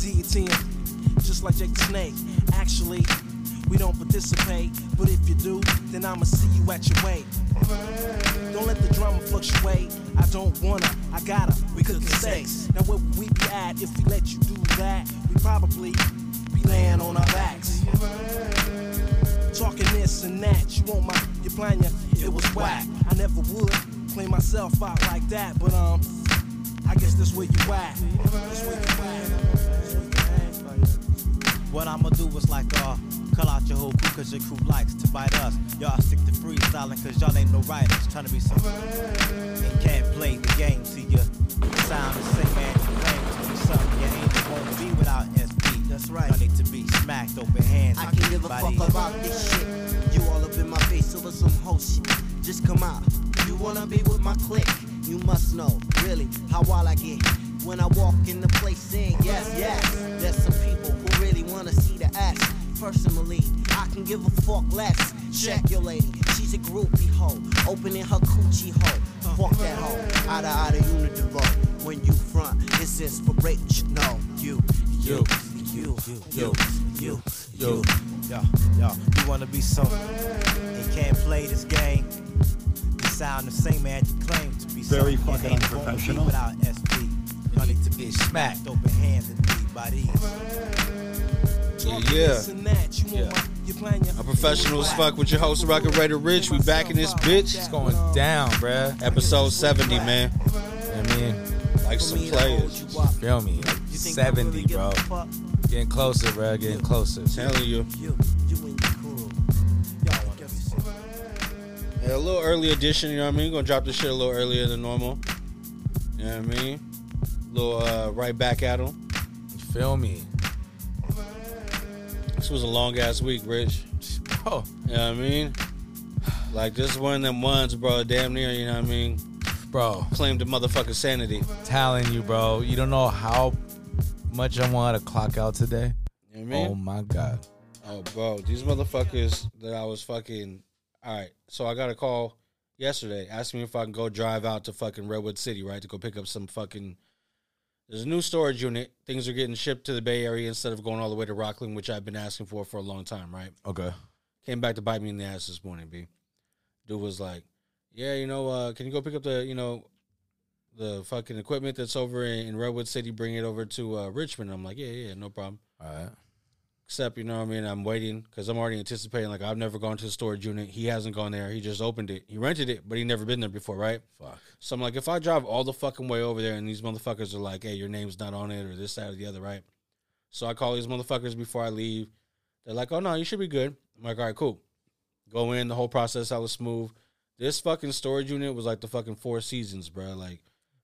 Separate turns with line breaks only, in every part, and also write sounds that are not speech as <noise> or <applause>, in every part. T10, E just like Jake the Snake. Actually, we don't participate, but if you do, then I'ma see you at your weight. Don't let the drama fluctuate. I don't wanna, I gotta. We cooking steaks. Now where would we be at if we let you do that? We probably be laying on our backs. Talking this and that. You want my, you plan your, it was whack. I never would clean myself out like that, but um, I guess that's where you at. That's where you at. That's where you at.
What I'ma do is like, uh, call out your whole crew cause your crew likes to bite us. Y'all stick to freestyling cause y'all ain't no writers. Trying to be some and can't play the game to you. Sound the same man, you claim to be something. Your ain't won't be without SP.
That's right.
Y'all need to be smacked over hands.
I
and
can give a
bodies.
fuck about this shit. You all up in my face over some whole shit. Just come out. You wanna be with my clique? You must know, really, how wild I get. When I walk in the place saying yes, yes, there's some people who really wanna see the ass. Personally, I can give a fuck less. Check your lady, she's a groupie hoe, opening her coochie hole. Fuck that hoe, out of out of unidivo. When you front, it's inspirational. You, you, you, you, you, you.
Yo, yo, you wanna be some and can't play this game. You sound the same man you claim to be
Very
something.
fucking
You ain't won't be
unprofessional.
Without SP. Y'all need to get smacked over hands and beat by these.
Talking
Yeah.
this and that. You want
Yeah.
my, you plan your,
A professional as fuck with your host, Rocket Raider Rich. We back in this bitch. It's
Going down, bruh.
Episode 70, man.
I mean,
Like some players.
feel me. Like 70, bro. Getting closer, bruh. Getting closer.
Telling you.
You, you and your crew. Y'all wanna be so
Yeah, a little early edition, you know what I mean? Gonna drop this shit a little earlier than normal. You know what I mean? little uh, right back at them.
Feel me.
This was a long ass week, Rich.
Oh,
You know what I mean? Like, this is one of them ones, bro, damn near, you know what I mean?
bro.
Claimed the motherfucking sanity. You know
Telling you, bro. You don't know how much I want to clock out today.
what I
Oh
mean?
my god.
Oh, bro, these motherfuckers that I was fucking. All right, so I got a call yesterday asking me if I can go drive out to fucking Redwood City, right, to go pick up some fucking. There's a new storage unit. Things are getting shipped to the Bay Area instead of going all the way to Rockland, which I've been asking for for a long time, right?
Okay.
Came back to bite me in the ass this morning, B. Dude was like, "Yeah, you know, uh, can you go pick up the, you know, the fucking equipment that's over in, in Redwood City? Bring it over to uh, Richmond." I'm like, "Yeah, yeah, no problem."
All right.
Except, you know what I mean? I'm waiting because I'm already anticipating. Like, I've never gone to the storage unit. He hasn't gone there. He just opened it. He rented it, but he never been there before, right?
Fuck.
So I'm like, if I drive all the fucking way over there and these motherfuckers are like, hey, your name's not on it or this, that, or the other, right? So I call these motherfuckers before I leave. They're like, oh, no, you should be good. I'm like, all right, cool. Go in. The whole process, I was smooth. This fucking storage unit was like the fucking Four Seasons, bro. Like,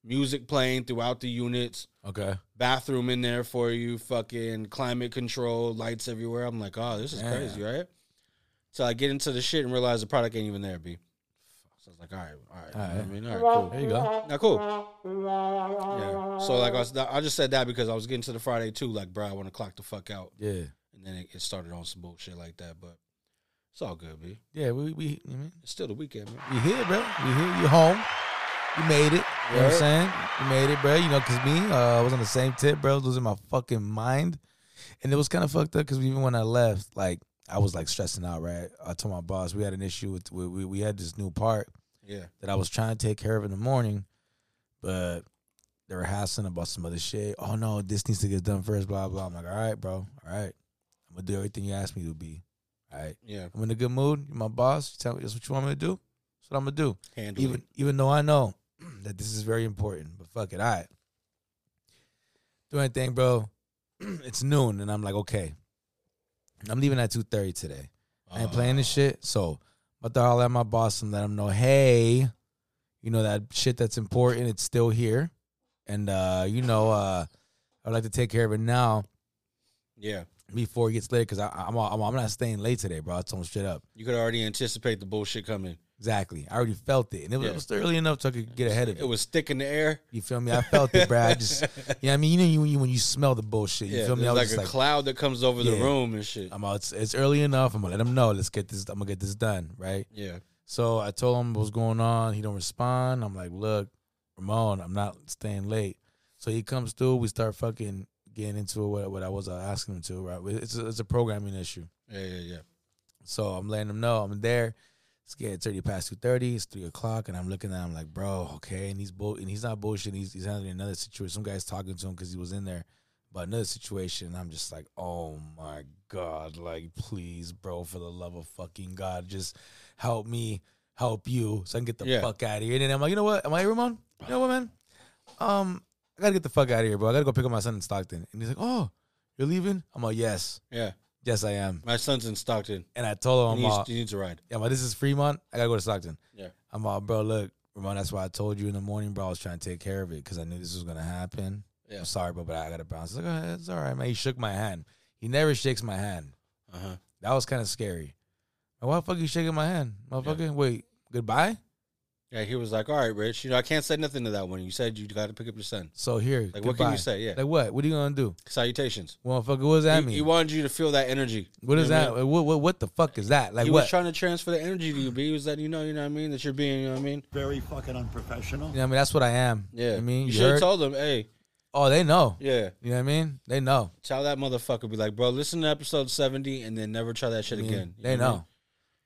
music playing throughout the units
Okay.
bathroom in there for you, fucking climate control, lights everywhere. I'm like, oh, this is
Yeah.
crazy, right? So I get into the shit and realize the product ain't even there, B. So I was like, all right, all right.
All
You know
right.
what I mean, all right, cool.
There you go.
Now, cool. Yeah. So like, I, was, I just said that because I was getting to the Friday too. Like, bro, I want to clock the fuck out,
Yeah.
and then it, it started on some bullshit like that. But it's all good, B.
Yeah. We we you know what I mean?
It's still the weekend, man.
You here, bro. You here. You home. You made it. You know what I'm
Word.
saying? You made it, bro. You know, cause me, uh, I was on the same tip, bro. I was losing my fucking mind, and it was kind of fucked up. Cause even when I left, like I was like stressing out, right? I told my boss we had an issue with we we, we had this new part
Yeah.
that I was trying to take care of in the morning, but they were hassling about some other shit. Oh no, this needs to get done first. Blah blah. I'm like, all right, bro. All right, I'm gonna do everything you asked me to be. All right.
Yeah.
I'm in a good mood. You're my boss. You tell me that's what you want me to do. That's what I'm gonna do.
Handle
Even
it.
even though I know <clears throat> that this is very important, but fuck it, all right. Do anything, bro. <clears throat> it's noon, and I'm like, okay. I'm leaving at two thirty today.
Uh,
I ain't playing this shit, so I'm about to holler at my boss and let him know, hey, you know that shit that's important, it's still here, and uh, you know, uh, I'd like to take care of it now
Yeah.
before it gets late because I'm, I'm I'm not staying late today, bro. I told him straight up.
You could already anticipate the bullshit coming.
Exactly. I already felt it. And it was,
Yeah.
it was early enough so I could get ahead of it.
It was thick in the air.
you feel me? I felt it, bro. I
<laughs>
just, you know what I mean? You know you- when you, when you smell the bullshit, you
Yeah,
feel me? I
there's
was
like
just
a
like,
cloud that comes over the
Yeah.
room and shit.
I'm out. It's, it's early enough. I'm going to let him know. Let's get this, I'm going to get this done, right?
Yeah,
So I told him what's going on. He don't respond. I'm like, look, Ramon, I'm not staying late. So he comes through. We start fucking getting into it, what, what I was uh, asking them to. Right, it's a, it's a programming issue.
Yeah, yeah, yeah.
So I'm letting them know I'm there. It's getting thirty past two thirty. It's three o'clock, and I'm looking at. him like, bro, okay. And he's bull, and he's not bullshitting. He's he's handling another situation. Some guy's talking to him because he was in there, but another situation. And I'm just like, oh my god, like please, bro, for the love of fucking God, just help me, help you, so I can get the
Yeah.
fuck out of here. And then I'm like, you know what? Am I here, Ramon? You know what, man? Um, I gotta get the fuck out of here, bro. I gotta go pick up my son in Stockton. And he's like, oh, you're leaving? I'm like, yes,
Yeah.
yes, I am.
My son's in Stockton.
And I told him,
He
I'm,
needs,
uh,
he needs a ride.
yeah, but this is Fremont. I gotta go to Stockton.
Yeah.
I'm all, bro. Look, Ramon. That's why I told you in the morning, bro. I was trying to take care of it because I knew this was gonna happen.
Yeah.
I'm sorry, bro, but I gotta bounce. He's like, "Oh, it's all right, man. He shook my hand. He never shakes my hand.
Uh huh.
That was kind of scary. Like, why the fuck you shaking my hand, motherfucker? Wait, goodbye.
Yeah, he was like, "All right, Rich. You know, I can't say nothing to that one. You said you got to pick up your son.
So here,
Like, what can
goodbye.
you say? Yeah,
Like what? What are you gonna do,
salutations.
motherfucker? What does that
he,
mean?
he wanted you to feel that energy.
what
You
is
know
that?
I mean?
What, what what the fuck is that? Like
he
what?
was trying to transfer the energy to you. B. He was letting you know, you know what I mean, that you're being, you know what I mean.
Very fucking unprofessional.
you know what I mean, that's what I am. You know
Yeah,
what I mean,
you
You
should have
heard?
told him, hey,
oh, they know.
yeah,
You know what I mean? They know.
tell that motherfucker, be like, bro, listen to episode seventy, and then never try that shit
mean,
again. You
They
what I
know.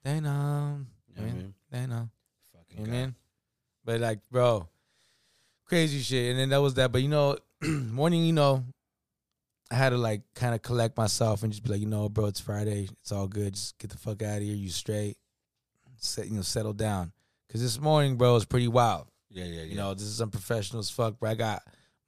They know. I
You know what I
mean,
mean?
They know. You
Fucking
know
guy.
what I mean? But like, bro, crazy shit. And then that was that. But you know, <clears throat> morning, you know, I had to like kind of collect myself and just be like, you know, bro, it's Friday. It's all good. Just get the fuck out of here. You straight. Set, you know, settle down. Cause this morning, bro, was pretty wild.
Yeah, yeah, yeah.
You know, this is unprofessional as fuck, bro. I got,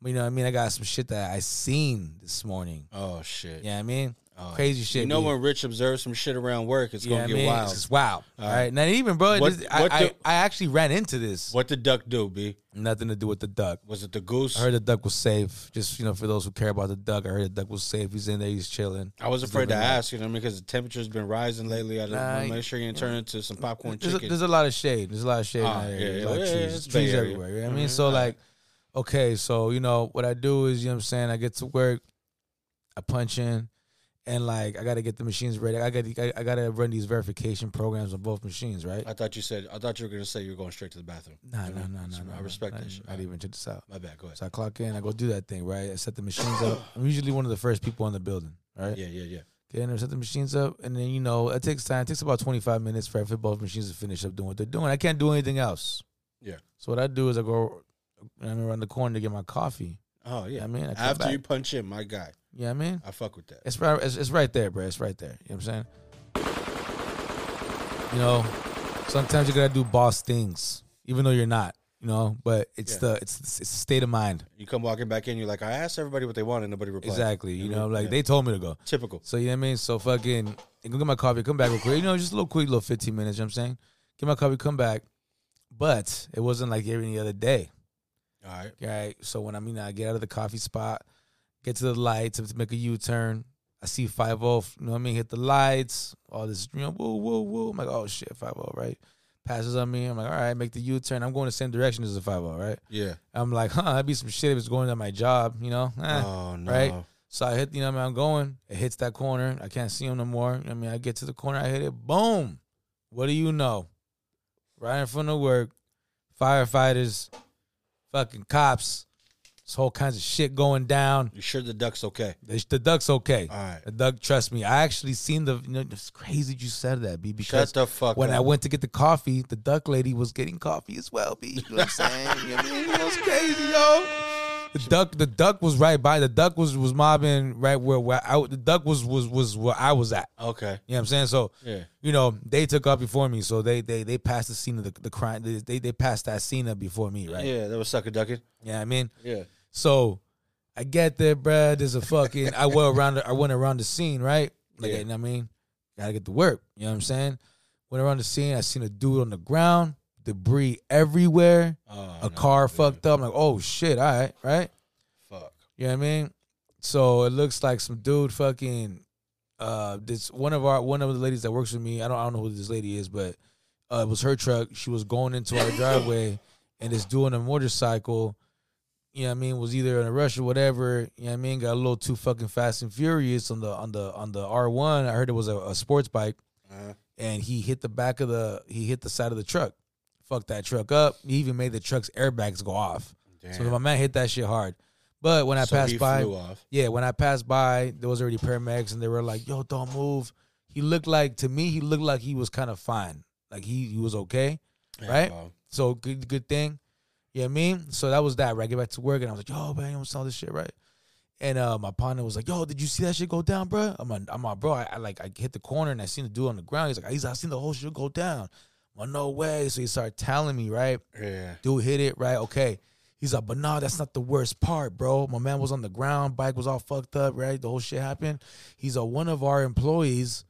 you know what I mean? I got some shit that I seen this morning.
oh shit.
You know what I mean?
Oh.
Crazy shit.
You know
B.
when Rich observes some shit around work, it's
You know
gonna
what
get
I mean?
wild.
It's just wild.
All
All
right.
right. Now, even, bro,
What-
this, I,
what
I,
the-
I actually ran into this.
What the duck do, B?
Nothing to do with the duck.
Was it the goose?
I heard the duck was safe. Just, you know, for those who care about the duck, I heard the duck was safe. He's in there. He's chilling.
I was
He's
afraid to
living life.
ask, you know, what I mean, because the temperature's been rising lately. I don't
Nah,
wanna make sure you didn't turn into some popcorn
There's a,
chicken.
there's a lot of shade. There's a lot of shade
Ah,
in that
yeah,
area. There's a
yeah,
lot of
yeah,
trees.
it's Bay
trees
Area.
everywhere. You know what I
Mhm.
mean? So, like, okay, so, you know, what I do is, you know what I'm saying? I get to work, I punch in, and, like, I got to get the machines ready. I got I, I gotta run these verification programs on both machines, right?
I thought you said. I thought you were gonna say you were going straight to the bathroom.
Nah,
You
nah,
know,
nah, nah.
so
nah,
I respect
nah,
that shit.
I didn't even check this out.
My bad. Go ahead.
So I clock in, I go do that thing, right? I set the machines
<coughs>
up. I'm usually one of the first people in the building, right?
Yeah, yeah, yeah.
Okay, and I set the machines up, and then you know it takes time. It takes about 25 minutes for for both machines to finish up doing what they're doing. I can't do anything else.
Yeah.
So what I do is I go, you know what I mean, around the corner to get my coffee.
Oh yeah,
I mean, I come
after
back.
you punch in, my guy,
You know what I mean?
I fuck with that.
It's right. It's, it's right there, bro. It's right there. You know what I'm saying? You know, sometimes you gotta do boss things, even though you're not. You know, but it's
Yeah.
the it's it's the state of mind.
You come walking back in, you're like, I asked everybody what they want, and nobody replied.
Exactly. You
mean,
know, like
yeah.
they told me to go.
Typical.
So you know what I mean? So fucking I go get my coffee, come back real quick. You know, just a little quick little 15 minutes, you know what I'm saying? Get my coffee, come back. But it wasn't like every other day.
All right.
Right. So when I mean I get out of the coffee spot, get to the lights, have to make a U turn. I see 5 0, you know what I mean? Hit the lights, all this, you know, whoa, whoa, whoa. I'm like, oh shit, 5 0, right? Passes on me. I'm like, all right, make the U turn. I'm going the same direction as the 5 0, right?
Yeah.
I'm like, huh, that'd be some shit if it's going to my job, you know? Eh.
oh no.
right? So I hit, you know, what I mean, I'm going. It hits that corner. I can't see him no more. You know what I mean, I get to the corner. I hit it. Boom. What do you know? Right in front of work, firefighters, fucking cops. This whole kinds of shit going down.
You sure the duck's okay?
The, the duck's okay.
All right.
The duck, trust me. I actually seen the. You know, it's crazy you said that, B. Because
Shut the fuck
when
up.
I went to get the coffee, the duck lady was getting coffee as well,
<laughs>
B. You know what I'm saying? you know what I mean? It was crazy, yo. The duck, the duck was right by. The duck was was mobbing right where, where I the duck was was was where I was at.
okay.
You know what I'm saying? So
Yeah.
you know they took off before me, so they they they passed the scene of the, the crime. They, they they passed that scene up before me, right? Yeah.
Yeah, that was sucker ducking.
You know what I mean?
Yeah.
So I get there, bruh. There's a fucking I went around the, I went around the scene, right? Like
Yeah.
you know what I mean? Gotta get to work. You know what I'm saying? Went around the scene, I seen a dude on the ground, debris everywhere,
Oh,
a
no,
car
dude.
fucked up. I'm like, oh shit, all right, right?
Fuck.
You know what I mean? So it looks like some dude fucking uh this one of our one of the ladies that works with me, I don't I don't know who this lady is, but uh, it was her truck. She was going into our driveway and this dude on a motorcycle, you know what I mean, was either in a rush or whatever, you know what I mean, got a little too fucking fast and furious on the on the on the R one. I heard it was a, a sports bike
Uh-huh.
and he hit the back of the he hit the side of the truck. Fucked that truck up. He even made the truck's airbags go off.
Damn.
So my man hit that shit hard. But when I
so
passed
he
by,
flew off.
yeah, when I passed by, there was already paramedics, and they were like, "Yo, don't move." He looked like to me, he looked like he was kind of fine, like he he was okay,
Yeah,
right?
well,
So good good thing, you know what I mean. So that was that. Right, I get back to work, and I was like, "Yo, man, I'm saw this shit right." And uh, my partner was like, "Yo, did you see that shit go down, bro?" I'm like, "I'm like, bro, I, I like I hit the corner and I seen the dude on the ground. He's like, he's I seen the whole shit go down." Well, no way. So he started telling me, right?
yeah.
Dude hit it, right? Okay. He's like, but nah, that's not the worst part, bro. My man was on the ground, bike was all fucked up, right? The whole shit happened. He's a one of our employees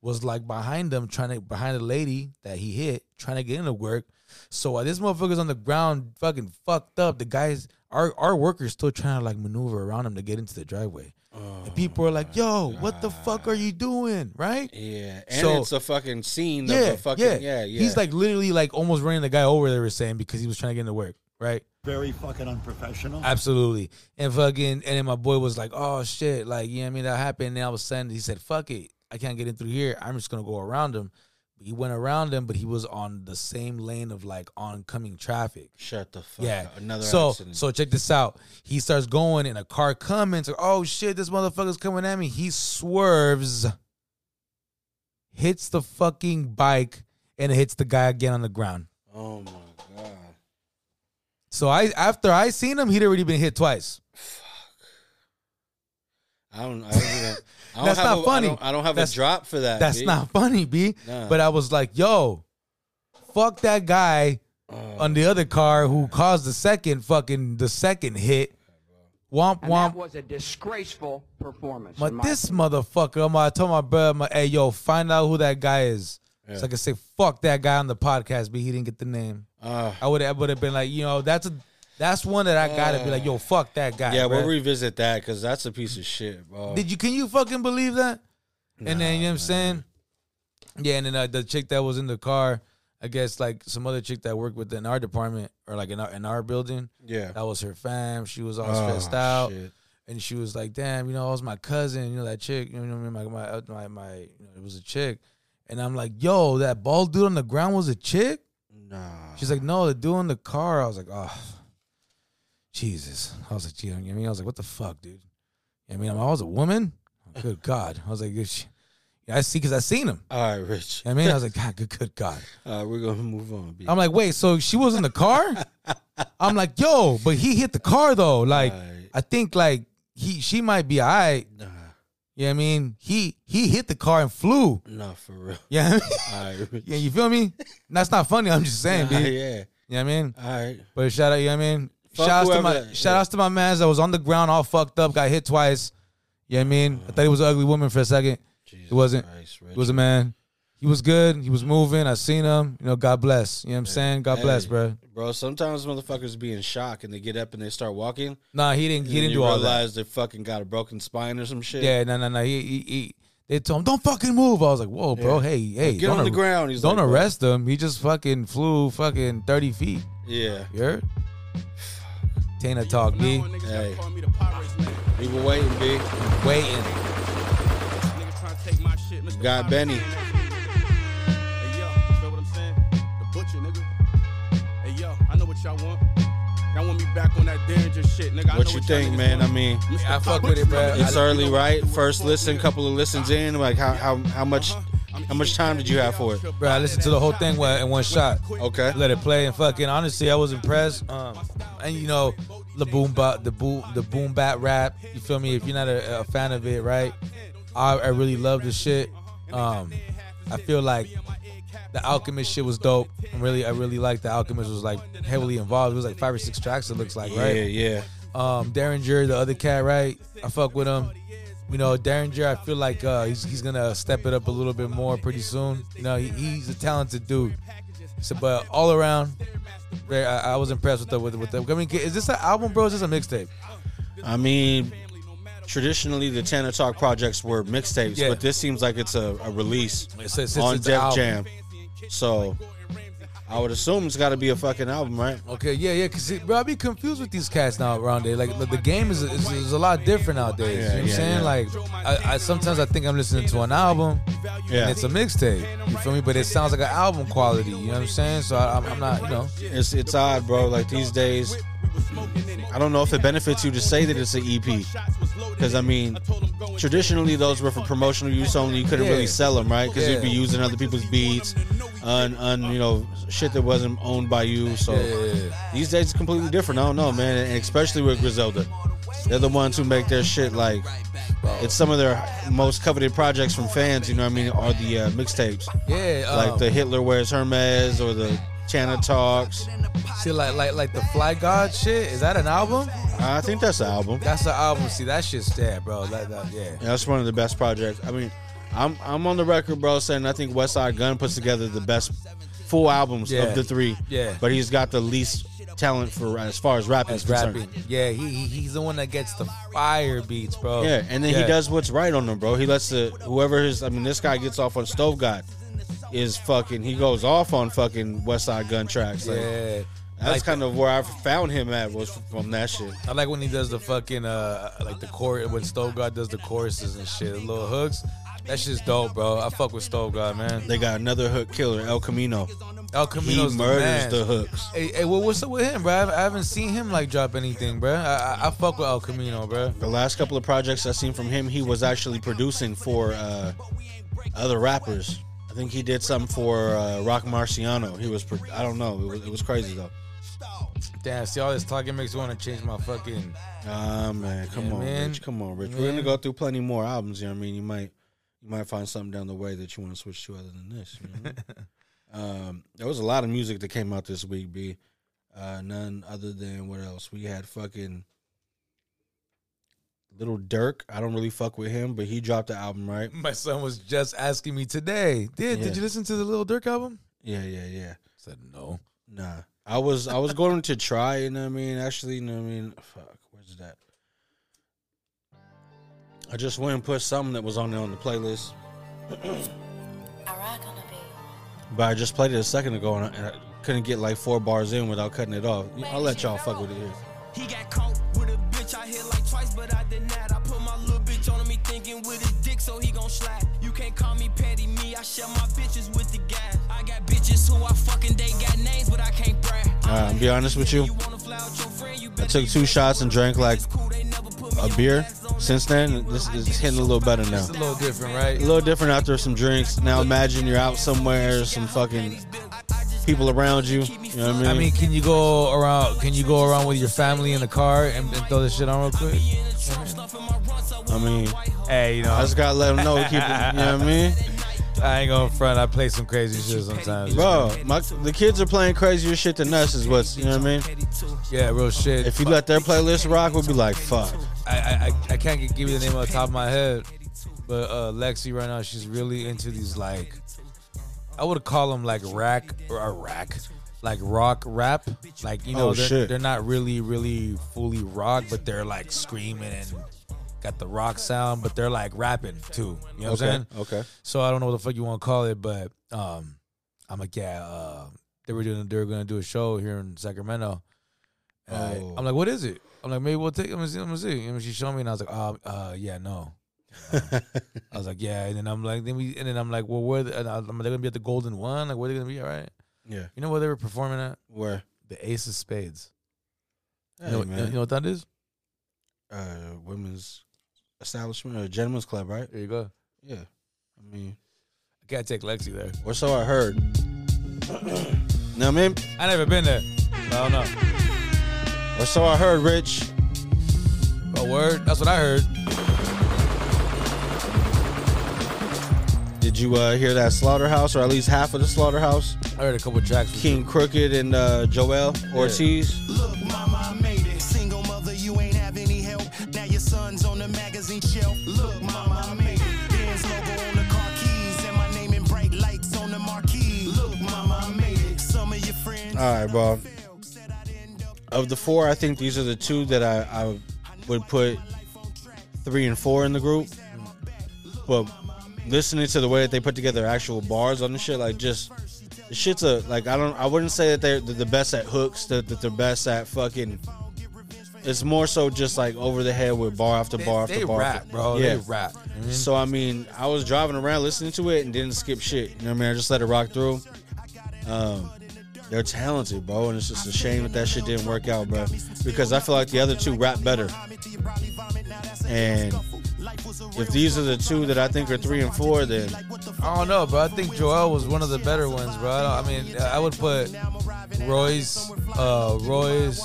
was like behind him, trying to behind the lady that he hit, trying to get into work. So while this motherfucker's on the ground, fucking fucked up, the guys, our our workers still trying to like maneuver around him to get into the driveway. and people are like, yo, what the fuck are you doing, right?
Yeah, and
So-
it's a fucking scene. Yeah,
Yeah,
the fucking, yeah, yeah,
He's like literally like almost running the guy over. They were saying because he was trying to get into work, right?
Very fucking unprofessional.
Absolutely. And fucking and then my boy was like, Oh shit, like you know what I mean, that happened. And then I was saying he said, Fuck it. I can't get in through here. I'm just gonna go around him. He went around him, but he was on the same lane of like oncoming traffic.
shut the fuck.
Yeah.
up. another
so
accident.
so check this out. He starts going and a car comes. Like, oh shit, this motherfucker's coming at me. He swerves, hits the fucking bike, and it hits the guy again on the ground.
oh my god.
So I after I seen him, he'd already been hit twice.
I don't. I don't, even, I don't
That's
have
not
a,
funny.
I don't, I don't have
That's-
a drop for that.
That's
B.
not funny, B.
Nah.
But I was like, yo, fuck that guy
Oh.
on the other car who caused the second fucking the second hit. Womp
And that
womp.
was a disgraceful performance. in
But
my
this motherfucker, I'm, I told my brother, I'm like, hey yo, find out who that guy is. So I could say, fuck that guy on the podcast, but he didn't get the name.
Ah.
I would have would have been like, you know, that's a that's one that I gotta be like, yo, fuck that guy.
Yeah,
bruh.
we'll revisit that because that's a piece of shit, bro.
Did you can you fucking believe that? and then you know what I'm saying? Yeah, and then uh, the chick that was in the car, I guess like some other chick that worked within our department or like in our in our building,
yeah.
that was her fam. She was all
Oh,
stressed out.
shit.
And she was like, "Damn, you know, it was my cousin. You know that chick. You know, what I mean? my my uh, my, my you know, it was a chick." And I'm like, "Yo, that bald dude on the ground was a chick."
Nah.
She's like, no, the dude in the car. I was like, oh, Jesus. I was like, you know what I mean? I was like, what the fuck, dude? You know what I mean, I was a woman. Good God. I was like, she, I see, because I seen him.
All right, Rich.
You know what I mean, I was like, God, good, good God.
Uh, we're gonna move on. B.
I'm like, wait, so she was in the car? I'm like, yo, but he hit the car though. Like,
Right.
I think like he, she might be all right.
Nah,
You know what I mean? He, he hit the car and flew.
nah, for real.
Yeah, you know what I mean? <laughs>
All right, Rich.
yeah, you feel me? That's not funny. I'm just saying,
Nah,
dude. You
yeah.
know what I mean?
All right.
But shout out, you know what I mean?
Fuck
shout outs to
whoever
my
that-
shout
yeah.
outs to my mans that was on the ground all fucked up, got hit twice. You know what I mean? I thought he was an ugly woman for a second.
Jesus
It wasn't.
Christ, Rich.
He was a man. He was good. He was moving. I seen him. You know, God bless. You know what I'm saying? God bless,
Hey,
bro.
Bro, sometimes motherfuckers be in shock and they get up and they start walking.
Nah, he didn't
and
he
then
didn't
you
do all that.
realize they fucking got a broken spine or some shit.
Yeah, no, no, no. He, he he they told him, Don't fucking move. I was like, Whoa, bro, hey, hey,
Get
don't
on the
ar-
ground. He's
Don't
like, bro.
arrest him. He just fucking flew fucking thirty feet.
Yeah.
You heard? Tina talk, B.
Hey. We were waiting, B.
Waiting.
Got Benny.
Hey yo, feel what I'm saying? The butcher, nigga. Hey yo, I know what y'all want. Y'all want me back on that Derringer shit, nigga. I know
What you
y'all
think,
niggas
man? I
want.
mean,
Mr.
I fuck
Pop-
with it, bro.
it's
I-
early, right? First listen, couple of listens in. Like, how how how much how much time did you have for it?
Bro, I listened to the whole thing wa- in one shot.
Okay.
Let it play and fucking honestly, I was impressed. Um, and you know, the boom bop, the boom, the boom bat rap. You feel me? If you're not a, a fan of it, right? I, I really love the shit. Um, I feel like the Alchemist shit was dope. I really, I really like the Alchemist was like heavily involved. It was like five or six tracks. It looks like
Yeah,
right.
yeah.
Um, Derringer, the other cat, right? I fuck with him. You know, Derringer, I feel like uh, he's, he's gonna step it up a little bit more pretty soon. You know, he, he's a talented dude. So, but all around, very, I, I was impressed with the with, the- with the. I mean, is this an album, bro? Is this a mixtape?
I mean, traditionally the Tanner Talk projects were mixtapes,
Yeah.
but this seems like it's a, a release
It's, it's, it's,
on
it's an
Def
album.
Jam. So I would assume it's got to be a fucking album, right?
Okay, yeah, yeah. Cause it, bro, I be confused with these cats now around there. Like, look, the game is, is is a lot different nowadays.
Yeah,
you know what
yeah,
I'm saying?
yeah.
Like, I, I sometimes I think I'm listening to an album.
Yeah,
And it's a mixtape, you feel me? But it sounds like an album quality, you know what I'm saying? So I, I'm, I'm not, you know.
it's it's odd, bro. Like these days,
was smoking in it.
I don't know if it benefits you to say that it's an E EP. Because, I mean, traditionally those were for promotional use only. You couldn't
Yeah.
really sell them, right? Because
Yeah.
you'd be using other people's beats, on, on you know, shit that wasn't owned by you. So these days it's completely different. I don't know, man. And especially with Griselda. They're the ones who make their shit like. It's some of their most coveted projects from fans, you know what I mean? Are the uh, mixtapes.
Yeah, um,
Like the Hitler Wears Hermes or the Chana Talks.
shit, like like like the Fly God shit. Is that an album?
I think that's the album.
That's an album. See, that shit's dead, bro. That, that, yeah.
Yeah, that's one of the best projects. I mean, I'm I'm on the record, bro, saying I think West Side Gun puts together the best full albums
Yeah.
of the three.
Yeah.
But he's got the least talent for as far as rapping is
That's
concerned.
rapping. Yeah, he, he he's the one that gets the fire beats, bro.
Yeah, and then he does what's right on them, bro. He lets the whoever his I mean, this guy gets off on Stove God is fucking he goes off on fucking West Side Gun tracks. Like,
Yeah.
That's
Like-
kind of where I found him at was from that shit.
I like when he does the fucking uh like the chorus when Stovegard does the choruses and shit, the little hooks. That shit's dope, bro. I fuck with Stovegard, man.
They got another hook killer, El Camino.
El Camino's
he
the
murders
man.
the hooks.
Hey, hey, well, what's up with him, bro? I I haven't seen him like drop anything, bro. I, I, I fuck with El Camino, bro.
The last couple of projects I seen from him, he was actually producing for uh, other rappers. I think he did something for uh, Rock Marciano. He was, pro- I don't know, it was, it was crazy though.
Damn, see all this talking makes me want to change my fucking.
Ah man, come
Yeah,
on,
man.
Rich, come on, Rich. We're gonna
Man.
go through plenty more albums. You know what I mean? You might, you might find something down the way that you want to switch to other than this. You know
<laughs>
what I mean? um, there was a lot of music that came out this week, b. Uh, none other than what else? We had fucking Little Dirk. I don't really fuck with him, but he dropped the album, right?
My son was just asking me today. Did
Yeah.
did you listen to the Little Dirk album?
Yeah, yeah, yeah.
said no.
Nah, I was I was going to try. You know what I mean? Actually, you know what I mean? Fuck, where's that? I just went and put something that was on there on the playlist, but I just played it a second ago and I, and I couldn't get like four bars in without cutting it off. I'll let y'all fuck with it here.
He got caught with a bitch I hit like twice, but I denied. I put my little bitch on him, he thinking with his dick, so he gon' slap. You can't call me petty, me, I share my bitches with the guy. I got bitches who I fucking, they got names, but I can't brag.
Uh, be honest with you, I took two shots and drank like a beer. Since then, this is hitting a little better now.
It's a little different, right?
A little different after some drinks. Now imagine you're out somewhere, some fucking people around you. You know what I mean?
I mean, can you go around? Can you go around with your family in the car and, and throw this shit on real quick?
I mean,
Hey, you know,
I
I,
just gotta let them know. we Keep it, you know what
<laughs>
I mean,
ain't gonna front. I play some crazy shit sometimes,
bro? My, the kids are playing crazier shit than us. Is what's you know what I mean?
Yeah, real shit.
If you let their playlist rock, we'll be like, fuck.
I, I, I- I can't get- give you the name off the top of my head, but uh, Lexi right now she's really into these like, I would call them like rack or a rack, like rock rap. Like you know
Oh,
they're,
shit.
they're not really really fully rock, but they're like screaming and got the rock sound, but they're like rapping too. You know what I'm
Okay,
saying?
okay.
So I don't know what the fuck you want to call it, but um, I'm like, yeah, uh, they were doing, they were gonna do a show here in Sacramento. And I-
Oh.
I'm like, what is it? I'm like, maybe we'll take. I'm gonna see. I'm gonna see. And she showed me, and I was like, uh, uh yeah, no.
<laughs>
I was like, yeah, and then I'm like, then we, and then I'm like, well, where? The, and I, am they gonna be at the Golden One? Like, where they gonna be? All right.
Yeah,
You know where they were performing at?
where?
The Ace of Spades.
Hey,
you, know,
man.
you know what that is?
uh, women's establishment or gentlemen's club, right?
There you go.
Yeah. I mean,
I gotta take Lexi there.
or so I heard. now, man,
I never been there. I don't know.
or so I heard, Rich.
But word, that's what I heard.
Did you uh, hear that Slaughterhouse, or at least half of the Slaughterhouse?
I heard a couple tracks. from-
King Crooked and uh, Joel Ortiz.
Look, mama, I made it. Single mother, you ain't have any help. Now your son's on the magazine shelf. Look, mama, I made it. Benz logo on the car keys and my name in bright lights on the marquee. Look, mama, I made it. Some of your friends.
All right, bro. Of the four, I think these are the two that I, I would put three and four in the group. But listening to the way that they put together actual bars on the shit, like just the shit's a like I don't I wouldn't say that they're, they're the best at hooks, that, that they're best at fucking. It's more so just like over the head with bar after
They,
bar after
they
bar.
rap,
after-
bro.
Yeah. Mm-hmm.
They rap. You know what I mean?
So I mean, I was driving around listening to it and didn't skip shit. You know what I mean? I just let it rock through. Um, They're talented, bro, and it's just a shame that that shit didn't work out, bro. Because I feel like the other two rap better. And if these are the two that I think are three and four, then
I don't know, bro. I think Joel was one of the better ones, bro. I, don't- I mean, I would put Royce, uh, Royce,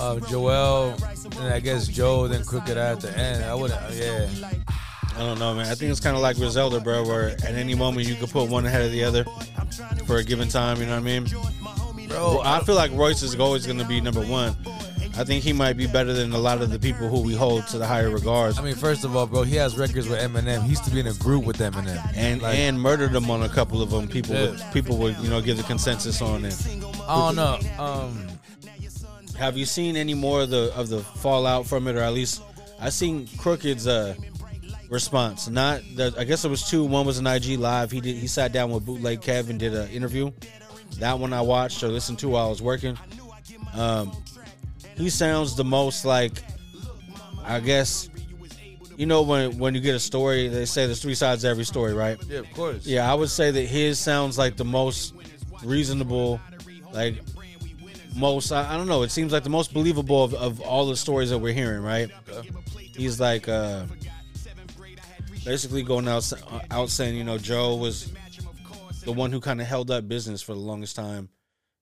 uh, Joel, and I guess Joe, then Crooked Eye at the end. I wouldn't, uh, yeah.
I don't know, man. I think it's kind of like Griselda, bro, where at any moment you could put one ahead of the other for a given time. You know what I mean? Bro, I feel like Royce is always going to be number one. I think he might be better than a lot of the people who we hold to the higher regards.
I mean, first of all, bro, he has records with Eminem. He used to be in a group with Eminem.
and
like-
and murdered them on a couple of them. People would
Yeah.
people would you know give the consensus on it.
I don't know. Um,
Have you seen any more of the of the fallout from it, or at least I seen Crooked's uh, response? Not the, I guess it was two. One was an IG live. He did he sat down with Bootleg Kev and did an interview. That one I watched or listened to while I was working. Um, he sounds the most like I guess you know when when you get a story they say there's three sides to every story, right?
yeah, of course.
Yeah, I would say that his sounds like the most reasonable, like most. I, I don't know. It seems like the most believable of, of all the stories that we're hearing. Right? He's like uh, basically going out uh, out saying, you know, Joe was the one who kind of held up business for the longest time.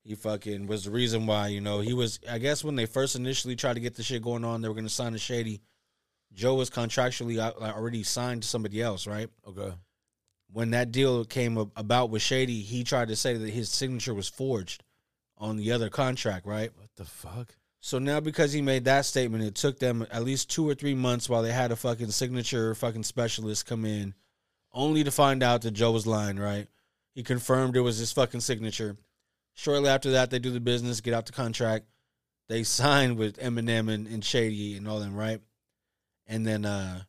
He fucking was the reason why, you know, he was. I guess when they first initially tried to get the shit going on, they were gonna sign a shady. Joe was contractually uh, like, already signed to somebody else, right?
Okay.
when that deal came ab- about with Shady, he tried to say that his signature was forged on the other contract, right?
What the fuck?
So now because he made that statement, it took them at least two or three months while they had a fucking signature fucking specialist come in, only to find out that Joe was lying, right? He confirmed it was his fucking signature. Shortly after that, they do the business, get out the contract. They <laughs> sign with Eminem and, and Shady and all them, right? And then uh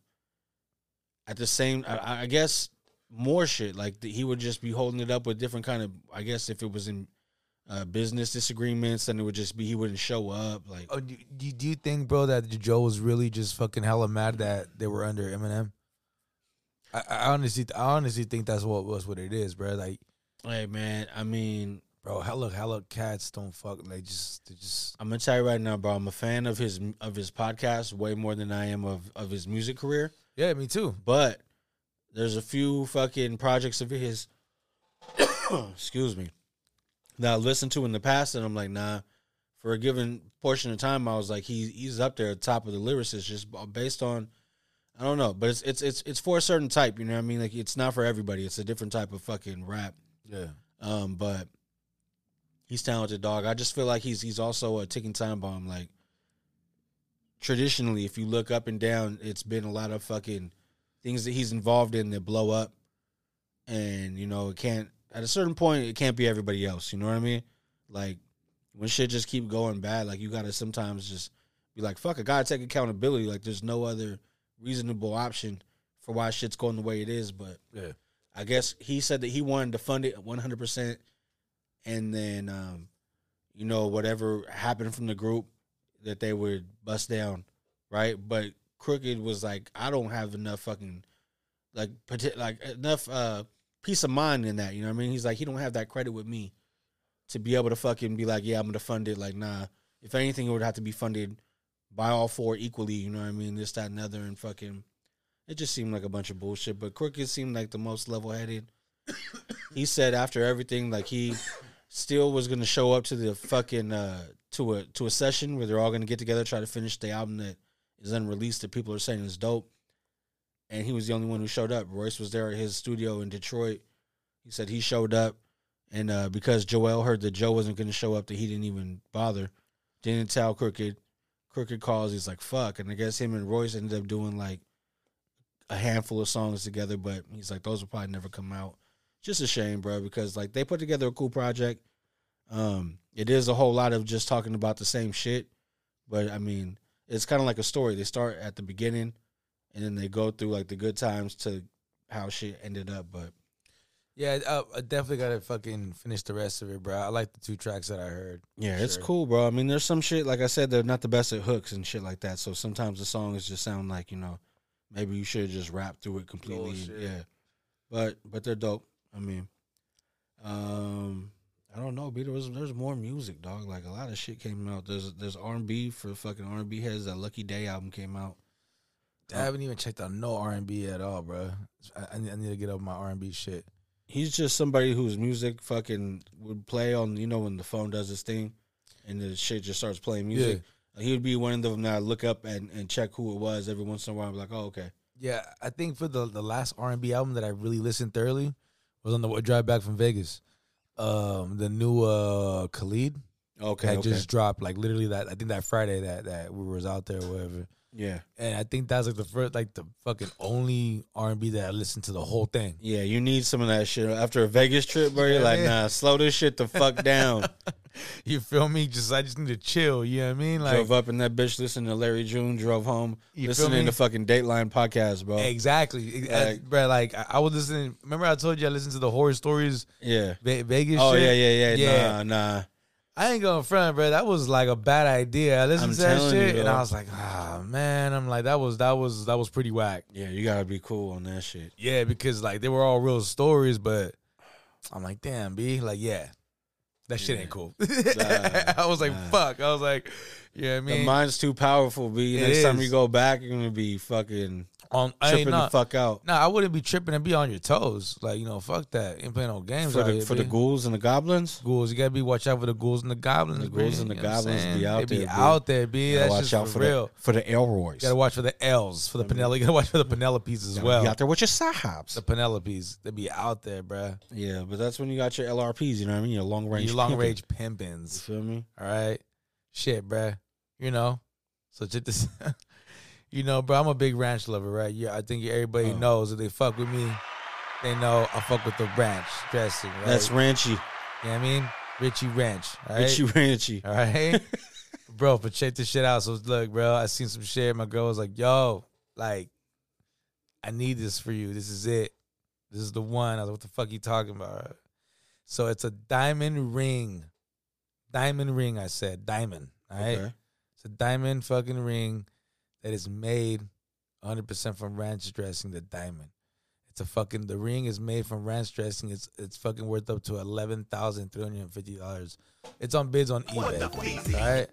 at the same, I- I, I guess more shit. Like th- he would just be holding it up with different kind of. I guess if it was in uh, business disagreements, then it would just be he wouldn't show up. Like
Oh, do, do do you think, bro, that Joe was really just fucking hella mad that they were under Eminem? I, I honestly, I honestly think that's what was what it is, bro. Like,
Hey man, I mean,
bro, hella, hella cats don't fuck. Like, just, they just,
I'm gonna tell you right now, bro. I'm a fan of his of his podcast way more than I am of of his music career.
yeah, me too.
But there's a few fucking projects of his. <coughs> excuse me. That I listened to in the past, and I'm like, nah. For a given portion of time, I was like, he he's up there, at the top of the lyricist, just b- based on, I don't know, but it's it's it's it's for a certain type, you know what I mean? Like it's not for everybody. It's a different type of fucking rap.
Yeah,
Um, but he's talented, dog. I just feel like he's he's also a ticking time bomb. Like traditionally, if you look up and down, it's been a lot of fucking things that he's involved in that blow up, and you know it can't. At a certain point, it can't be everybody else. You know what I mean? Like when shit just keep going bad, like you gotta sometimes just be like, "Fuck, I gotta take accountability." Like there's no other reasonable option for why shit's going the way it is, but.
yeah.
I guess he said that he wanted to fund it 100%. And then, um, you know, whatever happened from the group that they would bust down, right? But Crooked was like, I don't have enough fucking, like, parti- like enough uh, peace of mind in that. You know what I mean? He's like, he don't have that credit with me to be able to fucking be like, yeah, I'm going to fund it. Like, nah. If anything, it would have to be funded by all four equally. You know what I mean? This, that, and the other, and fucking. It just seemed like a bunch of bullshit, but Crooked seemed like the most level headed. he said after everything, like he still was gonna show up to the fucking uh, to a to a session where they're all gonna get together, try to finish the album that is unreleased that people are saying is dope. And he was the only one who showed up. Royce was there at his studio in Detroit. He said he showed up, and uh, because Joel heard that Joe wasn't gonna show up, that he didn't even bother, didn't tell Crooked. Crooked calls. He's like, "Fuck," and I guess him and Royce ended up doing like a handful of songs together, but he's like, those will probably never come out. Just a shame, bro, because like they put together a cool project. Um, it is a whole lot of just talking about the same shit, but I mean, it's kind of like a story. They start at the beginning, and then they go through like the good times to how shit ended up. But
Yeah, I, I definitely gotta fucking finish the rest of it, bro. I like the two tracks that I heard.
yeah, it's
Sure.
cool, bro. I mean, there's some shit like I said, they're not the best at hooks and shit like that. So sometimes the songs just sound like you know, maybe you should just rap through it completely.
Bullshit.
Yeah, but but they're dope. I mean, um, I don't know. no, B. There was there's more music, dog. Like a lot of shit came out. There's there's R and B for fucking R and B heads. That Lucky Day album came out.
I haven't even checked out no R and B at all, bro. I, I need I need to get up my R and B shit.
He's just somebody whose music fucking would play on. You know when the phone does this thing, and the shit just starts playing music. He would be one of them that I look up and, and check who it was every once in a while. I'm like, oh okay.
Yeah, I think for the the last R and B album that I really listened thoroughly was on the wa- drive back from Vegas. Um, the new uh Khalid
Okay,
that
okay.
just dropped, like literally that I think that Friday that that we was out there or whatever.
yeah,
And I think that's like the first, like the fucking only R and B that I listened to the whole thing. <laughs>
yeah. You need some of that shit after a Vegas trip, bro. You're
Yeah,
like,
man.
nah, slow this shit
<laughs>
the fuck down.
You feel me? Just I just need to chill. You know what I mean? Like
drove up in that bitch, listening to Larry June. Drove home,
You feel me?
listening to fucking Dateline podcast, bro.
exactly, Ex- I-
Like-
bro. Like I, I was listening. Remember I told you I listened to the horror stories
Yeah.
Ve- Vegas.
Oh
shit?
yeah, yeah, yeah, Nah, nah.
I ain't going front, bro. That was like a bad idea. I listened
I'm
to that
telling
shit
you,
and I
dog.
was like, ah man. I'm like that was that was that was pretty whack.
Yeah, you gotta be cool on that shit.
Yeah, because like they were all real stories, but I'm like, damn, B, like, yeah, that shit ain't cool. <laughs> I was like, fuck. I was like, yeah, you know what I
The
mean,
mind's too powerful, B.
It
Next time
is.
you go back, you're gonna be fucking
on, I ain't
tripping the
not,
fuck out.
No, I wouldn't be tripping and be on your toes. Like, you know, fuck that. Ain't playing no games
For
out
the
here,
for the
B.
ghouls and the goblins.
Ghouls, you gotta be watch out for the ghouls and the goblins.
The ghouls
B.
and the
You know what I'm
goblins be
saying?
out
They be
there, B.
out there, B.
Gotta
That's just for,
for
real.
the for the Elroys.
You gotta watch for the L's, for the Penelope. You gotta watch for the Penelopes as well.
Be out there with your sahabs.
The Penelopes, they be out there, bruh.
Yeah, but that's when you got your LRPs. You know what I mean? Your long range.
Your long
pimpin'.
range
You
pimpins.
feel me?
All right. Shit, bruh. You know. So check this <laughs> You know, bro, I'm a big ranch lover, right? Yeah, I think everybody
Oh.
knows if they fuck with me, they know I fuck with the ranch dressing. Right?
That's ranchy.
you know what I mean? Richie Ranch. All right.
Bitchy ranchy.
All right. bro, but check this shit out. So look, bro, I seen some shit. My girl was like, yo, like, I need this for you. This is it. This is the one. I was like, what the fuck you talking about? So it's a diamond ring. Diamond ring, I said. Diamond. All right.
Okay.
It's a diamond fucking ring that is made 100% from ranch dressing, the diamond. It's a fucking, the ring is made from ranch dressing. It's it's fucking worth up to $11,350. It's on bids on eBay. All right?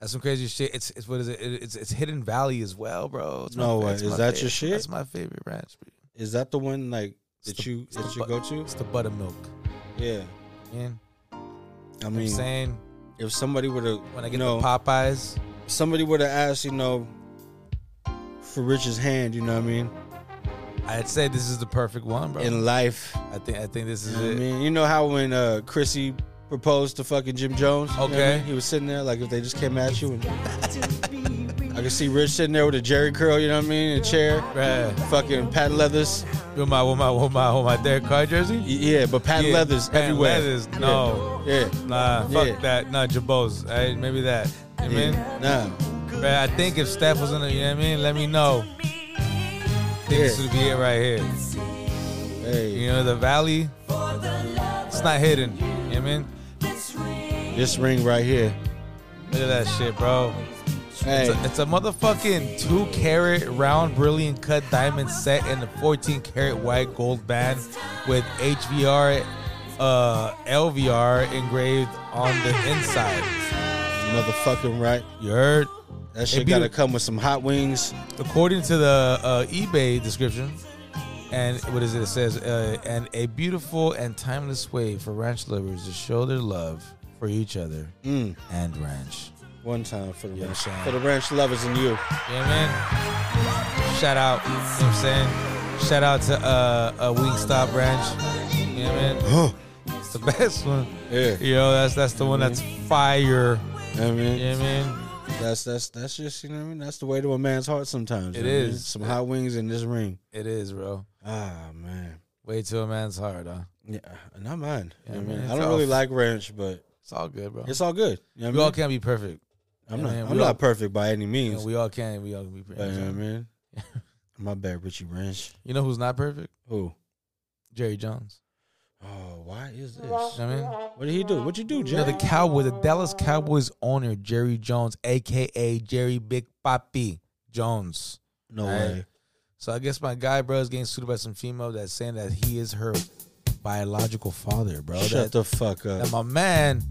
That's some crazy shit. It's, it's what is it? It- It's it's Hidden Valley as well, bro. It's
No
fa-
way.
it's
Is that your
favorite-
shit?
That's my favorite ranch. bro.
Is that the one like that
It's the-
you
it's
that
the
you
bu-
go to?
It's the buttermilk.
Yeah.
Man,
I
I'm
mean,
saying
if somebody would have,
when I
you
get
know,
the Popeyes,
somebody would have asked, you know, for Rich's hand, you know what I mean,
I'd say this is the perfect one, bro.
in life.
I think I think this
You
is
know what I
it.
mean, you know how when uh, Chrissy proposed to fucking Jim Jones, you know what I
Okay.
mean? he was sitting there like if they just came at you, and I could see Rich sitting there with a Jerry curl, you know what I mean, in a chair,
Right.
fucking patent leathers,
With my with my with my with my Derek Carr jersey?
Y- yeah, but patent
Yeah,
leathers
patent
everywhere,
leathers, no.
yeah,
Nah, fuck
Yeah.
that. Nah, Jabos. Hey, maybe that. You know what I mean?
yeah. nah,
But I think if Steph was in the, you know what I mean? Let me know. I think this
Yeah.
would be it right here. You
hey,
know, the valley, it's not hidden. You know what I mean?
this ring right here,
Look at that shit, bro. It's
hey,
a, it's a motherfucking two carat round brilliant cut diamond set in a 14 karat white gold band with HVR, uh, LVR engraved on the inside.
motherfucking right.
You heard?
That shit
be
gotta
the-
come with some hot wings.
According to the uh, eBay description, and what is it? It says, uh, and a beautiful and timeless way for ranch lovers to show their love for each other
Mm.
and ranch.
One time for the
Yeah,
ranch,
Sean.
for the ranch lovers and you.
Yeah, man. Shout out. You know what I'm saying? Shout out to uh, uh Wingstop Ranch. Yeah, man. it's the <laughs> best one.
Yeah, Mm-hmm.
Yo, that's that's the one that's fire.
You know what I mean,
Yeah, man.
that's that's that's just you know what I mean. That's the way to a man's heart sometimes. you
It
know what I mean?
is.
some hot wings in this ring.
It is, bro.
Ah man,
Way to a man's heart, huh?
yeah, uh, not mine.
Yeah,
You know what I
man,
mean, I
it's
don't
all-
really like ranch, but
It's all good, bro.
it's all good. You know
we
what I
all
mean?
can't be perfect.
I'm
yeah,
not
man,
I'm
we
not
all-
perfect by any
You know,
means.
we all can. We all can be
but, you know what I
perfect. <laughs>
mean, my bad, Richie Ranch.
You know who's not perfect?
Who?
Jerry Jones.
Oh, why is this?
You know what I mean?
What did he do? What'd you do,
You know,
Jerry?
the Cowboy, the Dallas Cowboys owner, Jerry Jones, aka Jerry Big Papi Jones.
No
Hey.
way.
So I guess my guy, bro, is getting sued by some female that's saying that he is her biological father, bro. that,
Shut the fuck up.
that my man,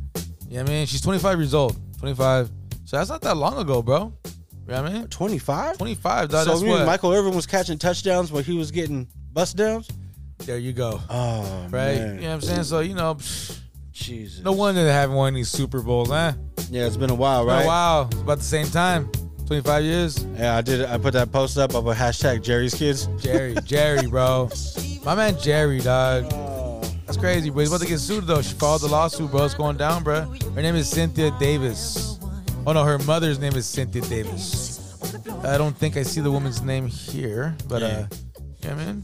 you know what I mean? She's 25 years old. 25. So that's not that long ago, bro. You know what I mean?
25?
25, dog.
So
that's
you mean
what.
Michael Irvin was catching touchdowns while he was getting bust downs?
there you go.
Oh,
Right?
man.
You know what I'm saying? So, you know, psh,
Jesus.
no wonder they haven't won any Super Bowls, huh?
Yeah, it's been a while,
Right.
right?
Oh, wow. It's about the same time. 25 years.
Yeah, I did. I put that post up. I put hashtag Jerry's Kids.
<laughs> Jerry, Jerry, bro. My man Jerry, dog. That's crazy, bro. He's about to get sued though. She filed the lawsuit, bro. It's going down, bro. Her name is Cynthia Davis. Oh no, her mother's name is Cynthia Davis. I don't think I see the woman's name here, but uh, yeah, man.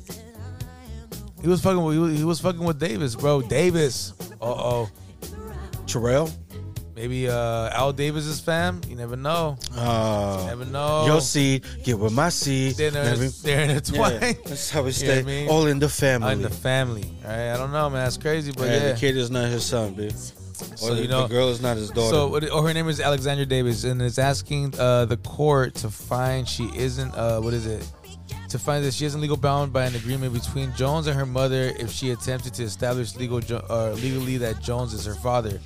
He was fucking. With, he, was, he was fucking with Davis, bro. Davis. Uh oh.
Terrell.
Maybe uh, Al Davis's fam. You never know.
Oh.
Never know.
Your seed, get with my seed.
They're in a,
Never-
they're in a
Yeah,
twine.
that's how we
You know what
stay.
I mean?
All in the family.
in the family. All right, I don't know, man. That's crazy, but
yeah,
yeah.
the kid is not his son, dude.
So,
or the,
you know-
the girl is not his daughter.
So, what- or her name is Alexandra Davis, and it's asking uh, the court to find she isn't. Uh, what is it? To find that she isn't legal bound by an agreement between Jones and her mother if she attempted to establish legal jo- uh, legally that Jones is her father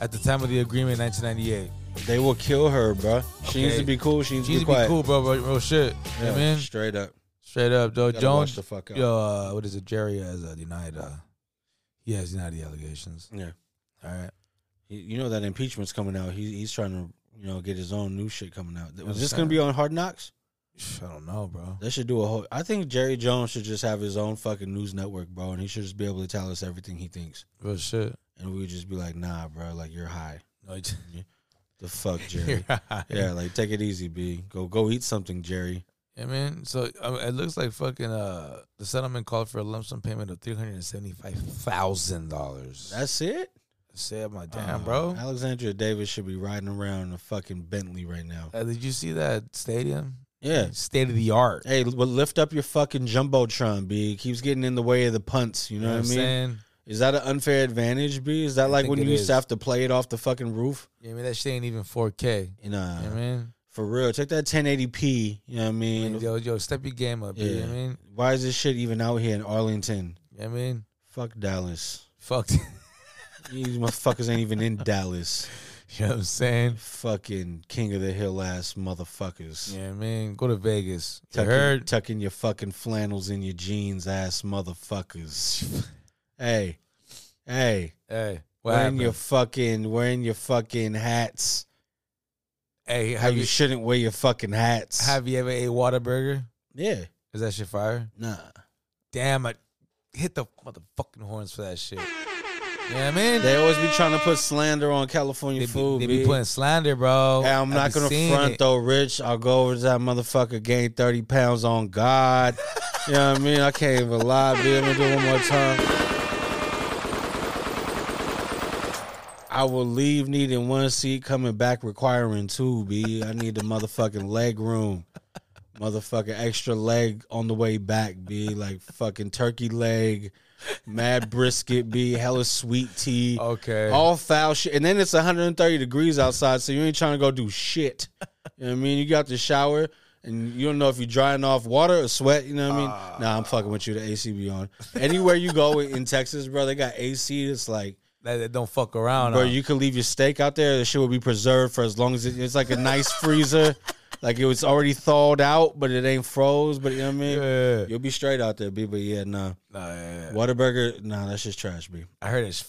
at the time of the agreement in 1998.
they will kill her, bro. She needs
Okay.
to be cool. She needs
She needs to
to be
be
quiet.
cool, bro. Bro, real shit. You know
Yeah,
what I mean?
Straight up.
Straight up, though.
Gotta
Jones,
watch the fuck out.
yo, uh, what is it? Jerry has uh, denied. Uh, he has denied the allegations.
Yeah.
All right.
You- You know that impeachment's coming out. He, he's trying to, you know, get his own new shit coming out. Was this
Understand.
gonna be on Hard Knocks?
I don't know, bro.
They should do a whole. I think Jerry Jones should just have his own fucking news network, bro, and he should just be able to tell us everything he thinks,
Real shit.
and we would just be like, nah, bro, like you're high. <laughs>
No, it's- <laughs>
The fuck, Jerry. <laughs> yeah, like take it easy, b. Go go eat something, Jerry.
Yeah, man. So I mean, it looks like fucking uh, the settlement called for a lump sum payment of three hundred and seventy-five thousand dollars.
That's it.
Say, I'm like, damn,
Uh,
bro.
Alexandria Davis should be riding around in a fucking Bentley right now.
Uh, did you see that stadium?
Yeah.
State of the art.
Hey, well, lift up your fucking jumbotron, b. It keeps getting in the way of the punts. You know, what I mean?
saying?
Is that an unfair advantage, b? Is that like
think
when you
it
used to
is.
have to play it off the fucking roof?
Yeah, I mean that shit ain't even four K.
You know,
I mean,
for real. Take that 1080p. You know what I mean?
yo, yo, step your game up. You know
Yeah.
what I mean,
Why is this shit even out here in Arlington?
You know what I mean,
Fuck Dallas.
fucked. <laughs> you
These motherfuckers ain't even in Dallas.
know what I'm saying?
Fucking king of the hill ass motherfuckers.
Yeah, man, go to Vegas. You
Tucking,
heard?
tucking your fucking flannels in your jeans ass motherfuckers. hey, hey,
Hey, what
wearing
happened?
your fucking wearing your fucking hats.
hey,
How
have
you
you
shouldn't wear your fucking hats.
have you ever ate Whataburger?
yeah,
Is that shit fire?
nah.
damn, I hit the motherfucking horns for that shit. Yeah, man.
They always be trying to put slander on California
They be,
food.
they be
B.
putting slander, bro.
Hey, I'm
I
not
be
gonna
seeing
front
it.
though, Rich. I'll go over to that motherfucker, gain 30 pounds on God. you know what I mean? I can't even lie, B. Let me do it one more time. I will leave needing one seat, coming back requiring two, B. I need the motherfucking leg room. Motherfucking extra leg on the way back, B. Like fucking turkey leg, mad brisket, B. Hella sweet tea.
Okay.
All foul shit. And then it's 130 degrees outside, so you ain't trying to go do shit. You know what I mean? You got the shower and you don't know if you're drying off water or sweat, you know what I mean? nah, I'm fucking with you. The AC be on. Anywhere you go in in Texas, bro, they got AC. It's like,
That, that don't fuck around.
bro,
on.
you can leave your steak out there. The shit will be preserved for as long as it, it's like a
<laughs>
nice freezer. Like it was already thawed out, but it ain't froze. But you know what I mean?
Yeah.
You'll be straight out there, B. But yeah, nah.
Nah, yeah, yeah.
Whataburger, nah, that's just trash, B.
I heard it's.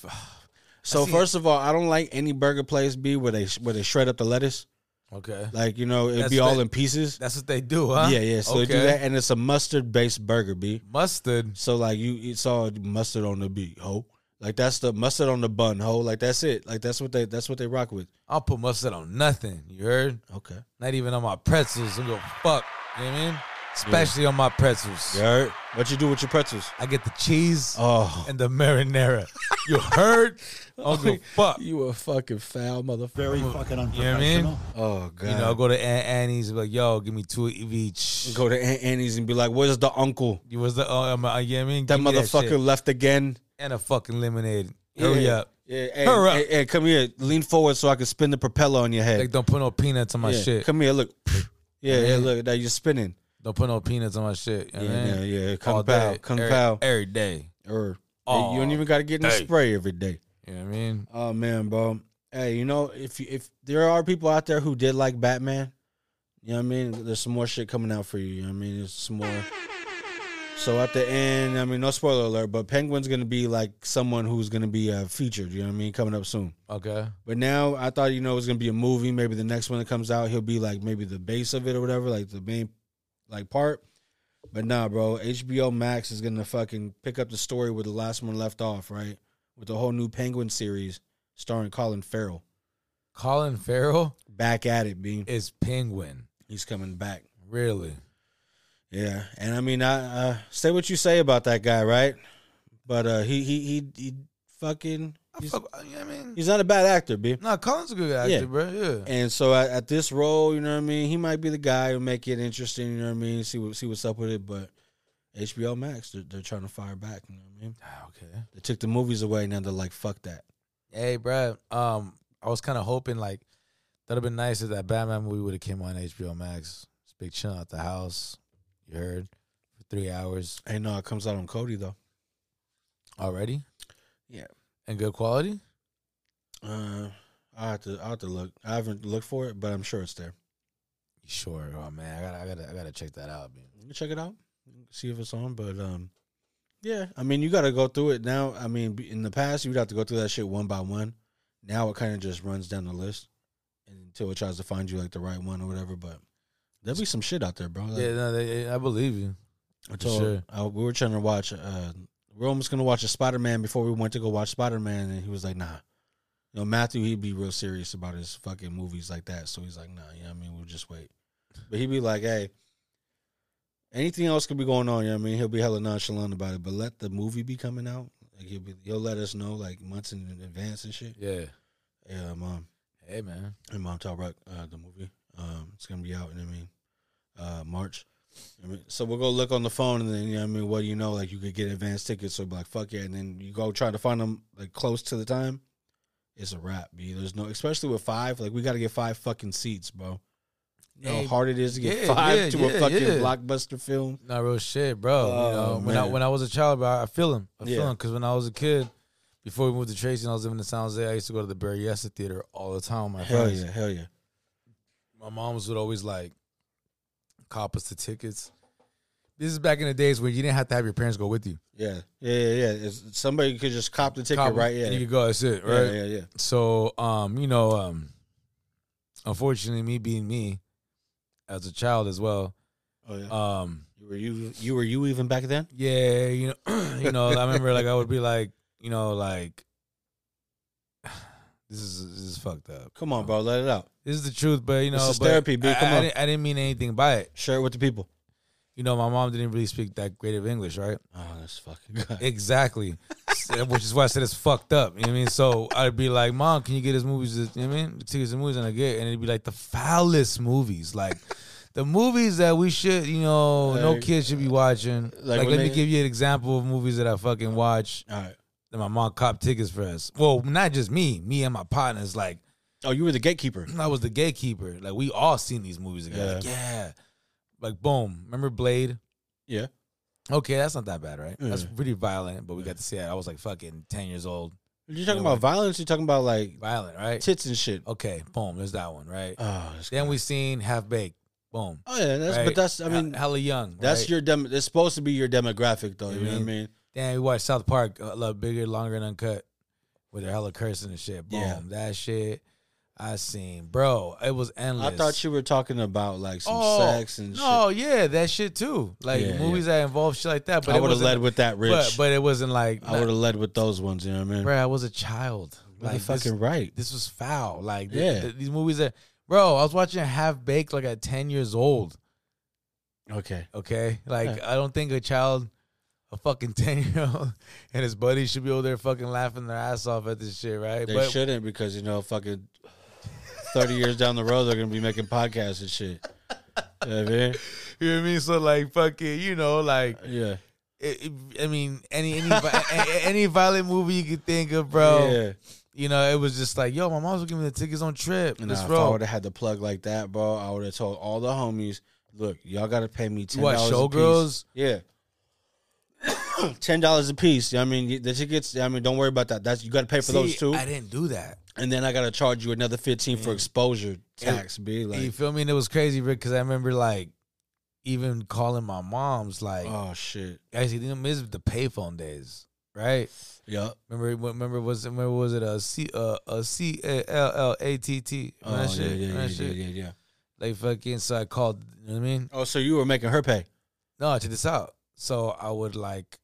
So
see-
first of all, I don't like any burger place B where they where they shred up the lettuce.
Okay.
Like you know, it'd
That's
be all
the-
in pieces.
That's what they do, huh?
Yeah, yeah. So
okay.
they do that, and it's a mustard based burger B.
Mustard.
So like you, it's all mustard on the beat, ho. Like that's the mustard on the bun, ho. Like that's it. Like that's what they that's what they rock with.
I'll put mustard on nothing. You heard?
Okay.
Not even on my pretzels. I'm gonna fuck. You know what I mean? Especially on my pretzels.
You heard? What you do with your pretzels?
I get the cheese
Oh,
and the marinara. You
<laughs>
heard? I'm gonna fuck.
you a fucking foul motherfucker.
Very fucking
You know what I mean?
unprofessional.
Oh god.
You know, go to Aunt Annie's, be like, yo, give me two of each.
go to Aunt Annie's and be like, "Where's the uncle?
You was the oh, I'm, uh, you know what I mean?
That
Give me
motherfucker
shit.
left again."
and a fucking lemonade. Hurry
yeah.
up!
Yeah, hey,
Hurry up.
hey, hey, come here. Lean forward so I can spin the propeller on your head.
Like, don't put no peanuts on my
yeah.
shit.
Come here, look. Yeah, yeah, look. Now you're spinning.
Don't put no peanuts on my shit. You know
Yeah,
what I mean?
yeah, yeah. Kung
All
Pao,
day,
Kung
every-
Pao.
every day,
Or You don't even got to get in the
day.
spray every day.
You know what I mean?
Oh man, bro. Hey, you know if you, if there are people out there who did like Batman, you know what I mean. There's some more shit coming out for you. You know what I mean. There's some more. So at the end, I mean, no spoiler alert, but Penguin's gonna be like someone who's gonna be uh, featured. You know what I mean, coming up soon.
Okay.
But now I thought you know it was gonna be a movie. Maybe the next one that comes out, he'll be like maybe the base of it or whatever, like the main like part. But nah, bro, HBO Max is gonna fucking pick up the story where the last one left off, right? With a whole new Penguin series starring Colin Farrell.
Colin Farrell
Back at it, being
is Penguin.
he's coming back.
Really?
Yeah, and I mean, I uh, say what you say about that guy, right? But uh, he he he he fucking
I
he's,
fuck- you know what I mean?
he's not a bad actor, b.
No, Colin's a good actor,
Yeah.
bro. Yeah.
And so at, at this role, you know what I mean, he might be the guy who make it interesting, you know what I mean, see what see what's up with it, but HBO Max, they're, they're trying to fire back, you know what I mean?
Ah, okay.
They took the movies away, now they're like, fuck that.
Hey, bro. Um, I was kind of hoping like that'd have been nice if that Batman movie would have came on HBO Max. Just big chilling out the house. You heard for three hours
Hey, no, it comes out on Cody though.
already.
Yeah.
And good quality.
Uh, I have to I have to look. I haven't looked for it, but I'm sure it's there.
Sure. Oh man, I gotta, I gotta, I gotta check that out, man.
You can check it out, see if it's on. But um, yeah, I mean, you got to go through it now. I mean, b- in the past, you'd have to go through that shit one by one. Now it kind of just runs down the list until it tries to find you like the right one or whatever. But there'll be some shit out there, bro. Like,
Yeah, no, they, I believe you.
I told,
sure.
I- we were trying to watch. Uh, we are almost gonna watch a Spider Man before we went to go watch Spider Man, and he was like, "Nah." You know, Matthew, he'd be real serious about his fucking movies like that. So he's like, "Nah, you know what I mean? We'll just wait." But he'd be like, "Hey, anything else could be going on." You know what I mean? He'll be hella nonchalant about it, but let the movie be coming out. Like he'll be, he'll let us know like months in advance and shit.
Yeah.
Yeah, um, mom
Hey, man.
and Mom Talk Rock, uh, the movie. Um, it's gonna be out in I mean, uh, March. I mean, so we'll go look on the phone, and then you know, what I mean, what do you know? Like you could get advance tickets, so be like, fuck yeah, and then you go try to find them like close to the time. It's a wrap, b. There's no, especially with five. Like we got to get five fucking seats, bro. You know
Hey,
how hard it is to get
yeah,
five
yeah,
to
yeah,
a fucking
yeah.
blockbuster film.
Not real shit, bro. you know,
Oh,
when I
man.
when I was a child, bro, I feel him. I feel
Yeah.
him because when I was a kid, before we moved to Tracy, and I was living in San Jose. I used to go to the Berryessa Theater all the time. With my
Hell
friends.
yeah, hell yeah.
My moms would always like cop us the tickets. This is back in the days when you didn't have to have your parents go with you.
Yeah, yeah, yeah. yeah. It's, somebody could just cop the ticket,
Cop 'em,
right? Yeah,
and you
yeah,
could go. That's it, right?
yeah, yeah.
So, um, you know, um, unfortunately, me being me as a child as well,
Oh yeah.
um,
were you you were you even back then?
Yeah, you know, <clears throat> you know. I remember like I would be like, you know, like <sighs> this is this is fucked up.
Come on, bro, let it out.
This is the truth, but you know,
This is
but
therapy, B,
I,
come
I
on.
didn't, I didn't mean anything by it.
Share it with the people.
You know, my mom didn't really speak that great of English, right?
Oh, that's fucking good.
Exactly, So- <laughs> which is why I said it's fucked up. You know what I mean? So I'd be like, Mom, can you get us movies? that- You know what I mean? The tickets and movies, and I get, and it'd be like the foulest movies, like. <laughs> The movies that we should, you know, no
Like-
kid should be watching. Like,
when
let me
they- Uh.
give you an example of movies that I fucking watch.
All right.
that my mom copped tickets for us. Well, not just me, me and my partners. Like <clears throat>
Oh, you were the gatekeeper.
I was the gatekeeper. Like we all seen these movies together. Like, Yeah. Like boom. Remember Blade?
Yeah.
Okay, that's not that bad, right? That's
Yeah.
pretty violent, but we got to see it. I was like fucking ten years old.
You're talking about violence. You're talking about like
Violent, right? Oh,
tits and shit.
Okay, boom. There's that one, right?
Oh, that's
then we seen Half Baked. Boom.
oh yeah, that's
right?
but that's I mean
He- hella young.
that's
right? Mm-hmm.
your dem. It's supposed to be your demographic though. You know what I mean?
Damn, we watched South Park, uh, Love Bigger, Longer, and Uncut, with their hella cursing and shit. Boom,
Yeah.
that shit. I seen, bro. It was endless.
I thought you were talking about like some sex and shit.
Oh, no, yeah, that shit too. Like
Yeah,
movies that involve shit like that. But
I
it
would have
wasn't-
led with that, Rich.
But, but it wasn't like
I would have led with those ones. You know what I mean?
Bro, I was a child.
You're
Like
fucking
this,
right.
this was foul. Like th-
Yeah.
th- these movies that, bro. I was watching Half Baked like at ten years old.
Okay.
Okay, like I don't think a child, a fucking <laughs> ten year old, and his buddies should be over there fucking laughing their ass off at this shit, right?
They shouldn't because you know fucking thirty years down the road they're gonna be making podcasts and shit. You know what
<laughs>
I mean?
you know what I mean? So like, fucking, you know, like
Yeah.
it, it- I mean, any any vi- a- a- any violent movie you could think of, bro.
Yeah.
You know, it was just like, yo, my mom's giving me the tickets on trip.
And
Let's
if I
roll.
would have had the plug like that, bro, I would have told all the homies, "Look, y'all got to pay me ten
You watch
dollars."
Showgirls?
yeah. <coughs> ten dollars a piece. I mean, you- the tickets. I mean, don't worry about that. That's you got to pay for those
See,
two,
I didn't do that.
and then I got to charge you another fifteen for exposure tax. Be
you
like,
feel me? And it was crazy, Rick, because I remember like even calling my mom's like,
oh shit,
actually, them is the payphone days, right?
yeah.
Remember, remember was remember was it a C uh, a C A L L A T T?
Oh
Remember that
yeah,
shit?
yeah,
Remember
yeah,
that
yeah,
shit?
yeah, yeah.
Like fucking, so I called. You know what I mean?
Oh, so you were making her pay?
No, check this out. So I would like,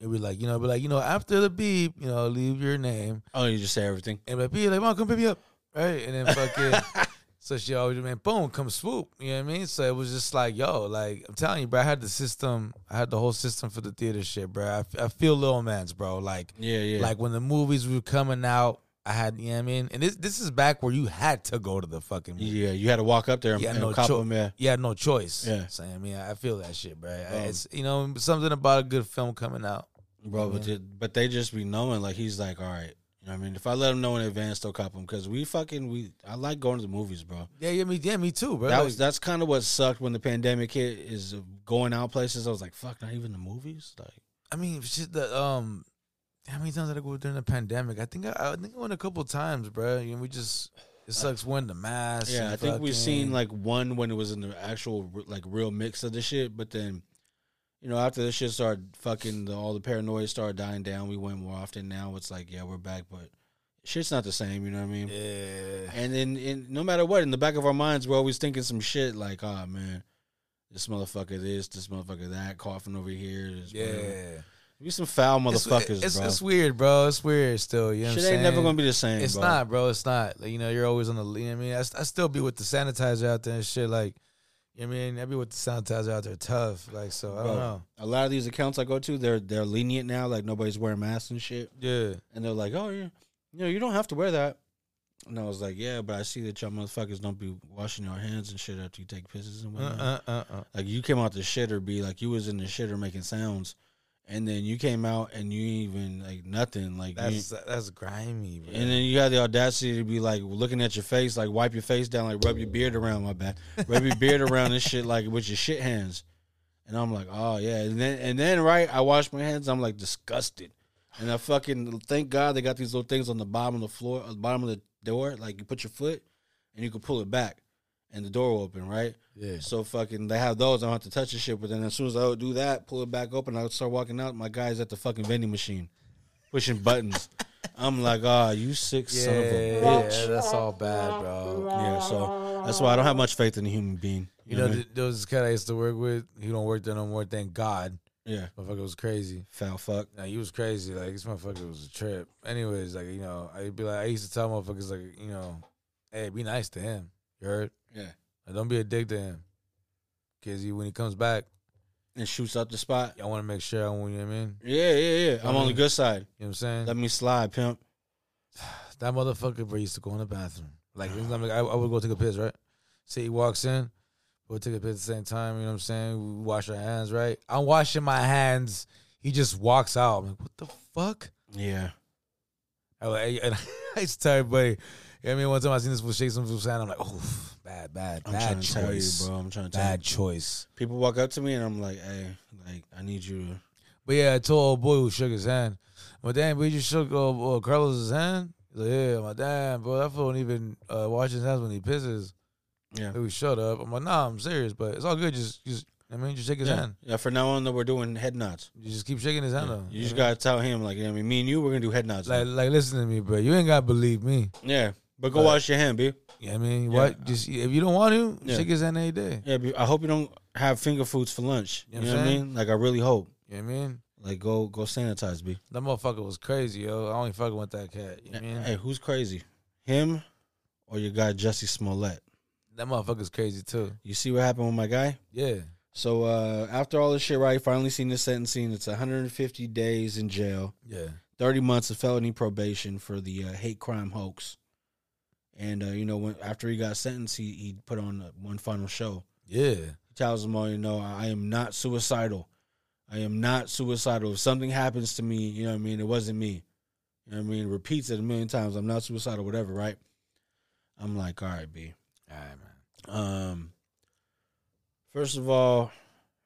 it'd be like you know, it'd be like you know, after the beep, you know, leave your name
Oh, you just say everything.
and be like, be like, mom, come pick me up, right? And then
<laughs>
fucking, so she always man, boom, come swoop. You know what I mean? So it was just like, yo, like I'm telling you, bro, I had the system, I had the whole system for the theater shit, bro. I, I feel little man's, bro. Like,
Yeah, yeah.
like when the movies were coming out, I had, you know what I mean? And this this is back where you had to go to the fucking movie.
yeah, you had to walk up there and,
Yeah,
and
no
cop
choice.
them. Yeah.
You had no choice.
Yeah.
So, I mean, I feel that shit, bro. I- it's you know something about a good film coming out.
Bro, but, the- but they just be knowing. Like he's like, all right, you know what I mean. If I let him know in advance, they'll cop him because we fucking we. I like going to the movies, bro.
Yeah, yeah, me, yeah, me too, bro.
That
Like,
was that's kind of what sucked when the pandemic hit. Is going out places. I was like, fuck, not even the movies. Like,
I mean, shit. The um, how many times did I go during the pandemic? I think I, I think I went a couple times, bro. You know, we just it sucks wearing the mask.
Uh, yeah,
and
I think we've seen
fucking-
like one when it was in the actual r- like real mix of the shit, but then. You know, after this shit started fucking, the, all the paranoia started dying down. We went more often. Now it's like, yeah, we're back, but shit's not the same. You know what I mean?
yeah,
And then, in, no matter what, in the back of our minds, we're always thinking some shit like, "Ah, man, this motherfucker this, this motherfucker that, coughing over here." this whatever."
yeah.
we some foul
It's-
motherfuckers,
it's,
bro.
it's weird, bro. It's weird still. You know,
shit
what I'm
ain't never
saying?
gonna be the same.
It's
bro.
not, bro. It's not. Like, you know, you're always on the. You know what I mean, I, st- I still be with the sanitizer out there and shit. Like, you know what I mean, I be with the sanitizer out there, tough. Like, so I
Bro,
don't know.
A lot of these accounts I go to, they're they're lenient now. Like nobody's wearing masks and shit,
Yeah,
and they're like, "Oh, yeah, you know, you don't have to wear that." And I was like, "Yeah, but I see that y'all motherfuckers don't be washing your hands and shit after you take pisses and
uh,
whatnot."
uh, uh, uh.
Like you came out the shitter, be like you was in the shitter making sounds, and then you came out and you ain't even like nothing. Like, you
That's that's grimy, bro.
and then you had the audacity to be like looking at your face, like wipe your face down, like rub your beard around. My bad, rub your beard around and shit, like with your shit hands. And I'm like, oh yeah. And then and then right, I wash my hands. I'm like disgusted, and I fucking thank God they got these little things on the bottom of the floor, uh, bottom of the door. Like you put your foot, and you can pull it back, and the door will open right.
yeah,
So fucking, they have those. I don't have to touch the shit. But then as soon as I would do that, pull it back open, I would start walking out. My guy's at the fucking vending machine, pushing buttons. I'm like, ah, you sick
yeah,
son of a
yeah,
bitch.
that's all bad, bro.
Yeah. So that's why I don't have much faith in a human being.
You know,
what I
th- there was this cat I used to work with. He don't work there no more. Thank God.
mean? yeah,
Motherfucker was crazy.
foul fuck.
Nah, he was crazy. Like this motherfucker was a trip. Anyways, like you know, I'd be like, I used to tell motherfuckers like, you know, hey, be nice to him. You heard?
Yeah.
Like, don't be a dick to him. Cause he, when he comes back,
And shoots up the spot.
I want to make sure I want you know what I mean.
Yeah, yeah, yeah. I'm on the good side.
You know what I'm saying?
Let me slide, pimp.
that motherfucker bro used to go in the bathroom. Like, it's
Ah.
not like, I, I would go take a piss, right? See, he walks in, we'll take a piss at the same time. You know what I'm saying? We wash our hands, right? I'm washing my hands. He just walks out. I'm like, what the fuck?
Yeah.
I, like, and <laughs> I used to tell everybody. You know what I mean, one time I seen this fool shake some fool's hand. I'm like, oh, bad, bad,
I'm
bad
trying to tell you,
choice,
bro. I'm trying to tell you.
bad choice.
People walk up to me and I'm like, hey, like I need you to.
But yeah, I told old boy who shook his hand. My damn, we just shook uh, uh, Carlos's hand. He's like, yeah, my damn, bro, that fool don't even uh, wash his hands when he pisses.
Yeah.
He was shut up. I'm like, nah, I'm serious, but it's all good. Just, just, I mean, just shake his
Yeah.
hand.
yeah. For now on, though, we're doing head nods.
You just keep shaking his hand. though.
You just gotta tell him, like, you know what I mean? Me and you, we're gonna do head nods.
like, like, listen to me, bro. You ain't gotta believe me.
Yeah, but go wash your hand, B.
You know what I mean,
Yeah.
what? Just if you don't want to,
Yeah.
shake his hand any day.
Yeah, B, I hope you don't have finger foods for lunch. You
You know
know
what
what I
I'm
mean? Like I really hope.
You know what I mean?
Like go go sanitize, B.
That motherfucker was crazy, yo. I only fucking with that cat. You know what I mean?
Hey, who's crazy? Him or your guy Jesse Smollett?
That motherfucker's crazy too.
You see what happened with my guy?
Yeah.
So uh after all this shit, right? Finally seen the sentencing. It's 150 days in jail,
Yeah.
30 months of felony probation for the uh, hate crime hoax. And uh, you know, when after he got sentenced, he he put on uh, one final show.
Yeah.
He tells them all, you know, I am not suicidal. I am not suicidal. If something happens to me, you know what I mean, it wasn't me. You know what I mean? Repeats it a million times. I'm not suicidal, whatever, right? I'm like, all right, B.
All right, man.
Um, first of all,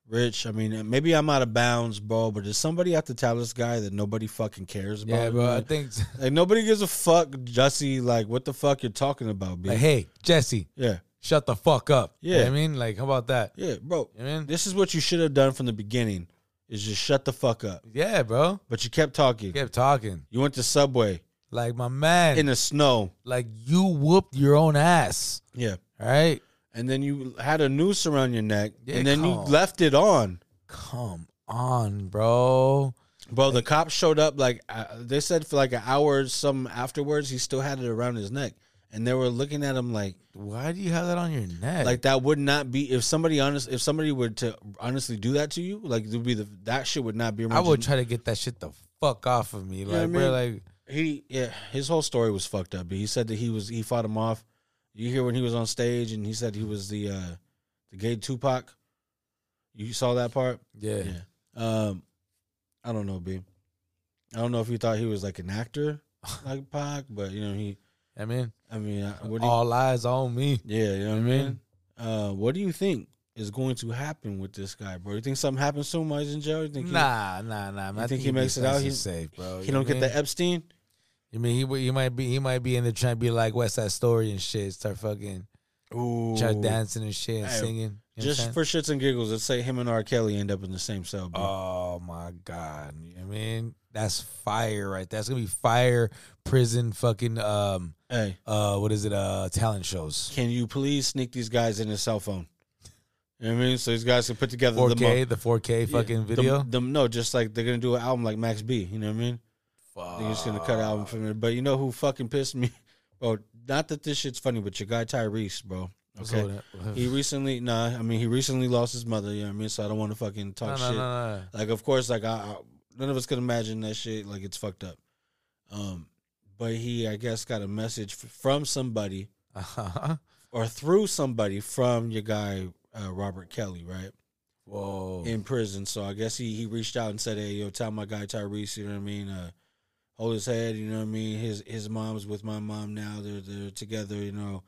Rich, I mean, maybe I'm out of bounds, bro, but there's somebody out the tablets guy that nobody fucking cares about.
Yeah, bro. I
man.
think
Like nobody gives a fuck, Jussie. Like what the fuck you're talking about, bitch?
like, hey, Jesse,
yeah,
shut the fuck up. You know what
Yeah.
I mean, like, how about that?
yeah, bro.
You know what I mean?
This is what you should have done from the beginning: is just shut the fuck up.
Yeah, bro.
But you kept talking.
Kept talking.
You went to Subway
Like my man,
in the snow.
like you whooped your own ass.
Yeah,
All right,
and then you had a noose around your neck,
Yeah,
and then you
come on.
left it on.
come on, bro.
Bro, the cops showed up like uh, they said for like an hour or some afterwards. He still had it around his neck, and they were looking at him like
Why do you have that on your neck?
like that would not be if somebody honest if somebody were to honestly do that to you like it would be the that shit would not be.
I
around
would
you.
try to get that shit the fuck off of me. Like,
what I
bro,
mean?
like
He yeah, his whole story was fucked up. But he said that he was he fought him off. You hear when he was on stage and he said he was the uh the gay Tupac. You saw that part.
yeah.
Yeah. Um, I don't know, B. I don't know if you thought he was like
<laughs>
an actor, like Pac, but you know he.
I mean,
I mean, I- what do you,
all eyes on me.
yeah, you know what I mean.
Mm-hmm.
Uh, what do you think is going to happen with this guy, bro? You think something happens soon while he's in jail? You think he-
Nah, nah, nah. man.
You
I
think he makes it out?
He's
He's-
safe, bro.
he,
You
don't get
mean?
the Epstein?
You mean he? would- He might be. He might be in there trying to be like West Side Story and shit. Start fucking,
Ooh,
start dancing and shit and
Hey,
singing. You know what I'm
Just
saying?
for shits and giggles, let's say him and R. Kelly end up in the same cell, bro.
Oh my god! You know what I mean, that's fire right. there. That's gonna be fire prison fucking um
hey,
uh what is it uh talent shows.
can you please sneak these guys in his cell phone? You know what I mean? So these guys can put together the mo-
4K, the 4K fucking
Yeah,
video.
Them, them- no, just like they're gonna do an album like Max B. You know what I mean? They're just gonna cut an album from it. But you know who fucking pissed me? <laughs> Bro, not that this shit's funny, but your guy Tyrese, bro.
What's
Okay.
up with that?
He recently, nah, I mean, he recently lost his mother. You know what I mean? So I don't want to
<laughs>
fucking
No,
talk
no,
shit.
no, no, no.
Like, of course, like I, I, none of us could imagine that shit. Like it's fucked up. Um, but he, I guess, got a message f- from somebody
<laughs> Uh-huh.
or through somebody from your guy uh, Robert Kelly, right?
Whoa.
in prison. So I guess he he reached out and said, "Hey, yo, tell my guy Tyrese, you know what I mean? Uh, hold his head, you know what I mean? His his mom's with my mom now. They're they're together, you know,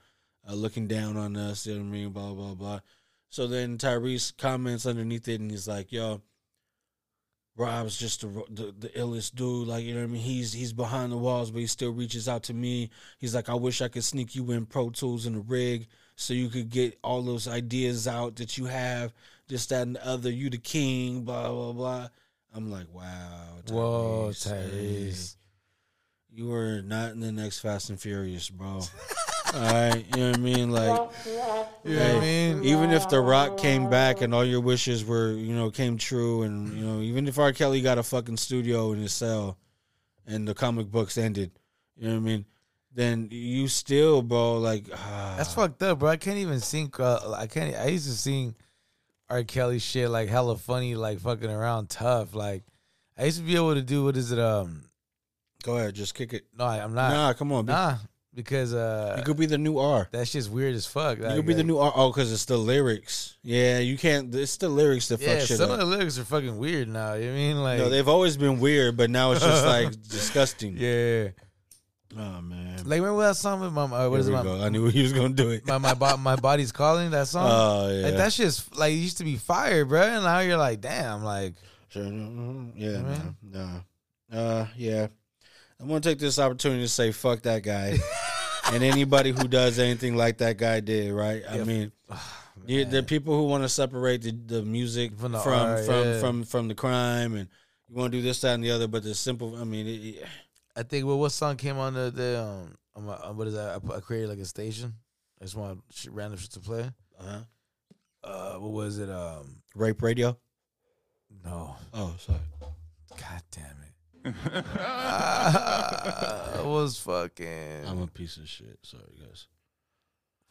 uh, looking down on us, you know what I mean? Blah blah blah." So then Tyrese comments underneath it, and he's like, "Yo." Rob's just the, the the illest dude, like you know what I mean. He's he's behind the walls, but he still reaches out to me. He's like, I wish I could sneak you in Pro Tools in the rig, so you could get all those ideas out that you have this, that, and the other. You the king, blah, blah, blah. I'm like, wow. Tyrese,
Whoa,
hey,
Tyrese.
you were not in the next Fast and Furious, bro. <laughs> all right. You know what I mean? Like,
You know what I mean?
even if The Rock came back and all your wishes were, you know, came true, and, you know, even if R. Kelly got a fucking studio in his cell and the comic books ended, you know what I mean? Then you still, bro, like, ah,
That's fucked up, bro. I can't even sing. Uh, I can't. I used to sing R. Kelly shit like hella funny, like fucking around tough. Like I used to be able to do what is it? Um,
go ahead, just kick it.
no, I, I'm not.
nah, come on,
Nah, because uh,
You could be the new R.
that shit's weird as fuck.
You could be the
like-
new R. Oh, because it's the lyrics. Yeah, you can't. It's the lyrics that
Yeah,
fuck shit
some of
up.
the lyrics are fucking weird now. You know what I mean like
no, they've always been weird, but now it's just <laughs> like disgusting.
yeah.
Oh man.
Like remember that song with my uh, what
Here
is it,
we
my,
go. I knew he was gonna do it.
my my bo- my body's calling
<laughs>
that song.
Oh yeah.
Like that shit's like it used to be fire, bro. And now you're like, damn, like
Sure. mhm, Yeah.
Mhm.
Nah. nah. Uh. Yeah. I'm gonna take this opportunity to say fuck that <laughs> guy, and anybody who does anything like that guy did. Right. I mean. Yeah, the people who want to separate the, the music
From
from
the
from
art,
from,
yeah.
from the crime, and you want to do this, that, and the other. But the simple, I mean, it, it-
I think well, what song came on the the um, on my, on what is that? I, put- I created like a station. I just want shit, random shit to play.
uh-huh.
Uh, what was it? Um,
rape radio.
no,
Oh, sorry.
god damn it. <laughs> Ah, it was fucking.
I'm a piece of shit. Sorry, guys.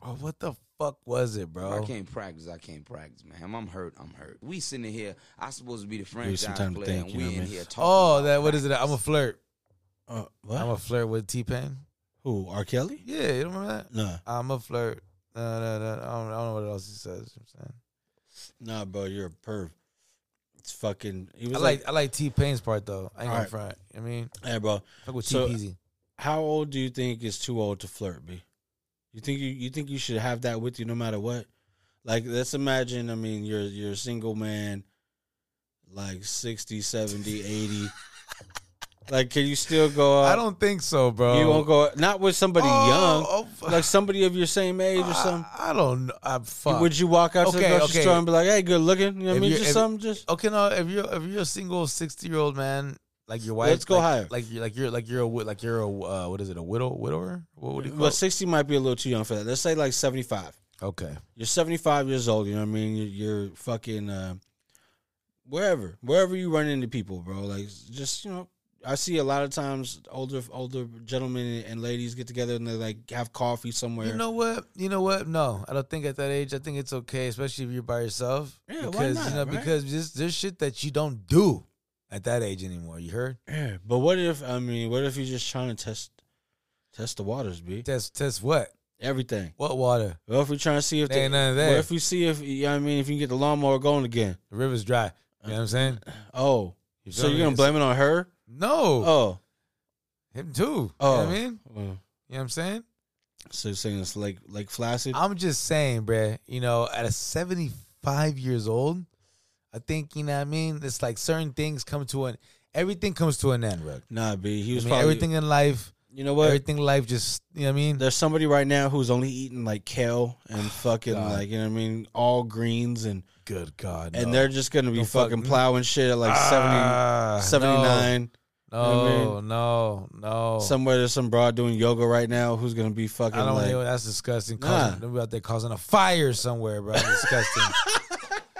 Bro, what the fuck was it, bro?
Oh.
I can't practice. I can't practice, man. I'm hurt. I'm hurt. We sitting here. I supposed to be the
you some
franchise
time to
player,
think,
and
you
we
know
in
what I mean?
here talking.
Oh,
about
that what is it? I'm a flirt.
Uh,
I'm a flirt with T Pain.
Who? R. Kelly?
Yeah, you don't remember that?
Nah,
I'm a flirt. No, no, no. I don't, I don't know what else he says. You know what I'm saying?
nah, bro, you're a perv. It's fucking. He
I
was
like,
like,
I like T Pain's part though. I ain't gonna
Alright.
front. I mean,
hey, bro,
fuck with
So-
T Peasy.
how old do you think is too old to flirt, B? You think you, you think you should have that with you no matter what? Like let's imagine, I mean, you're you're a single man, like 60, 70,
<laughs>
80. like can you still go out?
I don't think so, bro.
uh, you won't go not with somebody
Oh,
young. like somebody of your same age or something.
I don't know. I, fuck.
Would you walk out to the
Okay,
grocery
okay.
store and be like, hey, good looking? You know what I
If
mean?
you're-
Just
if-
something just
Okay, no. If you're if you're a single sixty year old man, like your wife,
Let's go
like,
higher.
Like you're like you're like you're a wi- like you're a uh, what is it? A widow widower? What would you call?
well,
it?
sixty might be a little too young for that. Let's say like seventy five.
Okay,
You're 75 years old. You know what I mean? You're, you're fucking uh, wherever, wherever you run into people, bro. Like, just you know, I see a lot of times older older gentlemen and ladies get together and they like have coffee somewhere.
you know what? You know what? No, I don't think at that age. I think it's okay, especially if you're by yourself.
Yeah, why
because
not,
you know
right?
because this there's shit that you don't do at that age anymore. You heard?
Yeah, but what if I mean, what if you're just trying to test test the waters, b?
Test test what?
Everything.
What water?
Well, if we're trying to see if
There
the,
ain't none of that.
What if we see if you know what I mean if you can get the lawnmower going again?
The river's dry. You know what I'm saying?
Oh,
You
so
feel
you're
me?
gonna blame it on her?
No,
Oh,
him too.
oh,
You know what I mean,
Well,
you know what I'm saying?
so you're saying it's like like flaccid?
I'm just saying, bruh, you know, at a 75 years old, I think, you know what I mean? It's like certain things come to an everything comes to an end, bro.
nah, b. He
I
was
mean,
probably
everything in life,
You know what?
everything in life just, you know what I mean?
There's somebody right now who's only eating like kale
<sighs>
and fucking
God.
like you know what I mean, all greens and
Good God.
and
no.
they're just gonna be
No, fuck,
fucking
mm.
plowing shit at like
Ah,
70, 79.
No,
you know what I
no, no.
Somewhere there's some broad doing yoga right now who's gonna be fucking
I don't
like
know. That's disgusting.
Nah.
Causing, they'll be out there causing a fire somewhere, bro. That's
<laughs>
disgusting.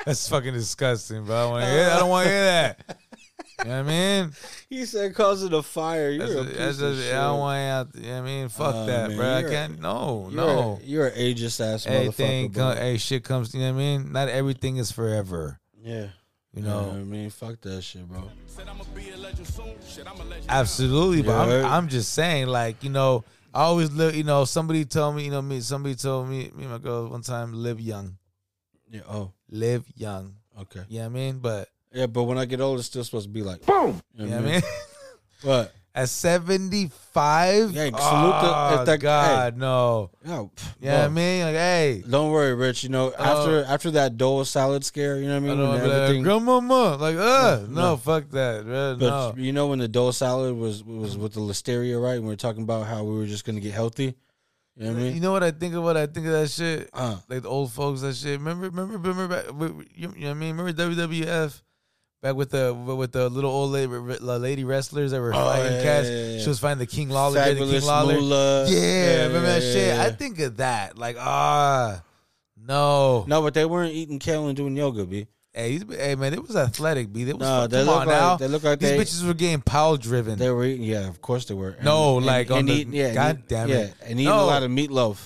That's fucking disgusting, bro. I, wanna hear, I don't want to hear that. You know what I mean?
he said causing a fire. You're
That's
a
a,
piece
that's
of
just-
shit.
I don't want out. You know what I mean, fuck
Oh,
that,
man,
bro. I
you're a-
can't. No,
You're
no.
a- you're an ageist ass
Everything,
motherfucker.
come,
bro.
hey, shit comes. You know what I mean? Not everything is forever.
yeah.
You
You know
know,
what I mean? Fuck that shit, bro.
Said I'ma be a legend soon. Shit, I'm a legend. now.
absolutely. But I'm,
Yeah.
I'm just saying, like, you know, I always live. You know, somebody told me. You know, me. Somebody told me. Me and my girl one time, live young,
Yeah. Oh.
live young.
Okay.
You know what I mean? But
Yeah, but when I get older, it's still supposed to be like
Boom.
You
you
know
know what I mean? <laughs>
What?
At seventy five,
Yeah, salute the-
oh,
if that-
God, no.
Oh,
You know what I mean? Like, hey,
Don't worry, Rich. You know, after after that Dole salad scare, you know what I
Uh, I
mean?
don't
When
know, uh, like,
everything-
grandmama, like, uh, no,
no.
fuck that, bruh, no.
but you know when the Dole salad was was with the listeria, right? And we were talking about how we were just gonna get healthy. You know what I
You
mean?
know what I think of? What I think of that shit?
Uh.
Like the old folks, that shit. Remember, remember, remember back. w- w- You you know what I mean? Remember WWF back with the with the little old lady, la- lady wrestlers that were fighting
Oh, yeah,
cats.
yeah, yeah.
She was fighting the King Lawler, the King
Fabulous
Lawler.
Moolah.
Yeah,
Yeah,
remember
yeah,
that
yeah,
shit?
yeah.
I think of that. Like, ah, no.
No, but they weren't eating kale and doing yoga, b.
Hey, these, hey, man, it was athletic, b. It was
No,
fuck-
they
come
look
on
like-
now.
they look like
these
they-
bitches were getting power driven. <laughs>
They were eating. Yeah, of course they were. And-
No,
and-
like
and
on the-
eating- yeah, and
God
eat-
damn
Yeah,
it.
and eating a
No.
lot of meatloaf.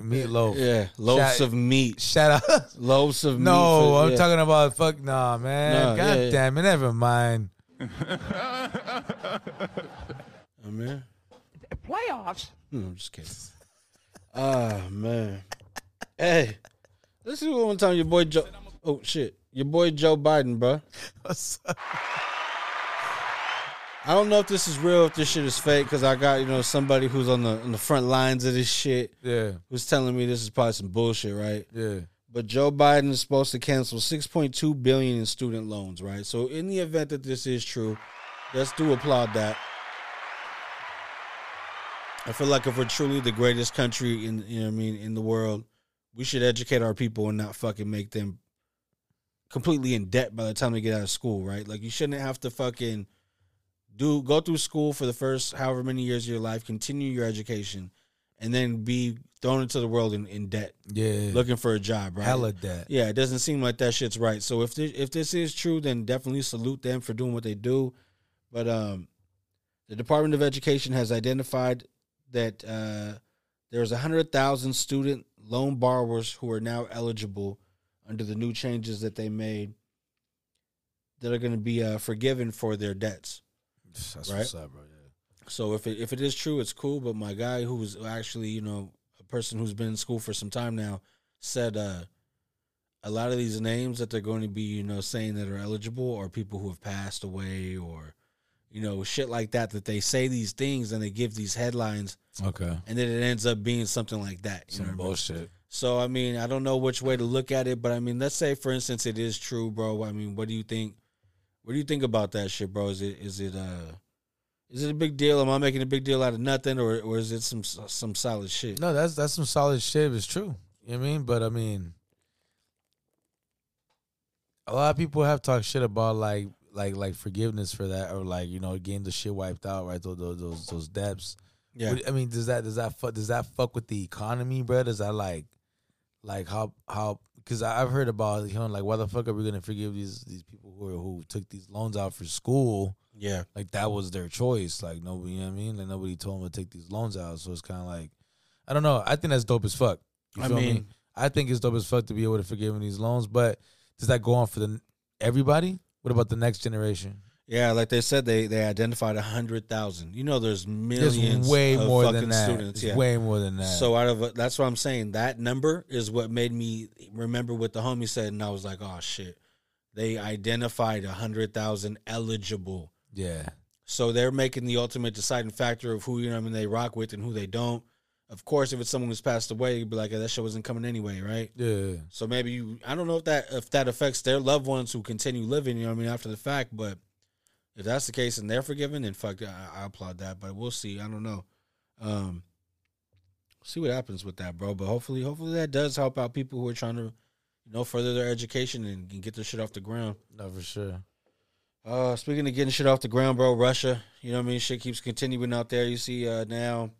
meatloaf.
Yeah, loaves
Shout-
of meat,
Shout out.
loaves of
<laughs>
meat.
No,
for-
I'm
yeah.
talking about fuck. Nah, man.
No,
God
yeah, yeah.
damn it. Never mind.
Oh, man.
Playoffs?
No, I'm just kidding. Ah man. Hey, this is one time your boy Joe. Oh shit, your boy Joe Biden, bro.
What's up?
I don't know if this is real, if this shit is fake, because I got you know somebody who's on the on the front lines of this shit
Yeah,
who's telling me this is probably some bullshit, right?
yeah.
But Joe Biden is supposed to cancel 6.2 billion in student loans, right? So in the event that this is true, let's do applaud that. I feel like if we're truly the greatest country in you know what I mean in the world, we should educate our people and not fucking make them completely in debt by the time they get out of school, right? Like you shouldn't have to fucking do go through school for the first however many years of your life, continue your education, and then be thrown into the world in, in debt
Yeah.
looking for a job, right?
hella that.
Yeah, it doesn't seem like that shit's right. So if this, if this is true, then definitely salute them for doing what they do. But um, the Department of Education has identified that uh, there's 100,000 student loan borrowers who are now eligible under the new changes that they made that are going to be uh, forgiven for their debts.
That's
Right?
what's up, bro.
So if it, if it is true, it's cool. But my guy, who was actually you know a person who's been in school for some time now, said uh, a lot of these names that they're going to be you know saying that are eligible are people who have passed away or you know, shit like that. That they say these things and they give these headlines,
Okay.
and then it ends up being something like that. You
Some
know what I mean?
bullshit.
So I mean, I don't know which way to look at it, but I mean, let's say for instance it is true, bro. I mean, what do you think? What do you think about that shit, bro? Is it is it uh is it a big deal? Am I making a big deal out of nothing, or or is it some some solid shit?
No, that's that's some solid shit. It's true. You know what I mean? But I mean, a lot of people have talked shit about like like like forgiveness for that, or like you know getting the shit wiped out, right? Those those those, those debts.
Yeah.
What- I mean, does that does that fuck does that fuck with the economy, bro? Does that like like how how? Because I've heard about you know like why the fuck are we gonna forgive these these people who are, who took these loans out for school?
Yeah,
like that was their choice. Like nobody, you know what I mean? Like nobody told them to take these loans out. So it's kind of like, I don't know. I think that's dope as fuck. You
I
feel me?
mean-
I think it's dope as fuck to be able to forgive them these loans. But does that go on for the everybody? What about the next generation?
yeah. Like they said, they they identified a hundred thousand. You know,
There's
there's millions.
way
of
more
fucking
than that.
Students,
It's
yeah.
way more than that.
So out of that's what I'm saying. That number is what made me remember what the homie said, and I was like, oh shit. They identified a hundred thousand eligible.
yeah,
So they're making the ultimate deciding factor of who you know what I mean they rock with and who they don't. Of course, if it's someone who's passed away, you'd be like, "Hey, that shit wasn't coming anyway, right?
yeah.
So maybe you, I don't know if that if that affects their loved ones who continue living. You know what I mean after the fact, but if that's the case and they're forgiven, then fuck, I, I applaud that. But we'll see. I don't know. Um, see what happens with that, bro. But hopefully, hopefully that does help out people who are trying to, you know, further their education and, and get their shit off the ground.
No, for sure.
Uh, speaking of getting shit off the ground, bro, Russia, you know what I mean? Shit keeps continuing out there. You see, uh, now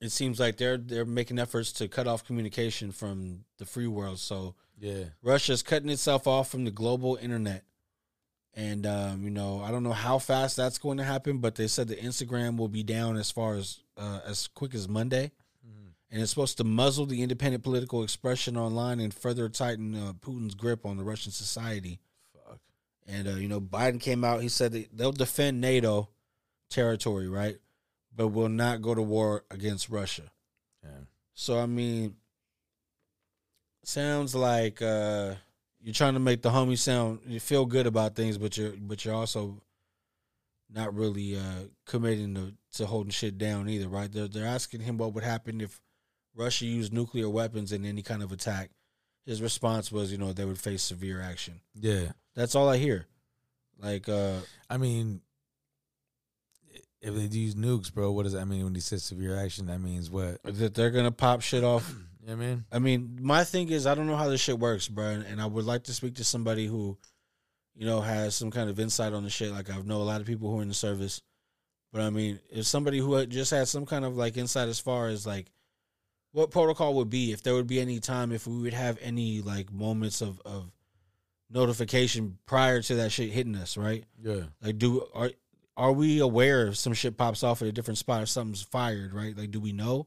it seems like they're they're making efforts to cut off communication from the free world. So
Yeah,
Russia's cutting itself off from the global internet, and um, you know, I don't know how fast that's going to happen, but they said the Instagram will be down as far as uh, as quick as Monday,
Mm-hmm.
and it's supposed to muzzle the independent political expression online and further tighten uh, Putin's grip on the Russian society.
fuck.
And uh, you know, Biden came out. He said that they'll defend NATO territory, right, but will not go to war against Russia.
Yeah.
So I mean, sounds like uh, you're trying to make the homie sound you feel good about things, but you're but you're also not really uh, committing to, to holding shit down either, right? They're they're asking him what would happen if Russia used nuclear weapons in any kind of attack. His response was, you know, they would face severe action.
Yeah.
That's all I hear. Like, uh,
I mean, if they do use nukes, bro, what does that mean when he says severe action? That means what?
that they're gonna pop shit off.
You know what I mean?
I mean, my thing is, I don't know how this shit works, bro. And, and I would like to speak to somebody who, you know, has some kind of insight on the shit. Like, I know a lot of people who are in the service, but I mean, if somebody who had just had some kind of like insight as far as like what protocol would be, if there would be any time, if we would have any like moments of of notification prior to that shit hitting us, right?
Yeah.
Like, do are are we aware if some shit pops off at a different spot or something's fired? Right? Like, do we know?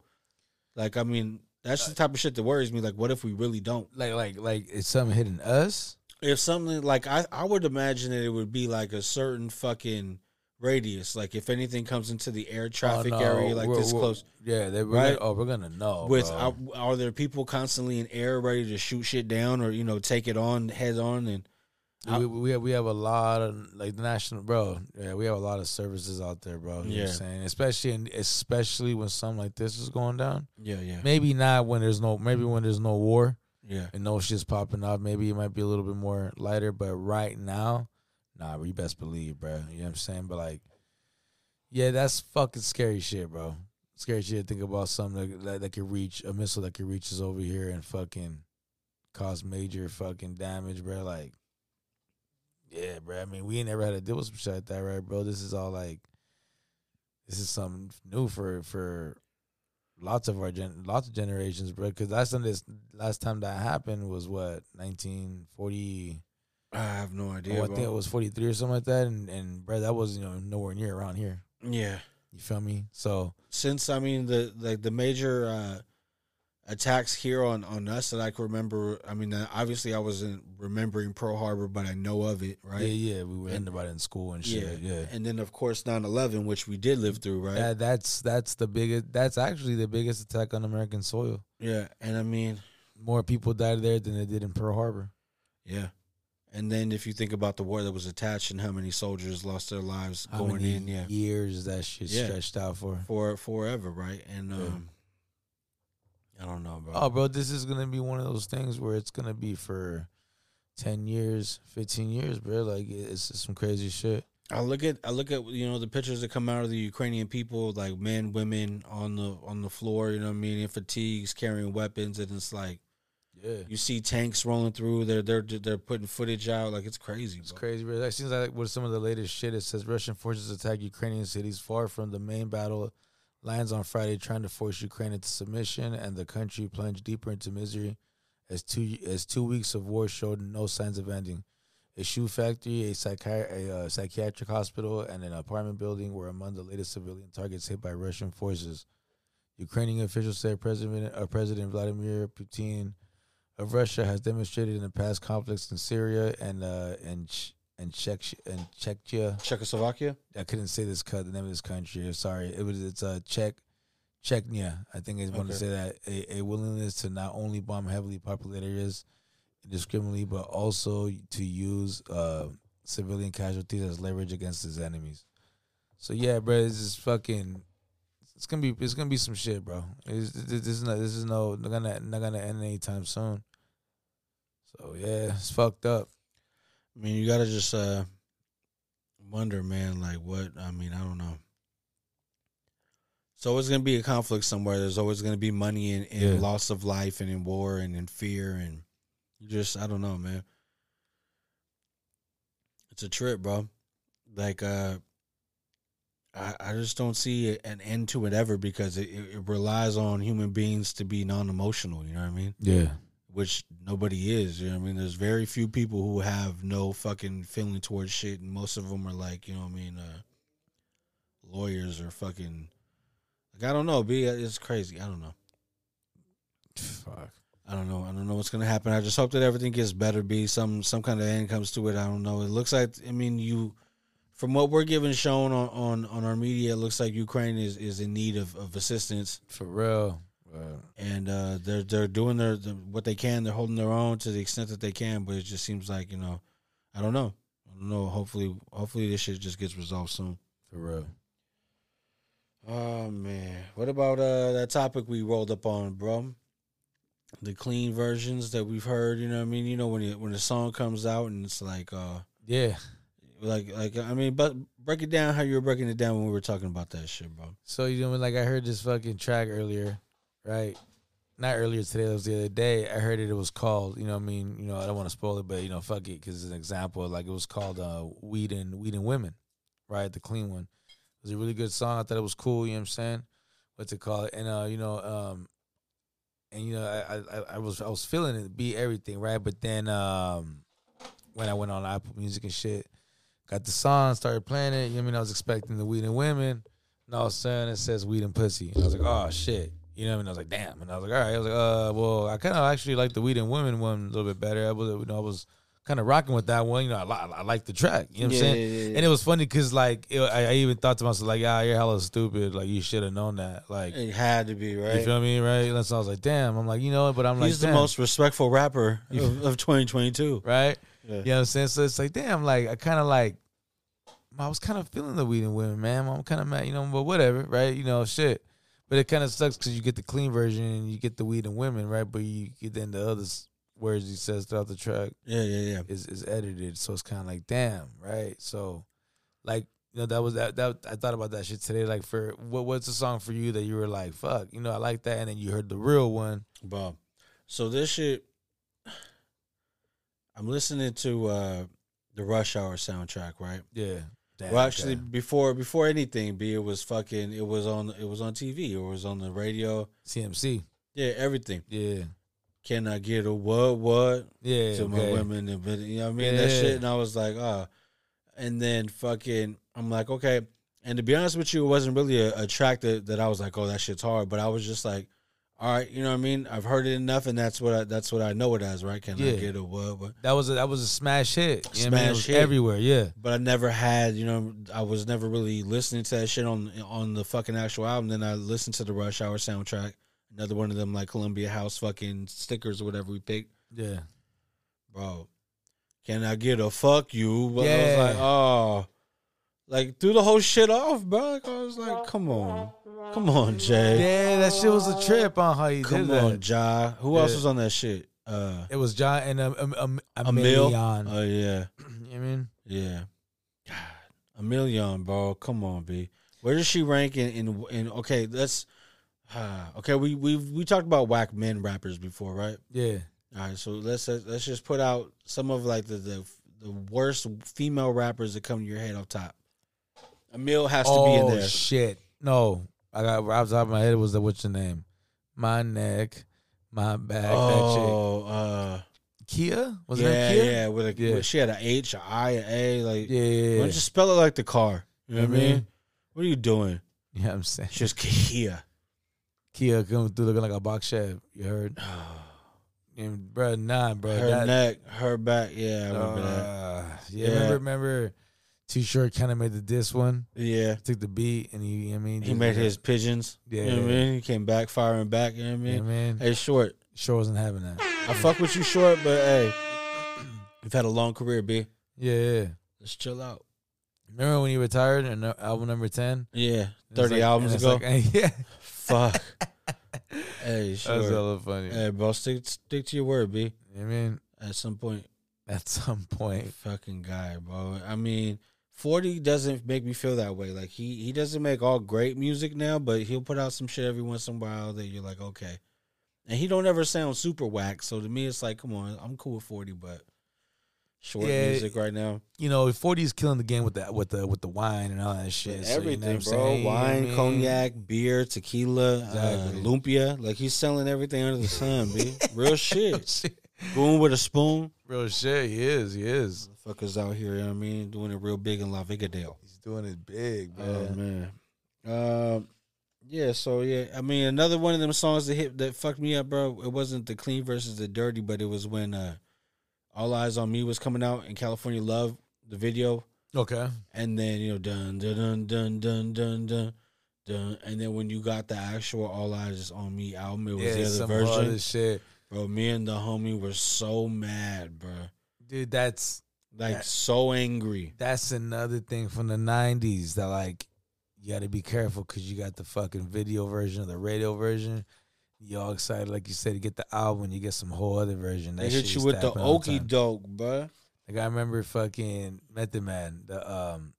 Like, I mean, that's the type of shit that worries me. Like, what if we really don't?
Like like like it's something hitting us?
If something like I, I would imagine that it would be like a certain fucking radius. Like, if anything comes into the air traffic
Oh, no,
area, like
we're-
this
we're-
close.
Yeah, they we're
Right?
gonna, oh, we're gonna know.
With
bro.
are, are there people constantly in air ready to shoot shit down or you know take it on head on and
we, we have we have a lot of like national bro. Yeah, we have a lot of services out there, bro. You know what
Yeah.
I'm saying? Especially in, especially when something like this is going down.
yeah yeah
Maybe not when there's no maybe when there's no war
yeah
and no shit's popping off. Maybe it might be a little bit more lighter, but right now, nah, we best believe, bro. You know what I'm saying? But like, yeah, that's fucking scary shit, bro. Scary shit to think about something that, that, that could reach a missile that could reach us over here and fucking cause major fucking damage, bro. Like, yeah, bro. I mean, we ain't never had to deal with some shit like that, right, bro? This is all like, this is something new for for lots of our gen, lots of generations, bro. Because last time this last time that happened was what 1940.
I have no idea.
oh, I
bro.
think it was 43 or something like that. And and bro, that was you know nowhere near around here.
yeah.
You feel me? So
since I mean the like the major uh, attacks here on on us that I can remember. I mean, uh, obviously I wasn't remembering Pearl Harbor, but I know of it, right?
yeah, yeah, we were in
And-
about it in school and shit. Yeah,
And then of course 9-11, which we did live through, right?
That, that's that's the biggest. That's actually the biggest attack on American soil.
yeah, and I mean,
More people died there than they did in Pearl Harbor.
yeah, And then if you think about the war that was attached and how many soldiers lost their lives
How
going
many
in, yeah,
years that shit
Yeah.
stretched out for?
for forever, right? And um, I don't know, bro.
Oh, bro, this is gonna be one of those things where it's gonna be for ten years, fifteen years, bro. Like it's just some crazy shit.
I look at I look at you know the pictures that come out of the Ukrainian people, like men, women on the on the floor, you know what I mean, in fatigues, carrying weapons, and it's like
Yeah,
you see tanks rolling through. They're they're they're putting footage out, like it's crazy,
it's
bro.
crazy, bro. That seems like what some of the latest shit. It says Russian forces attack Ukrainian cities far from the main battle lines on Friday, trying to force Ukraine into submission, and the country plunged deeper into misery as two as two weeks of war showed no signs of ending. A shoe factory, a, psychiatri- a uh, psychiatric hospital, and an apartment building were among the latest civilian targets hit by Russian forces. Ukrainian officials said President uh, President Vladimir Putin of Russia has demonstrated in the past conflicts in Syria and uh, and Ch- and Czech and Czechia.
Czechoslovakia,
I couldn't say this cut the name of this country. I'm sorry. It was it's uh, Czech Chechnya. I think I want to
Okay.
say that a, a willingness to not only bomb heavily populated areas indiscriminately, but also to use uh, civilian casualties as leverage against his enemies. So yeah, bro, it's just fucking. It's gonna be it's gonna be some shit, bro. It's, this this is not this is no not gonna not gonna end anytime soon. So yeah, it's fucked up.
I mean, you gotta just uh wonder, man, like what I mean, I don't know. It's always gonna be a conflict somewhere. There's always gonna be money in, in
Yeah.
loss of life and in war and in fear and you just I don't know, man. It's a trip, bro. Like uh I, I just don't see an end to it ever because it, it it relies on human beings to be non emotional, you know what I mean?
Yeah,
which nobody is. You know what I mean? There's very few people who have no fucking feeling towards shit, and most of them are like, you know what I mean, uh, lawyers or fucking. Like I don't know, B. uh, It's crazy. I don't know.
fuck.
I don't know. I don't know what's gonna happen. I just hope that everything gets better. Be some some kind of end comes to it. I don't know. It looks like. I mean, you. From what we're given shown on, on, on our media, it looks like Ukraine is, is in need of, of assistance.
For real. bro.
and uh, they're they're doing their the, what they can. They're holding their own to the extent that they can, but it just seems like you know, I don't know, I don't know. Hopefully, hopefully this shit just gets resolved soon.
For real.
Oh man, what about uh that topic we rolled up on, bro? The clean versions that we've heard. You know, what I mean, you know when it, when a song comes out and it's like uh
Yeah.
like like I mean, but break it down how you were breaking it down when we were talking about that shit, bro.
So you know, when, like I heard this fucking track earlier, right? Not earlier today. That was the other day. I heard it. It was called. You know, what I mean, you know, I don't want to spoil it, but you know, fuck it, because it's an example. Like it was called uh, "Weed and Weed and Women," right? The clean one. It was a really good song. I thought it was cool. You know what I'm saying? What's it called? And uh, you know, um, and you know, I, I- I I was I was feeling it, be everything, right? But then um, when I went on Apple Music and shit, got the song, started playing it. You know, what I mean, I was expecting the Weed and Women. And all of a sudden it says weed and pussy. And I was like, oh shit. You know what I mean? I was like, damn. And I was like, all right. I was like, uh, well, I kind of actually like the weed and women one a little bit better. I was, you know, I was kind of rocking with that one. You know, I, li- I like the track. You know what I'm
Yeah,
saying?
yeah, yeah, yeah.
And it was funny because like it, I, I even thought to myself like, yeah, you're hella stupid. Like you should have known that. Like
It had to be
you
right.
feel me, right? And so I was like, damn. I'm like, you know, what? but I'm like,
He's the
damn.
most respectful rapper of, of 2022.
right.
Yeah.
You know what I'm saying? So it's like, damn, like I kind of like, I was kind of feeling the weed and women, man. I'm kind of mad, you know, but whatever, right? You know, shit. But it kind of sucks because you get the clean version and you get the weed and women, right? But you get then the other s- words he says throughout the track
yeah, yeah, yeah.
is is edited, so it's kind of like, damn, right? So, like, you know, that was that that I thought about that shit today. Like, for what what's the song for you that you were like, fuck, you know, I like that, and then you heard the real one,
Bob. So this shit, I'm listening to uh the Rush Hour soundtrack, right?
yeah. Damn,
well, actually,
okay.
before before anything, B, it was fucking, it was on, it was on TV, it was on the radio,
CMC,
yeah, everything.
yeah,
Can I get a what what
yeah,
to my
okay.
women? and but- You know what I mean? That
Yeah.
shit, and I was like, ah. And then fucking, I'm like, okay. And to be honest with you, it wasn't really a, a track that, that I was like, oh, that shit's hard. But I was just like, all right, you know what I mean? I've heard it enough, and that's what I, that's what I know it as, right? Can I
Yeah.
get a what what?
That was a, that was a smash hit. You know what I mean? It
Smash
was
hit.
everywhere. Yeah,
but I never had, you know, I was never really listening to that shit on on the fucking actual album. Then I listened to the Rush Hour soundtrack, another one of them like Columbia House fucking stickers or whatever we picked,
yeah.
bro. can I get a fuck you? But
Yeah.
I was like, oh, like threw the whole shit off, bro. Like, I was like, come on, come on, Jay,
Yeah, that shit was a trip on how you
come
did that.
on, Ja. Who else
Yeah.
was on that shit? Uh,
It was John and um, um, um,
Emil.
Emilion.
Oh yeah,
you know what I mean?
yeah. God, a million, bro. Come on, B. Where does she rank in? In, in okay, let's. <sighs> Uh, okay, we we we talked about whack men rappers before, right?
Yeah.
All right, so let's let's just put out some of like the the, the worst female rappers that come to your head off top. Emil has to be in
Oh
there.
shit! No, I got right off the top of my head was the what's your name? My neck, my back.
oh, uh,
That chick. Kia was
yeah,
her name Kia?
yeah. With a,
Yeah.
With, she had an H, an I, an A. Like,
Yeah, yeah,
why
yeah.
don't you spell it like the car? You know what I
Mhm.
mean? What are you doing?
Yeah, I'm saying
It's just Kia.
Kia coming through looking like a box chef. You
<sighs>
heard? and bro, nah, bro.
Her
that-
neck, her back. Yeah, I remember that.
uh, yeah,
Yeah.
remember, remember. Too short kind of made the diss one.
Yeah.
Took the beat and he, you know what I mean,
He
just
made
like a-
his pigeons. You know what I
Yeah.
mean? He came back firing back. You know what I
You know
mean?
what I mean,
Hey, short.
sure wasn't having that.
I fuck with you short, but hey, <clears throat> you've had a long career, B.
Yeah, yeah.
Let's chill out.
Remember when he retired and uh, album number ten?
Yeah,
It's
thirty
like-
albums
and it's
ago.
like- <laughs> yeah,
Fuck. hey,
that was a
sure.
little funny.
Hey, bro, stick stick to your word, B.
I mean,
At some point,
at some point,
fucking guy, bro. I mean, forty doesn't make me feel that way. Like he he doesn't make all great music now, but he'll put out some shit every once in a while that you're like, okay. And he don't ever sound super whack, so to me, it's like, come on, I'm cool with forty, but short
Yeah.
music right now.
you know, forty is killing the game with that, with the with the wine and all that shit.
With
so you know what
everything,
I'm
bro.
saying? You know what I
Wine,
mean?
cognac, beer, tequila,
Exactly.
uh, lumpia. Like he's selling everything under the sun,
<laughs>
b. Real shit.
Shit.
Going with a spoon.
Real shit. He is. He is.
Fuckers out here, you know what I mean? Doing it real big in La Vigadale.
He's doing it big, man.
Oh man. Um yeah, so yeah, I mean another one of them songs that hit that fucked me up, bro. It wasn't the clean versus the dirty, but it was when uh All Eyes on Me was coming out and California Love, the video.
Okay.
and then you know dun dun dun dun dun dun dun, dun. and then when you got the actual All Eyes Is on Me album, it was
yeah,
the other
some
version,
other shit,
bro. Me and the homie were so mad, bro,
dude. That's
like so angry.
that's another thing from the '90s that like you got to be careful because you got the fucking video version or the radio version. You all excited, like you said, to get the album. You get some whole other version. That
They hit
shit
you
used
with
to
the
happen all the
okey
time.
doke, bro.
Like I remember fucking Method Man. The um,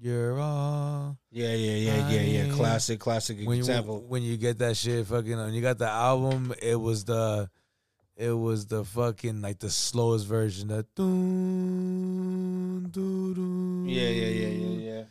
you're all
Yeah, yeah, yeah, yeah, yeah.
I-
Classic, classic
when you
example.
when you get that shit fucking when you got the album. It was the it was the fucking like the slowest version. The doo doo doo.
yeah, yeah, yeah, yeah, yeah.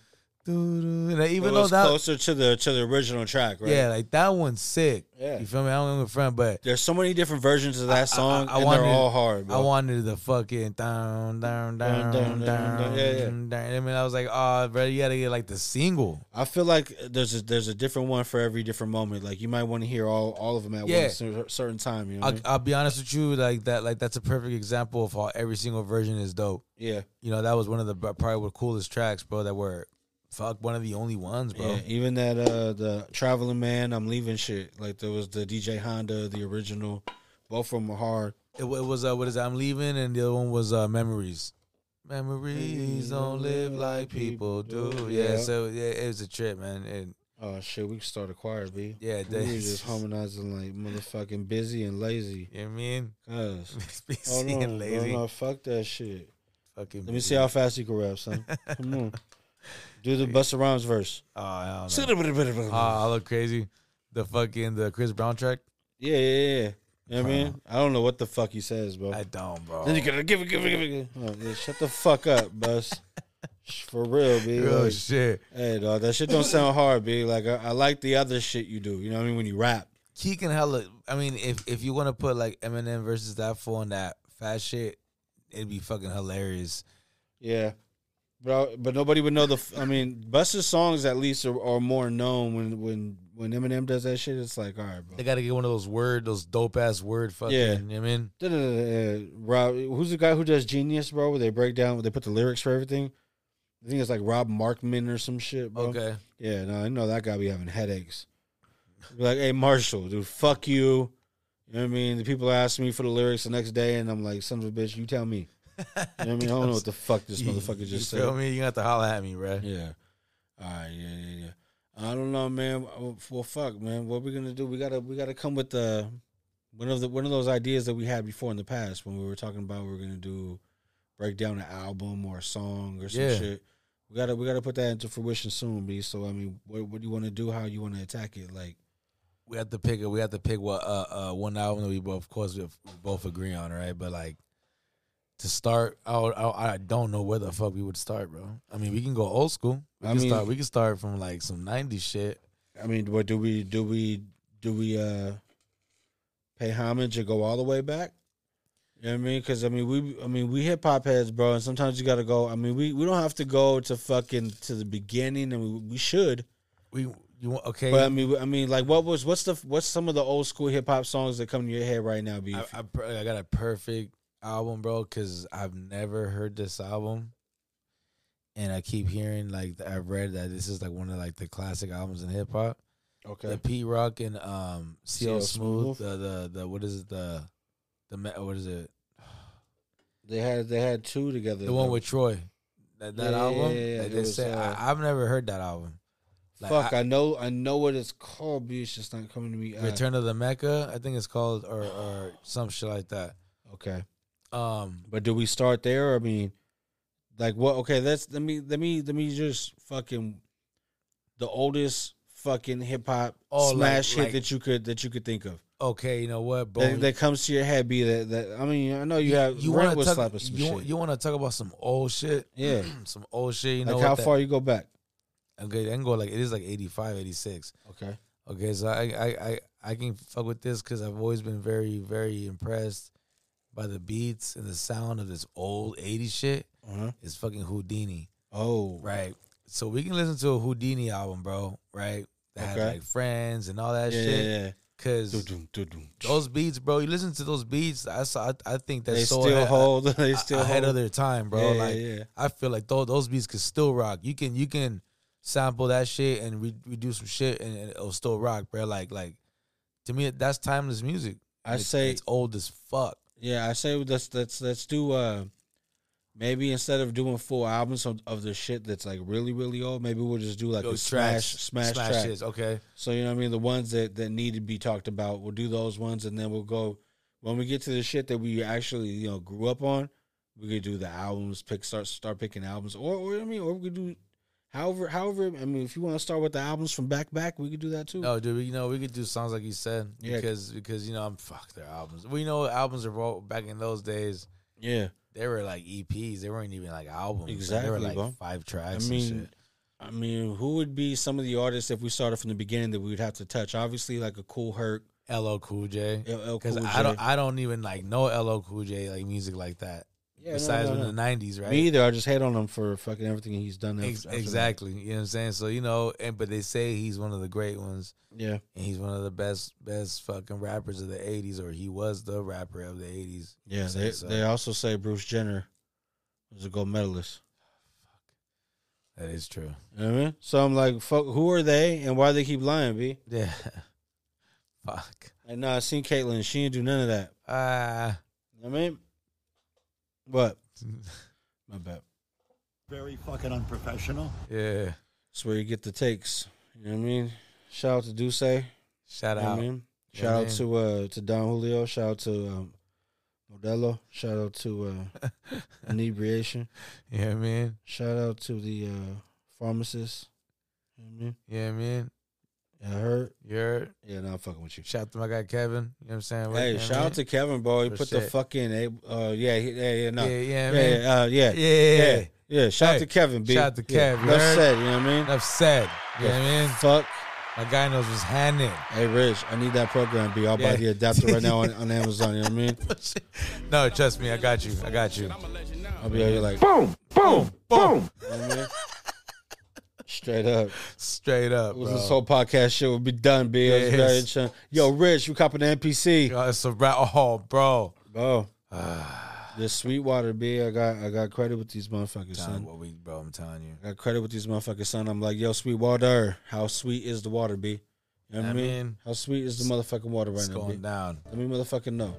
doo, doo. And even
it
though
was
that
closer to the to the original track, right?
Yeah, like that one's sick.
Yeah.
You feel me? I don't know friend, but
There's so many different versions of that song,
I
and
wanted-
they're all hard, bro.
I wanted the fucking down, down, down,
down,
down,
down, down. Yeah, yeah.
down. I mean, I was like, oh, bro, you gotta get like the single.
I feel like there's a, there's a different one for every different moment. Like you might want to hear all, all of them at
Yeah.
one cer- certain time. You know, what I
I'll,
mean?
I'll be honest with you, like that, like that's a perfect example of how every single version is dope.
yeah,
You know, that was one of the probably the coolest tracks, bro. That were, fuck, one of the only ones, bro.
yeah. Even that uh the traveling man, I'm leaving shit. Like there was the DJ Honda, the original, both from were hard.
It, wa- it was uh, what is it? I'm leaving, and the other one was uh, memories. Memories don't live like people do. Yeah,
Yeah.
so yeah, it was a trip, man. And
Oh shit, we can start a choir, b.
yeah,
We
that,
were just harmonizing like motherfucking busy and lazy.
You know what I mean? <laughs>
Cuz.
Be
Oh no,
seeing
bro,
lazy.
no, fuck that shit.
Fucking
Let me see how fast you can
<laughs>
rap, son. Come on, do the Busta Rhymes verse.
Oh, I don't know. Oh,
Yeah,
I look crazy. The fucking the Chris Brown track.
yeah, yeah. You know what I mean, I don't know what the fuck he says, bro.
I don't, bro.
Then you gotta give it, give it, give it. give it. Oh, yeah, shut the fuck up, bus. For real, b.
Real
Like,
Oh, shit.
hey, dog, that shit don't sound hard, b. Like I, I like the other shit you do. You know what I mean when you rap.
Keegan hella. I mean, if if you want to put like Eminem versus that fool on that fast shit, it'd be fucking hilarious.
Yeah, but I, but nobody would know the. f- I mean, Buster's songs at least are, are more known when when when Eminem does that shit. It's like, all right, bro.
They gotta get one of those word, those dope ass word fucking.
Yeah.
You know what I mean?
Da-da-da-da. Rob, who's the guy who does Genius, bro? Where they break down, where they put the lyrics for everything. I think it's like Rob Markman or some shit, bro.
Okay.
Yeah, no, I know that guy be having headaches. Be like, hey, Marshall, dude, fuck you. You know what I mean? The people ask me for the lyrics the next day, and I'm like, son of a bitch, you tell me. You know what I mean? I don't know what the fuck this motherfucker
<laughs>
just
You feel
said.
me? You got to holler at me, bro.
Yeah. All right. Yeah. Yeah. Yeah. I don't know, man. Well, fuck, man. What we gonna do? We gotta we gotta come with the one of the one of those ideas that we had before in the past when we were talking about we are gonna do break down an album or a song or some
Yeah.
shit. We gotta we gotta put that into fruition soon, B. So I mean, what what do you want to do? How you want to attack it? Like,
We have to pick. We have to pick what uh, uh one album that we both, of course, we both agree on, right? But like to start, I, would- I I don't know where the fuck we would start, bro. I mean, we can go old school. We
I
can
mean-
start. We can start from like some '90s shit.
I mean, what do we do? We do we uh pay homage or go all the way back? You know what I mean? Because I mean, we I mean we hip hop heads, bro, and sometimes you gotta go. I mean, we we don't have to go to fucking to the beginning, and we we should.
We you want okay?
But I mean, I mean, like, what was what's the what's some of the old school hip hop songs that come to your head right now? B,
I, I, per- I got a perfect album, bro, because I've never heard this album, and I keep hearing like th- I've read that this is like one of like the classic albums in hip hop.
okay,
The P Rock and um
CL
CL Smooth,
Smooth.
the the the what is it the the me- what is it
they had they had two together.
the one with Troy that that
Yeah, yeah,
album
yeah, yeah.
that
It
they
was,
said
uh,
I, I've never heard that album. Like,
fuck,
I-
I, know I know what it's called, B. It's just not coming to me. Uh,
Return of the Mecca, I think it's called or or some shit like that.
Okay,
Um,
But do we start there? I mean, like what? Okay, let's let me let me let me just fucking the oldest fucking hip hop
Oh, like-
smash hit
like-
that you could that you could think of
okay, you know what, bro?
that, that comes to your head. Be that that I mean, I know you have you
wanna
Rent was
talk-
slapping some
you,
shit.
You want to talk about some old shit? <clears throat>
Yeah.
some old shit. You know
like
what
how
that-
far you go back?
Okay, I can go like it is like 85, 86.
Okay,
Okay, so I I I, I can fuck with this because I've always been very very impressed by the beats and the sound of this old 80s shit.
Uh-huh.
It's fucking Houdini,
oh
right? So we can listen to a Houdini album, bro. Right? That had
Okay.
like friends and all that
yeah,
shit.
yeah, yeah.
Cause
Doo-doom, doo-doom.
those beats, bro, you listen to those beats. I saw. I, I think that's
They
so
still
ahead-
hold. <laughs> They still
ahead
hold.
of their time, bro.
Yeah, yeah,
like
yeah.
I feel like those those beats could still rock. You can you can sample that shit and we we do some shit and it'll still rock, bro. Like like to me that's timeless music.
I
It's-
say-
it's old as fuck.
Yeah, I say let's let's let's do uh maybe instead of doing full albums of, of the shit that's like really really old, maybe we'll just do like a
Those
smash
tracks,
smash, track.
hits, okay.
So you know what I mean, the ones that that need to be talked about, we'll do those ones, and then we'll go when we get to the shit that we actually you know grew up on. We could do the albums, pick start start picking albums, or or I mean, or we could do however however. I mean, if you want to start with the albums from back back, we could do that too.
No, dude, we- you know we could do songs like you said
Yeah.
because because you know I'm fuck their albums. We know albums are all- back in those days.
Yeah,
They were like EPs. They weren't even like albums. They
Exactly,
were like
bro.
five
I
tracks. and
mean,
shit.
I mean, who would be some of the artists if we started from the beginning that we would have to touch? Obviously, like a Cool Herc,
LL Cool J.
LL Cool
Because
J.
I don't, I don't even like know LL Cool J like music like that.
Yeah, no,
besides
no,
in
no.
the nineties, right?
Me either. I just hate on him for fucking everything he's done. after-
Ex-
after that.
exactly. You know what I'm saying? So you know, and but they say he's one of the great ones,
Yeah.
and he's one of the best, best fucking rappers of the '80s, or he was the rapper of the '80s.
Yeah.
Say
They,
so.
they also say Bruce Jenner was a gold medalist.
That is true.
You know what I mean? So I'm like, fuck, who are they and why they keep lying, B?
Yeah. <laughs> Fuck.
And no, I seen Caitlyn. She didn't do none of that.
Ah.
You know what I mean?
<laughs>
What? My bad.
Very fucking unprofessional.
yeah.
That's where you get the takes. You know what I mean? Shout out to Duce.
Shout
You know what
out.
I mean?
Yeah,
Shout out
man.
to uh to Don Julio. Shout out to um, Modelo. Shout out to
<laughs>
uh, inebriation.
Yeah, man.
Shout out to the uh, pharmacist. You know what I mean,
Yeah, man.
yeah, I heard.
You're.
Yeah, no, I'm fucking with you.
Shout out to my guy Kevin. You know what I'm saying?
Hey,
Yeah,
shout
man.
out to Kevin, bro. He
For
put the
shit.
fucking uh, yeah, he- yeah, yeah, no,
Yeah, yeah,
yeah,
man.
yeah, uh, yeah, yeah,
yeah.
yeah, Shout out
Hey,
to Kevin, B.
shout out to
Yeah,
Kev, you
That's
heard?
said, you know what I mean?
Enough said. You know what I mean?
Fuck.
My guy knows what's happening.
Hey, Rich, I need that program, B. I'll buy
Yeah.
the adapter right
<laughs>
now on, on Amazon. You know what I mean?
no, trust me, I got you. I got you.
I'll be out here like,
Boom, boom, boom.
you know what I mean? straight up.
Straight up, bro.
This whole podcast shit would be done, B. I was
Yes.
very ch- Yo, Rich, you copping the NPC?
Yo, it's a rat. Oh, bro.
Oh,
Ah.
this Sweetwater, B. I got I got credit with these motherfuckers,
Telling
son.
what we, bro. I'm telling you.
I got credit with these motherfuckers, son. I'm like, yo, Sweetwater, how sweet is the water, B? You know what I
I
mean?
mean,
how sweet is the motherfucking water right
It's
now, B?
going down.
Let me motherfucking know.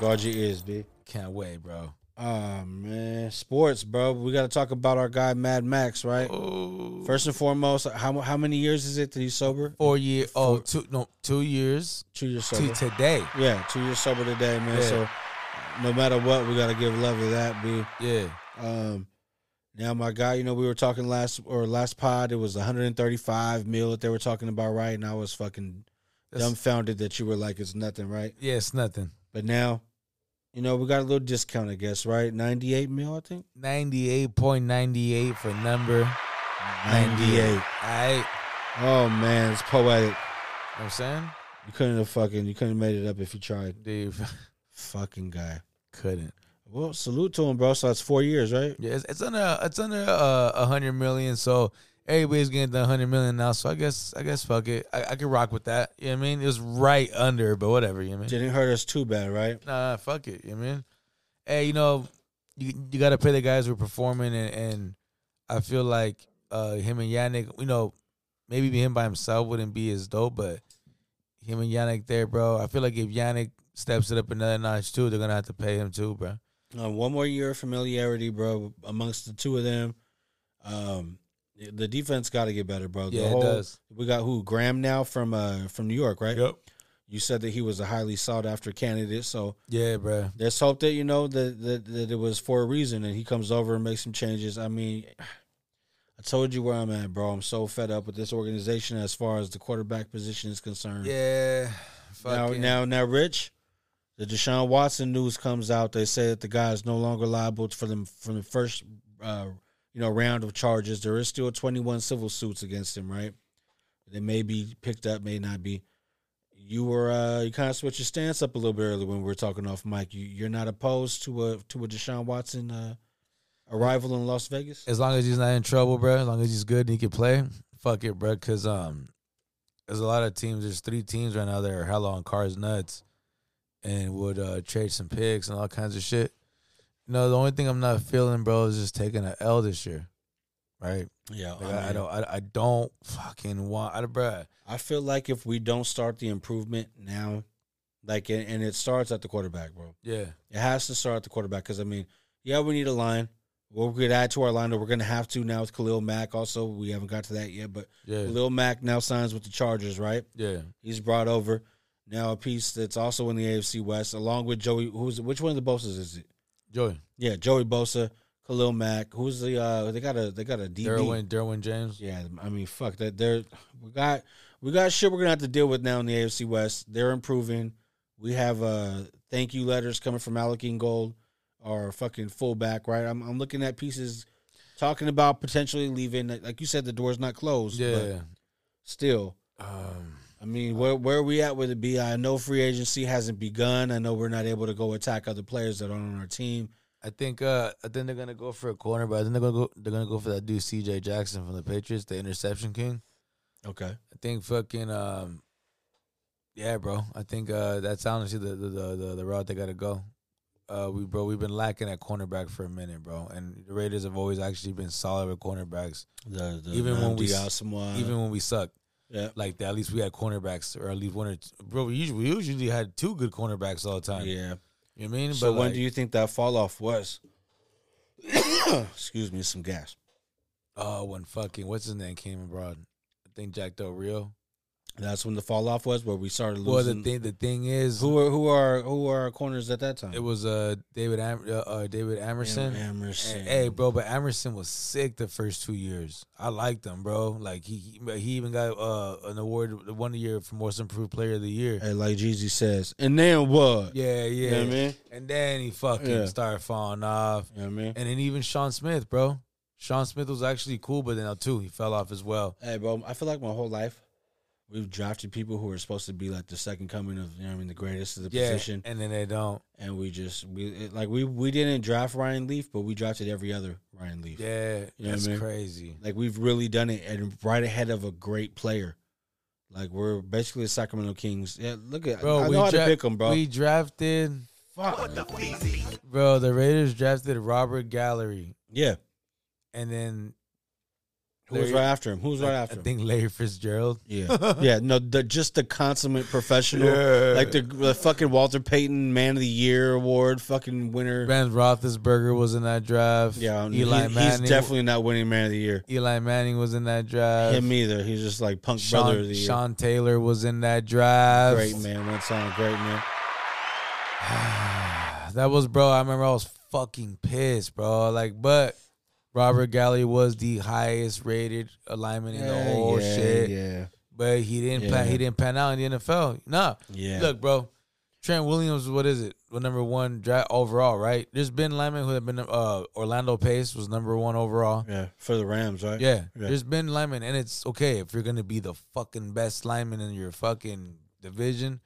Guard your ears, B.
Can't wait, bro.
Ah man, sports, bro. We got to talk about our guy Mad Max, right?
Oh.
First and foremost, how how many years is it that he's sober?
Four year. Oh, two no, two years.
Two years
to
sober.
today.
Yeah, two years sober today, man.
Yeah.
So no matter what, we got to give love to that, B.
Yeah.
Um, now my guy, you know, we were talking last or last pod. It was 135 mil that they were talking about, right? And I was fucking
That's-
dumbfounded that you were like, it's nothing, right?
Yeah, it's nothing.
But now, you know, we got a little discount, I guess, right? 98 mil, I think.
Ninety eight point ninety eight for number ninety eight. All right.
Oh man, it's poetic.
You know what I'm saying?
You couldn't have fucking, you couldn't have made it up if you tried.
Dude, <laughs>
Fucking guy.
couldn't.
Well, salute to him, bro. So it's four years, right?
Yeah, it's, it's under it's under uh, a hundred million. So everybody's getting the hundred million now. So I guess I guess fuck it. I, I could rock with that. You know what I mean? It was right under, but whatever. You know what I mean?
Didn't hurt us too bad, right?
Nah, fuck it. You know what I mean? Hey, you know, you you gotta pay the guys who are performing, and, and I feel like uh him and Yannick, you know, maybe him by himself wouldn't be as dope, but him and Yannick there, bro. I feel like if Yannick steps it up another notch too, they're gonna have to pay him too, bro.
Uh, one more year of familiarity, bro, amongst the two of them. Um, the defense got to get better, bro. The
Yeah, it
whole-
does.
We got who Graham now from uh from New York, right?
Yep.
You said that he was a highly sought after candidate, so
Yeah, bro.
let's hope that you know that, that that it was for a reason, and he comes over and makes some changes. I mean, I told you where I'm at, bro. I'm so fed up with this organization as far as the quarterback position is concerned.
Yeah. Fuck
Now,
yeah.
now, now, Rich, the Deshaun Watson news comes out. They say that the guy is no longer liable for them from the first, uh, you know, round of charges. There is still twenty one civil suits against him, right? They may be picked up, may not be. You were uh, you kind of switched your stance up a little bit earlier when we were talking off mic. You, you're not opposed to a to a Deshaun Watson uh, arrival in Las Vegas.
as long as he's not in trouble, bro. As long as he's good and he can play, fuck it, bro. Because um, there's a lot of teams. There's three teams right now that are hella on cars nuts, and would uh, trade some picks and all kinds of shit. You know, the only thing I'm not feeling, bro, is just taking an L this year, right?
Yeah,
Like, I, I don't, I, I don't fucking want, I, bro.
I feel like if we don't start the improvement now, like and, and it starts at the quarterback, bro.
Yeah,
It has to start at the quarterback because I mean, yeah, we need a line. We're going to add to our lineup. We're going to have to now with Khalil Mack. Also, we haven't got to that yet, but
yeah,
Khalil Mack now signs with the Chargers, right?
yeah.
He's brought over now a piece that's also in the AFC West, along with Joey. Who's which one of the Bosa's is it?
Joey,
Yeah, Joey Bosa, Khalil Mack. Who's the? uh They got a they got a DB.
Derwin, Derwin James.
Yeah, I mean, fuck that. They're we got we got shit we're gonna have to deal with now in the AFC West. They're improving. We have uh thank you letters coming from Alec Gold, our fucking fullback. Right, I'm I'm looking at pieces talking about potentially leaving. Like you said, the door's not closed.
Yeah.
still,
Um,
I mean, where where are we at with the BI? I know free agency hasn't begun. I know we're not able to go attack other players that aren't on our team.
I think uh I think they're gonna go for a corner, but I think they're gonna go they're gonna go for that dude CJ Jackson from the Patriots, the interception king.
Okay,
I think fucking um Yeah, bro. I think uh that's honestly the the the, the, the route they gotta go. Uh we bro, we've been lacking at cornerback for a minute, bro. And the Raiders have always actually been solid with cornerbacks.
the, the
Even when we-
Diasama,
even when we suck.
yeah
Like that, at least we had cornerbacks or at least one or two. bro, we usually we usually had two good cornerbacks all the time.
yeah.
You know what I mean?
So when
like,
do you think that fall off was? <coughs> Excuse me, some gas.
Oh when fucking what's his name came abroad? I think Jack Del Rio.
That's when the fall off was, where we started
Well, the
losing.
thing the thing is,
who are who are who are our corners at that time?
it was uh David Am- uh, uh, David Amerson.
Am- Amerson.
Hey, bro, but Amerson was sick the first two years. I liked him, bro. Like he he, but he even got uh an award one year for most improved player of the year.
Hey, like Jeezy says, and then what?
Yeah, yeah.
You know what I mean?
And then he fucking
Yeah.
started falling off.
You know what I mean?
And then even Sean Smith, bro. Sean Smith was actually cool, but then uh, too he fell off as well.
Hey, bro, I feel like my whole life we've drafted people who are supposed to be like the second coming of, you know what I mean, the greatest of the
Yeah,
position,
and then they don't.
and we just we it, like we we didn't draft Ryan Leaf, but we drafted every other Ryan Leaf.
Yeah,
what I
that's
mean?
crazy.
Like we've really done it and right ahead of a great player. Like we're basically the Sacramento Kings. Yeah, look at
Bro,
I
we
know how to
dra-
pick them, bro.
We drafted
Fuck.
Bro, the Raiders drafted Robert Gallery,
Yeah,
and then
Who was
Larry-
right after him? Who was right after
I
him?
think Larry Fitzgerald. <laughs>
Yeah, yeah. No, the, just the consummate professional,
Yeah.
like the, the fucking Walter Payton Man of the Year award, fucking winner.
Ben Roethlisberger was in that draft.
Yeah,
Eli
he-
Manning.
he's definitely not winning Man of the Year.
Eli Manning was in that draft.
Him either. He's just like punk
Sean,
brother of the year.
Sean Taylor was in that draft.
Great man, one song, great man.
That was bro. I remember I was fucking pissed, bro. Like, but Robert Galley was the highest rated alignment in the
Yeah,
whole
yeah,
oh, shit.
yeah.
But he didn't plan.
Yeah.
He didn't pan out in the NFL. No.
Yeah.
Look, bro. Trent Williams, what is it? Well, number one draft overall, right? There's been linemen who have been. Uh, Orlando Pace was number one overall.
Yeah, for the Rams, right?
Yeah, there's been linemen, and it's okay if you're gonna be the fucking best lineman in your fucking division.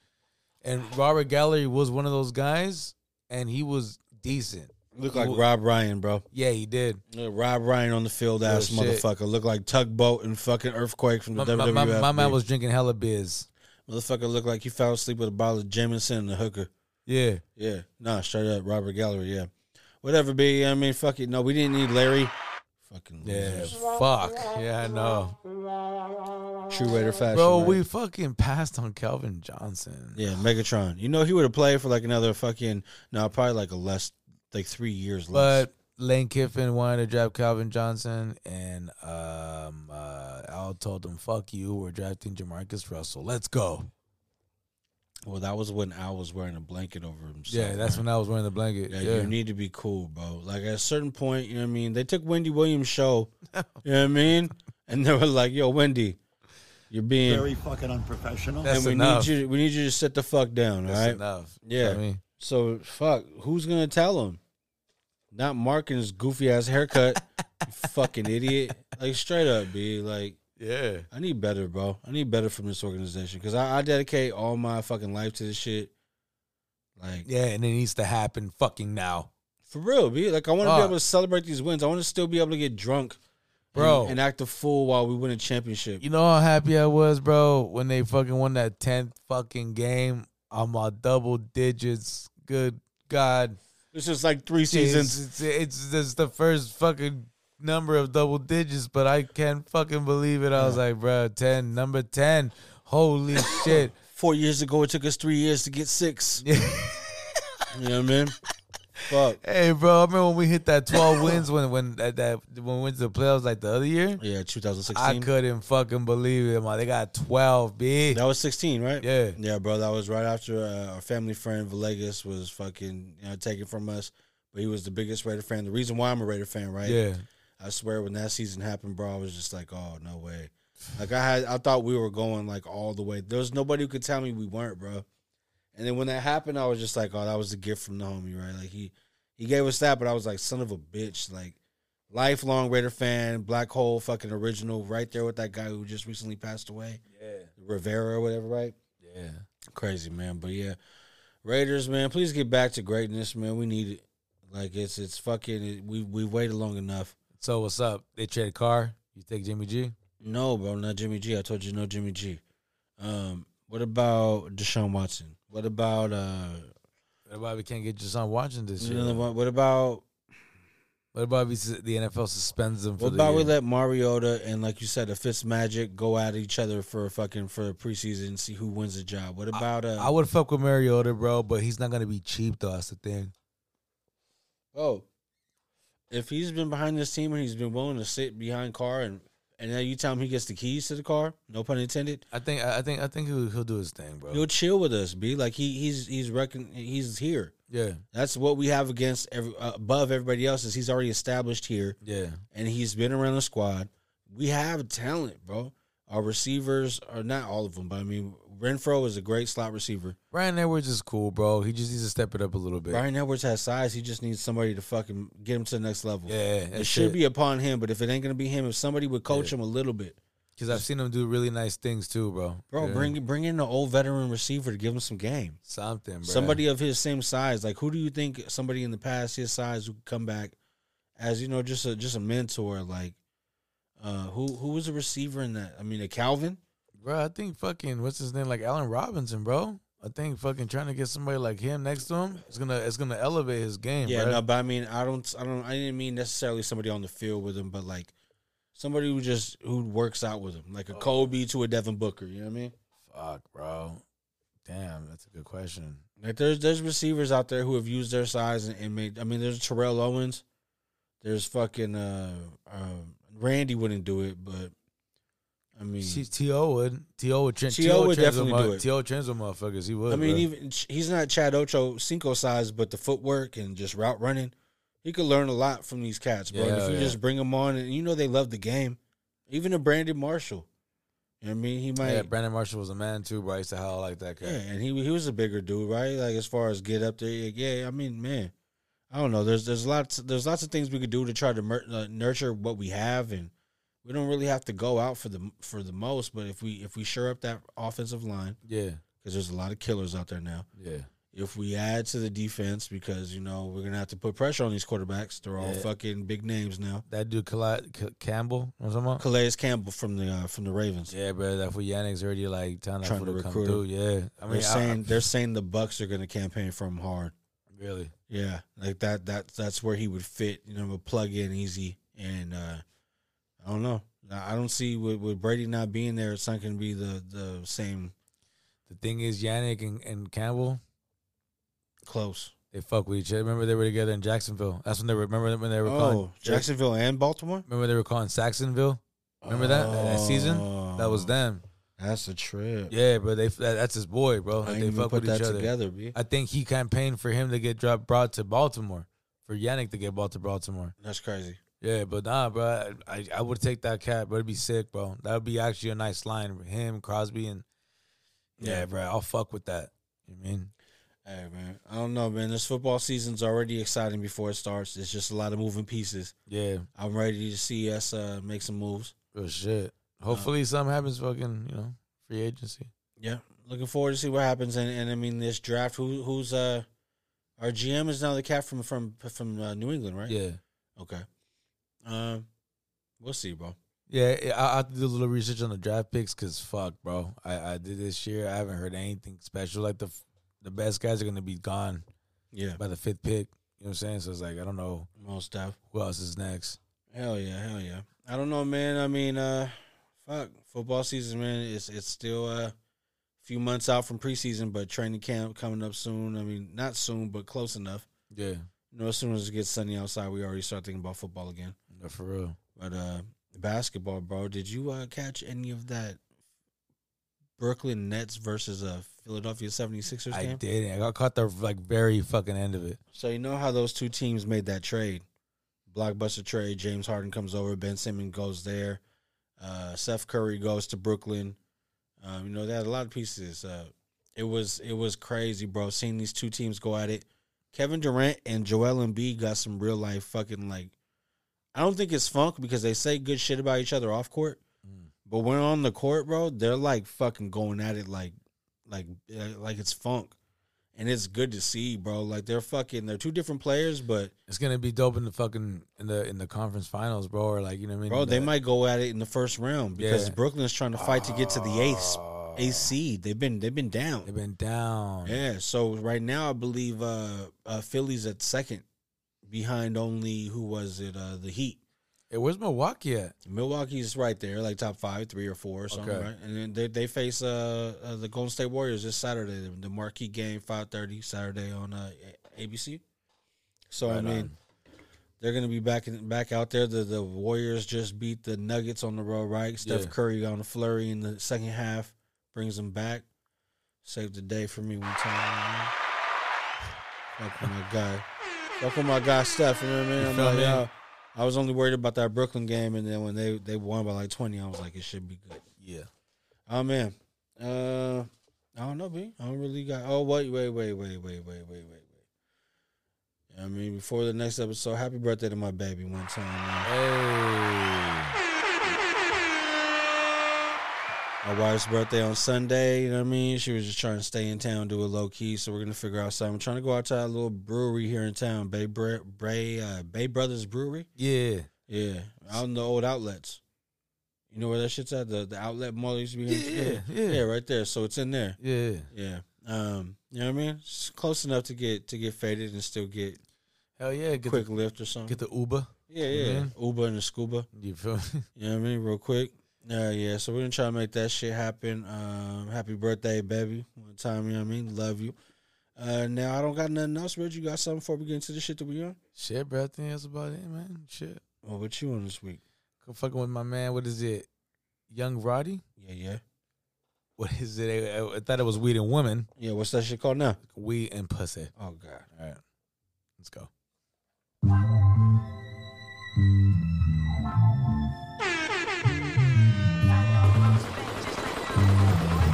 And Robert Gallery was one of those guys, and he was decent.
Look
He
like
wa-
Rob Ryan, bro.
Yeah, he did.
Yeah, Rob Ryan on the field ass
Real shit.
motherfucker. Look like tugboat and fucking earthquake from
My,
the
my,
WWF.
my, my man was drinking hella biz.
motherfucker looked like he fell asleep with a bottle of Jameson and a hooker.
Yeah,
Yeah, nah, straight up Robert Gallery. Yeah, whatever. B. I mean, fuck it. No, we didn't need Larry. Fucking
yeah.
losers.
Fuck. Yeah, I know,
True Raider fashion.
bro.
right?
We fucking passed on Calvin Johnson.
yeah, Megatron. You know he would have played for like another fucking no, probably like a less like three years less.
But Lane Kiffin wanted to draft Calvin Johnson, and um, uh, Al told him, "Fuck you, we're drafting Jamarcus Russell. Let's go."
Well, that was when Al was wearing a blanket over himself.
Yeah, that's
right?
when I was wearing the blanket.
Yeah,
Yeah,
you need to be cool, bro. Like at a certain point, you know what I mean. They took Wendy Williams' show.
<laughs>
you know what I mean? And they were like, "Yo, Wendy, you're being
Very fucking unprofessional.
That's
and we
enough.
need you. We need you to sit the fuck down.
That's
all right.
enough.
Yeah.
I mean,
So fuck. Who's gonna tell him? Not Mark and his goofy ass haircut.
<laughs>
you fucking idiot. Like straight up, b. Like
yeah,
I need better, bro. I need better from this organization because I, I dedicate all my fucking life to this shit. Like
yeah, and it needs to happen fucking now,
for real, b. Like I want to be
Fuck.
able to celebrate these wins. I want to still be able to get drunk,
bro.
and, and act a fool while we win a championship.
you know how happy I was, bro, when they fucking won that tenth fucking game. I'm on double digits. Good God,
This is like three seasons.
It's, it's, it's just the first fucking number of double digits, but I can't fucking believe it. I was like, bro, ten, number ten. Holy <laughs> shit!
Four years ago, it took us three years to get six.
<laughs> Yeah.
you know what I mean? Fuck.
Hey, bro, I remember when we hit that twelve wins when when that, that when we went to the playoffs like the other year.
Yeah, 2016.
I couldn't fucking believe it, man. They got 12, B.
That was 16, right?
Yeah.
Yeah, bro. That was right after uh, our family friend Villegas was fucking you know, taken from us. But he was the biggest Raider fan. The reason why I'm a Raider fan, right?
Yeah.
I swear, when that season happened, bro, I was just like, oh, no way. Like, I had, I thought we were going like all the way. There was nobody who could tell me we weren't, bro. And then when that happened, I was just like, oh, that was a gift from the homie, right? Like, he, he gave us that, but I was like, son of a bitch. Like, lifelong Raider fan, black hole fucking original, right there with that guy who just recently passed away. Yeah. Rivera or whatever, right?
Yeah.
Crazy, man. But yeah. Raiders, man, please get back to greatness, man. We need it. Like it's it's fucking we we waited long enough.
So what's up? They traded Carr. You take Jimmy G.
No, bro, not Jimmy G. I told you no Jimmy G. Um, what about Deshaun Watson? What about uh
What about if we can't get Jason Watching this year?
another one- what about
What about if we- the NFL suspends them for
What
the
about we
year?
let Mariota and like you said, the Fitz Magic go at each other for a fucking for a preseason and see who wins the job? What about uh?
I would fuck with Mariota, bro, but he's not gonna be cheap though. That's the thing.
oh, if he's been behind this team and he's been willing to sit behind Carr and and now you tell him he gets the keys to the car, no pun intended.
I think. I I think. I think he'll, he'll do his thing, bro.
He'll chill with us, b. Like he he's he's reckon he's here.
yeah.
That's what we have against every, uh, above everybody else is he's already established here.
Yeah.
and he's been around the squad. We have talent, bro. Our receivers are not all of them, but I mean, Renfro is a great slot receiver.
Brian Edwards is cool, bro. He just needs to step it up a little bit.
Brian Edwards has size. He just needs somebody to fucking get him to the next level.
Yeah,
it
that's
should
it.
be upon him, but if it ain't gonna be him, if somebody would coach him a little bit,
Because I've seen him do really nice things too, bro.
bro,
Yeah.
bring bring in an old veteran receiver to give him some game.
something, bro.
Somebody of his same size, like who do you think somebody in the past his size would come back as you know, just a just a mentor, like uh, who who was a receiver in that? I mean, a Calvin.
Bro, I think fucking what's his name like Allen Robinson, bro. I think fucking trying to get somebody like him next to him is gonna it's gonna elevate his game.
Yeah,
bro.
no, but I mean, I don't, I don't, I didn't mean necessarily somebody on the field with him, but like somebody who just who works out with him, like a Kobe to a Devin Booker. You know what I mean?
Fuck, bro. Damn, that's a good question.
Like there's there's receivers out there who have used their size and, and made. I mean, there's Terrell Owens. There's fucking uh, uh Randy wouldn't do it, but I mean,
See, To would. To would. Tr-
T.O. would definitely do it.
To would transfer motherfuckers. He would.
I mean,
bro.
even he's not Chad Ocho Cinco size, but the footwork and just route running, he could learn a lot from these cats, bro. And
Yeah,
if you
yeah.
just bring them on, and you know they love the game, even a Brandon Marshall. You know what I mean, he might.
yeah, Brandon Marshall was a man too, bro. I used to howl like that guy.
Yeah, and he he was a bigger dude, right? Like as far as get up there, yeah. I mean, man, I don't know. There's there's lots there's lots of things we could do to try to mer- uh, nurture what we have, and we don't really have to go out for the for the most. But if we if we shore up that offensive line,
Yeah,
because there's a lot of killers out there now.
yeah.
If we add to the defense, because you know we're gonna have to put pressure on these quarterbacks. They're all
Yeah.
fucking big names now.
That dude Kali- K- Campbell, you know what I'm talking about?
Calais Campbell from the uh, from the Ravens.
Yeah, bro. That for Yannick's already like telling that
Trying
fool
to
to come
recruit
through.
him.
Yeah, I mean,
they're
I-
saying they're saying the Bucks are gonna campaign for him hard.
really,
Yeah, like that. That that's where he would fit. You know, a plug in easy, and uh, I don't know. I I don't see with, with Brady not being there, it's not going to be the the same
the thing is, Yannick and, and Campbell,
close.
they fuck with each other. Remember they were together in Jacksonville. That's when they were. Remember when they were. calling,
Oh, Jacksonville and Baltimore.
Remember they were calling Saxonville. Remember that that season? That was them.
That's a trip.
Yeah, bro. They that, that's his boy, bro.
I
Like,
didn't
they
even
fuck with
put
each
that
other.
together, b.
I think he campaigned for him to get dropped, brought to Baltimore, for Yannick to get brought to Baltimore.
That's crazy.
Yeah, but nah, bro. I I, I would take that cat, bro. It'd be sick, bro. That would be actually a nice line. Him, Crosby, and yeah,
Yeah.
bro. I'll fuck with that. You mean?
Hey man, I don't know, man. This football season's already exciting before it starts. It's just a lot of moving pieces.
Yeah,
I'm ready to see us uh, make some moves.
real shit. Hopefully, something happens. Fucking, you know, free agency.
Yeah, looking forward to see what happens. And, and I mean, this draft. Who who's uh, our GM is now the cat from from from uh, New England, right?
Yeah,
Okay. Um, we'll see, bro.
yeah. I- I, I have to do a little research on the draft picks because fuck, bro. I, I did this year. I haven't heard anything special. Like the f- the best guys are gonna be gone
Yeah,
by the fifth pick. You know what I'm saying? So it's like I don't know
most stuff.
who else is next.
Hell yeah, hell yeah. I don't know, man. I mean, uh, fuck, football season, man. It's it's still uh, a few months out from preseason, but training camp coming up soon. I mean, not soon, but close enough.
Yeah,
You know, as soon as it gets sunny outside, we already start thinking about football again.
no, for real.
But uh, basketball, bro. Did you uh, catch any of that Brooklyn Nets versus uh, Philadelphia 76ers
I
game?
didn't. I got caught the like very fucking end of it.
So you know how those two teams made that trade, blockbuster trade. James Harden comes over, Ben Simmons goes there, uh, Seth Curry goes to Brooklyn. Um, you know they had a lot of pieces. Uh, it was it was crazy, bro. Seeing these two teams go at it. Kevin Durant and Joel Embiid got some real life fucking like. I don't think it's funk because they say good shit about each other off court, but when on the court, bro, they're like fucking going at it like, like, uh, like it's funk and it's good to see, bro. Like they're fucking, they're two different players, but
It's gonna be dope in the fucking in the in the conference finals, bro. Or like you know what I mean?
bro, they
The-
might go at it in the first round because
Yeah. Ah.
Brooklyn's trying to fight to get to the eighth, sp- eighth seed. They've been they've been
They've
down.
been down.
Yeah, so right now I believe uh, uh Philly's at second, behind only who was it? Uh, the Heat.
Hey, where's Milwaukee at?
Milwaukee's right there, like top five, three or four or something,
Okay.
right? And then they, they face uh, uh the Golden State Warriors this Saturday, the, the marquee game, five thirty Saturday on uh, A- ABC. So I
Right
mean,
on.
they're gonna be back in, back out there. The the Warriors just beat the Nuggets on the road, right? Steph
Yeah.
Curry on a flurry in the second half brings them back. Saved the day for me one time. you know? Fuck with my guy. Fuck with my guy Steph. You know what I mean? I'm
feel
like,
me?
yo, I was only worried about that Brooklyn game, and then when they they won by like 20, I was like, it should be good.
Yeah.
Oh man, uh, I don't know, B. I don't really got. Oh wait, wait, wait, wait, wait, wait, wait, wait, wait. I mean, before the next episode, happy birthday to my baby one time. Man.
Hey.
My wife's birthday on Sunday. You know what I mean? She was just trying to stay in town, do it low key. So we're gonna figure out something. I'm trying to go out to a little brewery here in town, Bay Bra- Bray uh, Bay Brothers Brewery.
Yeah.
Yeah, out in the old outlets. You know where that shit's at? The the outlet mall that used to be.
Yeah, yeah.
yeah, right there. So it's in there.
Yeah.
Yeah. Um, you know what I mean? It's close enough to get to get faded and still get
Hell yeah. Get
quick
the
lift or something.
get the Uber.
Yeah, yeah.
Yeah.
Uber and the scuba.
You feel me?
You know what I mean? Real quick. Yeah, yeah. So we're gonna try to make that shit happen. Um, happy birthday, baby. One time, you know what I mean? Love you. Uh now I don't got nothing else, Reg. You got something before we get into the shit that we on?
Shit, bro. I think that's about it, man. Shit.
Well, what you on this week?
Go fucking with my man. What is it? Young Roddy? <laughs>
Yeah, yeah.
What is it? I, I thought it was Weed and Woman.
Yeah, what's that shit called now?
Weed and Pussy.
Oh god.
All right. Let's go.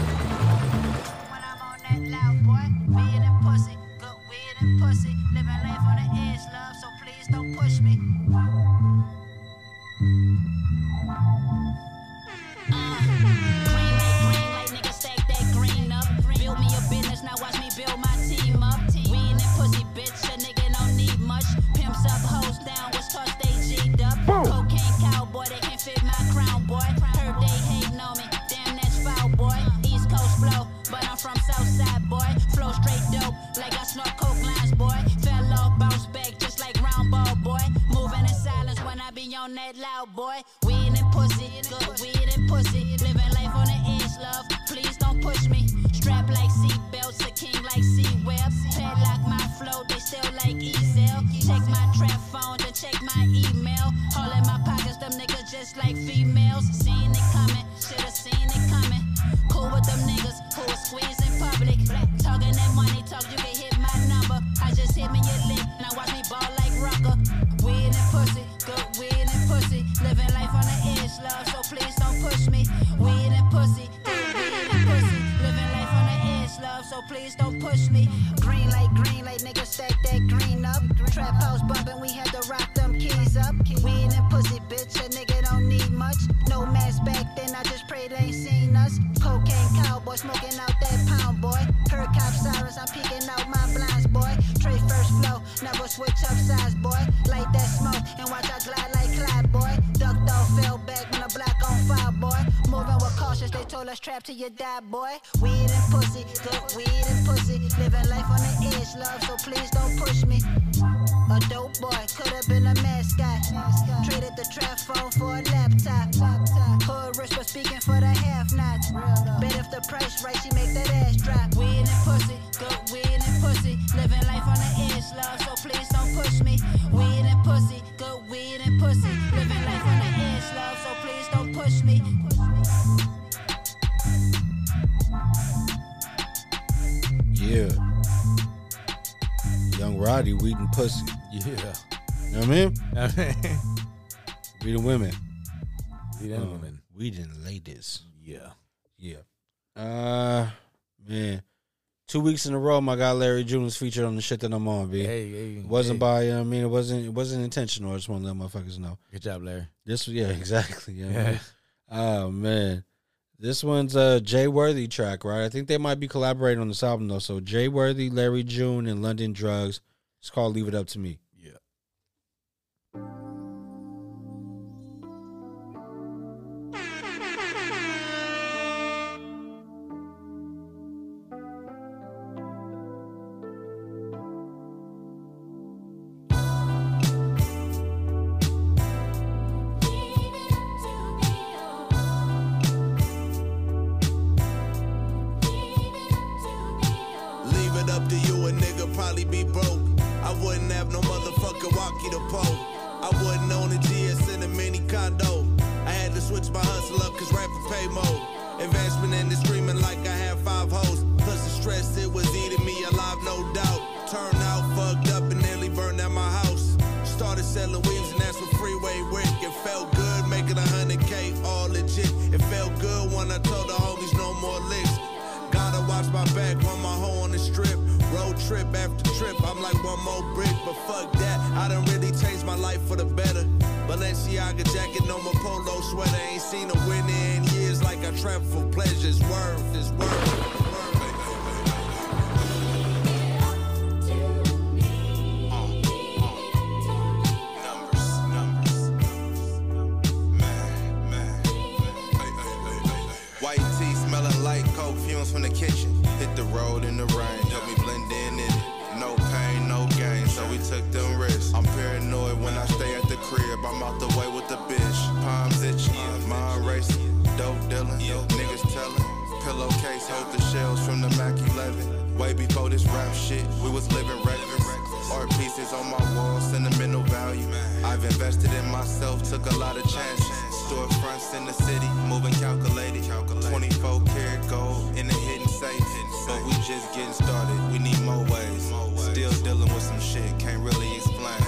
When I'm on that loud boy, being a pussy, good weed and pussy, living life on the edge, love, so please don't push me. Uh, green light, green light, nigga, stack that green up. Build me a business, now watch me build my team up. Weed and pussy, bitch, a nigga don't need much. Pimps up, hoes down, what's tossed, they G'd up. Cocaine cowboy, they can't fit my crown, boy. Heard they hating on me, damn, that's foul, boy. East Coast flow, but I'm from Southside, boy. Flow straight dope, like I snort coke lines, boy. Fell off, bounce back, just like round ball, boy. Moving in silence when I be on that loud, boy. Weed and pussy, good weed and pussy. Living life on the edge, love. Please don't push me. Strap like seatbelts, a king like C-Web. Padlock my flow, they still like Ezel. Check my trap phone, then check my email. All in my pockets, them niggas just like females. Seen it coming, should've seen it coming. Cool with them niggas who are squeezing public. Talking that money talk, you can hit my number. I just hit me your lick, now watch me ball like rocker. Weed and pussy, good weed and pussy. Living life on the edge, love, so please don't push me. Weed and pussy, good weed and pussy. Living life on the edge, love, so please don't push me. Green light, green light, nigga, stack that green up. Trap house bumpin', we had to rock them keys up. Weed and pussy, bitch, a nigga don't need much. No mask back then, I just pray they ain't seen us. Cocaine cowboy, smoking out that pound, boy. Heard cop sirens, I'm peeking out my blinds, boy. Trade first flow, never switch up size, boy. Light that smoke and watch I glide like Clyde, boy. Ducked off, fell back when the block on fire, boy. Moving with cautious, they told us trap till you die, boy. Weed and pussy, good weed and pussy. Living life on the edge, love, so please don't push me. A dope boy, could have been a mascot. Traded the trap phone for a laptop. Hood rich, but speaking for the half nots. Bet if the price right, she make that ass drop. Weed and pussy, good weed and pussy. Living life on the edge, love, so please don't push me. Weed and pussy, good weed and pussy. Living life on the edge, love, so please don't push me.
Yeah. Young Roddy, weed and pussy.
Yeah.
You know what <laughs> I mean?
Weed
We the women.
and
Um,
Woman.
We didn't ladies.
Yeah.
Yeah. Uh man. Two weeks in a row, my guy Larry June was featured on the shit that I'm on, B.
Hey, hey.
It wasn't
hey.
by you know what I mean it wasn't it wasn't intentional. I just want to let motherfuckers know.
Good job, Larry.
This yeah, <laughs> exactly. you know what I mean? Oh man. This one's a Jay Worthy track, right? I think they might be collaborating on this album though. So Jay Worthy, Larry June, and London Drugs. It's called Leave It Up to Me.
Yeah.
Leave it up to you, a nigga probably be broke. I wouldn't have no motherfucker walkie to poke. I wouldn't own a GS in a mini condo. I had to switch my hustle up cause rap for pay mode. Investment in the streaming like I had five hoes. Plus the stress, it was eating me alive, no doubt. Turned out fucked up and nearly burned down my house. Started selling weaves and that's what freeway went. It felt good making a hundred K all legit. It felt good when I told the homies no more licks. Gotta watch my back on my hoe on the strip. Road trip after trip, I'm like one more brick, but fuck that. I done really changed my life for the better. Balenciaga jacket, no more polo sweater. Ain't seen a winner in years like I trap for pleasure. It's worth, it's worth. White tea smelling like coke fumes from the kitchen. Hit the road in the rain, help me blend in in it. No pain, no gain, so we took them risks. I'm paranoid when I stay at the
crib, I'm out the way with the bitch. Palms itching, mind racing, dope dealing, niggas telling. Pillowcase, hold the shells from the Mac 11. Way before this rap shit, we was living reckless. Art pieces on my wall, sentimental value. I've invested in myself, took a lot of chances. Storefronts in the city, moving calculated. 24 karat gold in the hidden safe. But we just getting started, we need more ways. Still dealing with some shit, can't really explain.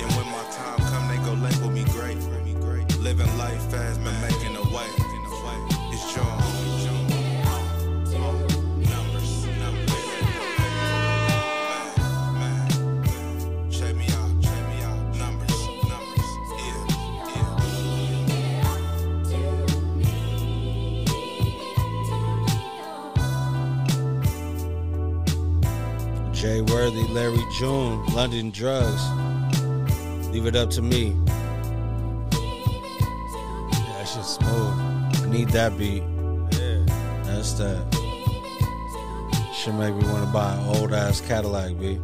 And when my time come, they go label me great. Living life fast, but making a way. It's John. Numbers, numbers. Check me out, check me out. Numbers, numbers. Yeah,
Jay Worthy, Larry June, London Drugs. Leave it up to me.
Yeah, that shit's smooth.
I need that beat.
Yeah.
That's that. Should make me want to buy an old ass Cadillac, B.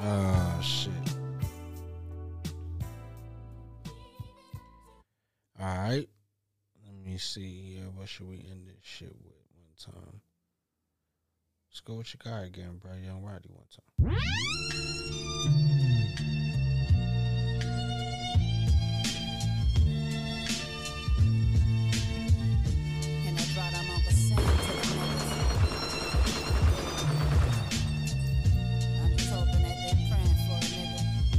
oh, shit. All right. Let me see here. What should we end this shit with one time? Let's go with your guy again, bro. Young Roddy one time.
And I brought him up a saint to the niggas. I'm just hoping that they praying for a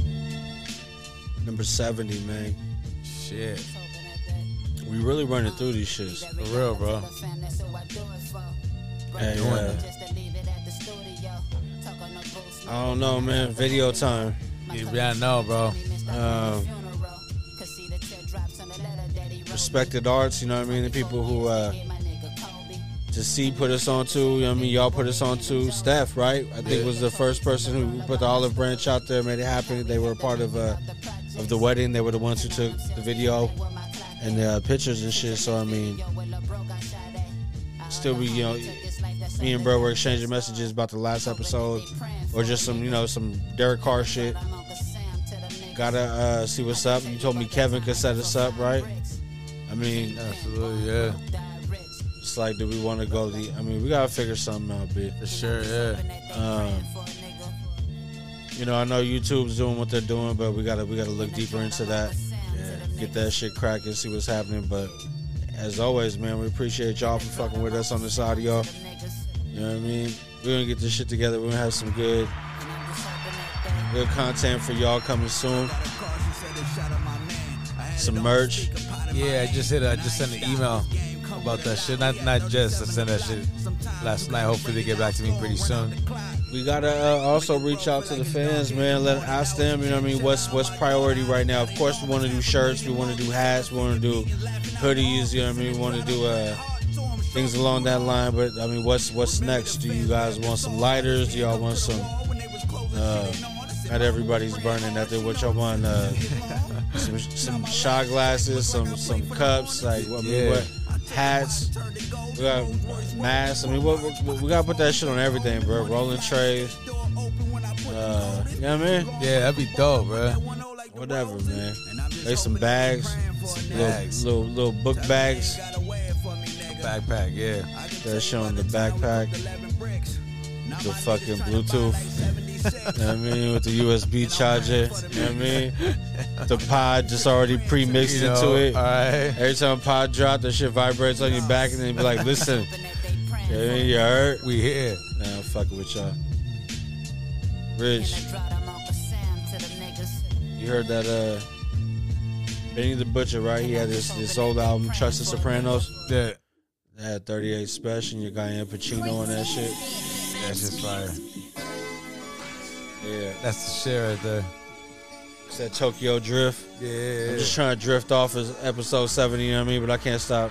nigga.
Number 70, man.
Shit.
We really running through these shits.
For real, bro. That's who I do it for.
Hey,
Bring it
yeah.
up just to leave it at the studio. Talk on the booth,
I don't know, man. Video time.
Yeah, I know, bro.
Um, respected arts, you know what I mean? The people who uh to see put us on to, you know what I mean? Y'all put us on to Steph, right? I think
Yeah.
was the first person who put the olive branch out there, made it happen. They were a part of uh of the wedding. They were the ones who took the video and the uh, pictures and shit. So I mean still be you know me and bro were exchanging messages about the last episode or just some you know some Derek Carr shit. Gotta uh, see what's up. You told me Kevin could set us up, right? I mean, uh,
absolutely, yeah.
It's like, do we want to go? The I mean, we gotta figure something out, B.
For sure, yeah.
Um, you know, I know YouTube's doing what they're doing, but we gotta we gotta look deeper into that. Get that shit cracking, see what's happening. But as always, man, we appreciate y'all for fucking with us on this audio. You know what I mean? We're gonna get this shit together. We're gonna have some good good content for y'all coming soon. Some merch.
Yeah, I just hit. I just sent an email about that shit. Not not just. I sent that shit last night. Hopefully they get back to me pretty soon.
We gotta uh, also reach out to the fans, man. Let ask them, you know what I mean. What's what's priority right now? Of course, we want to do shirts, we want to do hats, we want to do hoodies. You know what I mean. We want to do uh, things along that line. But I mean, what's what's next? Do you guys want some lighters? Do y'all want some? Uh, not everybody's burning nothing. What y'all want? Uh, some some shot glasses, some some cups, like what, I mean,
Yeah.
what hats. We got masks. I mean, what, what, we gotta put that shit on everything, bro. Rolling trays. Uh, you know what I mean?
Yeah, that'd be dope, bro.
Whatever, man. Like some bags, some little-
bags.
little, little book bags.
Backpack, yeah.
That shit on the backpack. The fucking Bluetooth. you know what
<laughs>
I mean? With the USB charger. You know what I mean? The pod just already pre mixed
You know, uh,
into it.
alright.
Every time pod drop, that shit vibrates on your back and then be like, listen. You, know what I mean? You heard?
We here.
Nah, I'm fucking with y'all. Rich. You heard that uh Benny the Butcher, right? He had this this old album, Trust the Sopranos.
Yeah.
That had 38 special and your guy Al Pacino and that shit.
That's just fire.
Yeah.
That's the shit right there.
It's that Tokyo Drift.
Yeah.
I'm just trying to drift off as episode 70, you know what I mean? But I can't stop.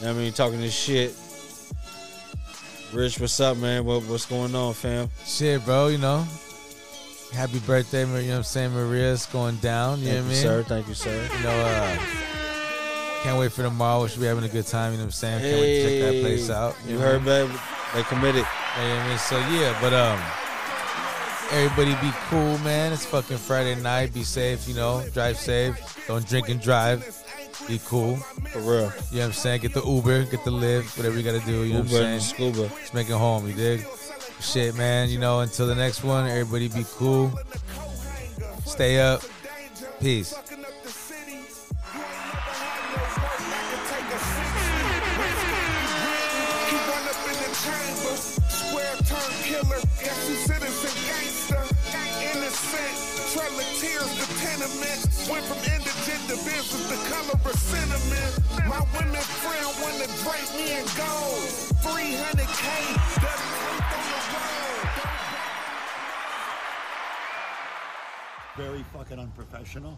You know what I mean? Talking this shit. Rich, what's up, man? What, what's going on, fam?
Shit, bro, you know. Happy birthday, Mar- you know what I'm saying? Maria's going down, you know
Thank
what
you,
I mean?
sir. Thank you, sir.
You know, uh, can't wait for tomorrow. We should be having a good time, you know what I'm saying? Can't wait to check that place
Hey,
out.
You
know
heard,
what I mean?
babe? They committed.
You know what I mean? So, yeah, but um, Everybody be cool, man. It's fucking Friday night. Be safe, you know. Drive safe. Don't drink and drive. Be cool. For
real.
You know what I'm saying? Get the Uber, get the Lyft, whatever you gotta do. You know what
Uber
I'm saying?
and scuba.
Just make it home, you dig? Shit, man. You know, until the next one, everybody be cool. Stay up. Peace.
He run up in the chambers, square turn killer. Guess you citizen gangster, innocent. Trail of tears to tenement. Went from indigent to business, the color of cinnamon. My women friend wanna drape me in gold. 300k, that's truth on the road.
Very fucking unprofessional.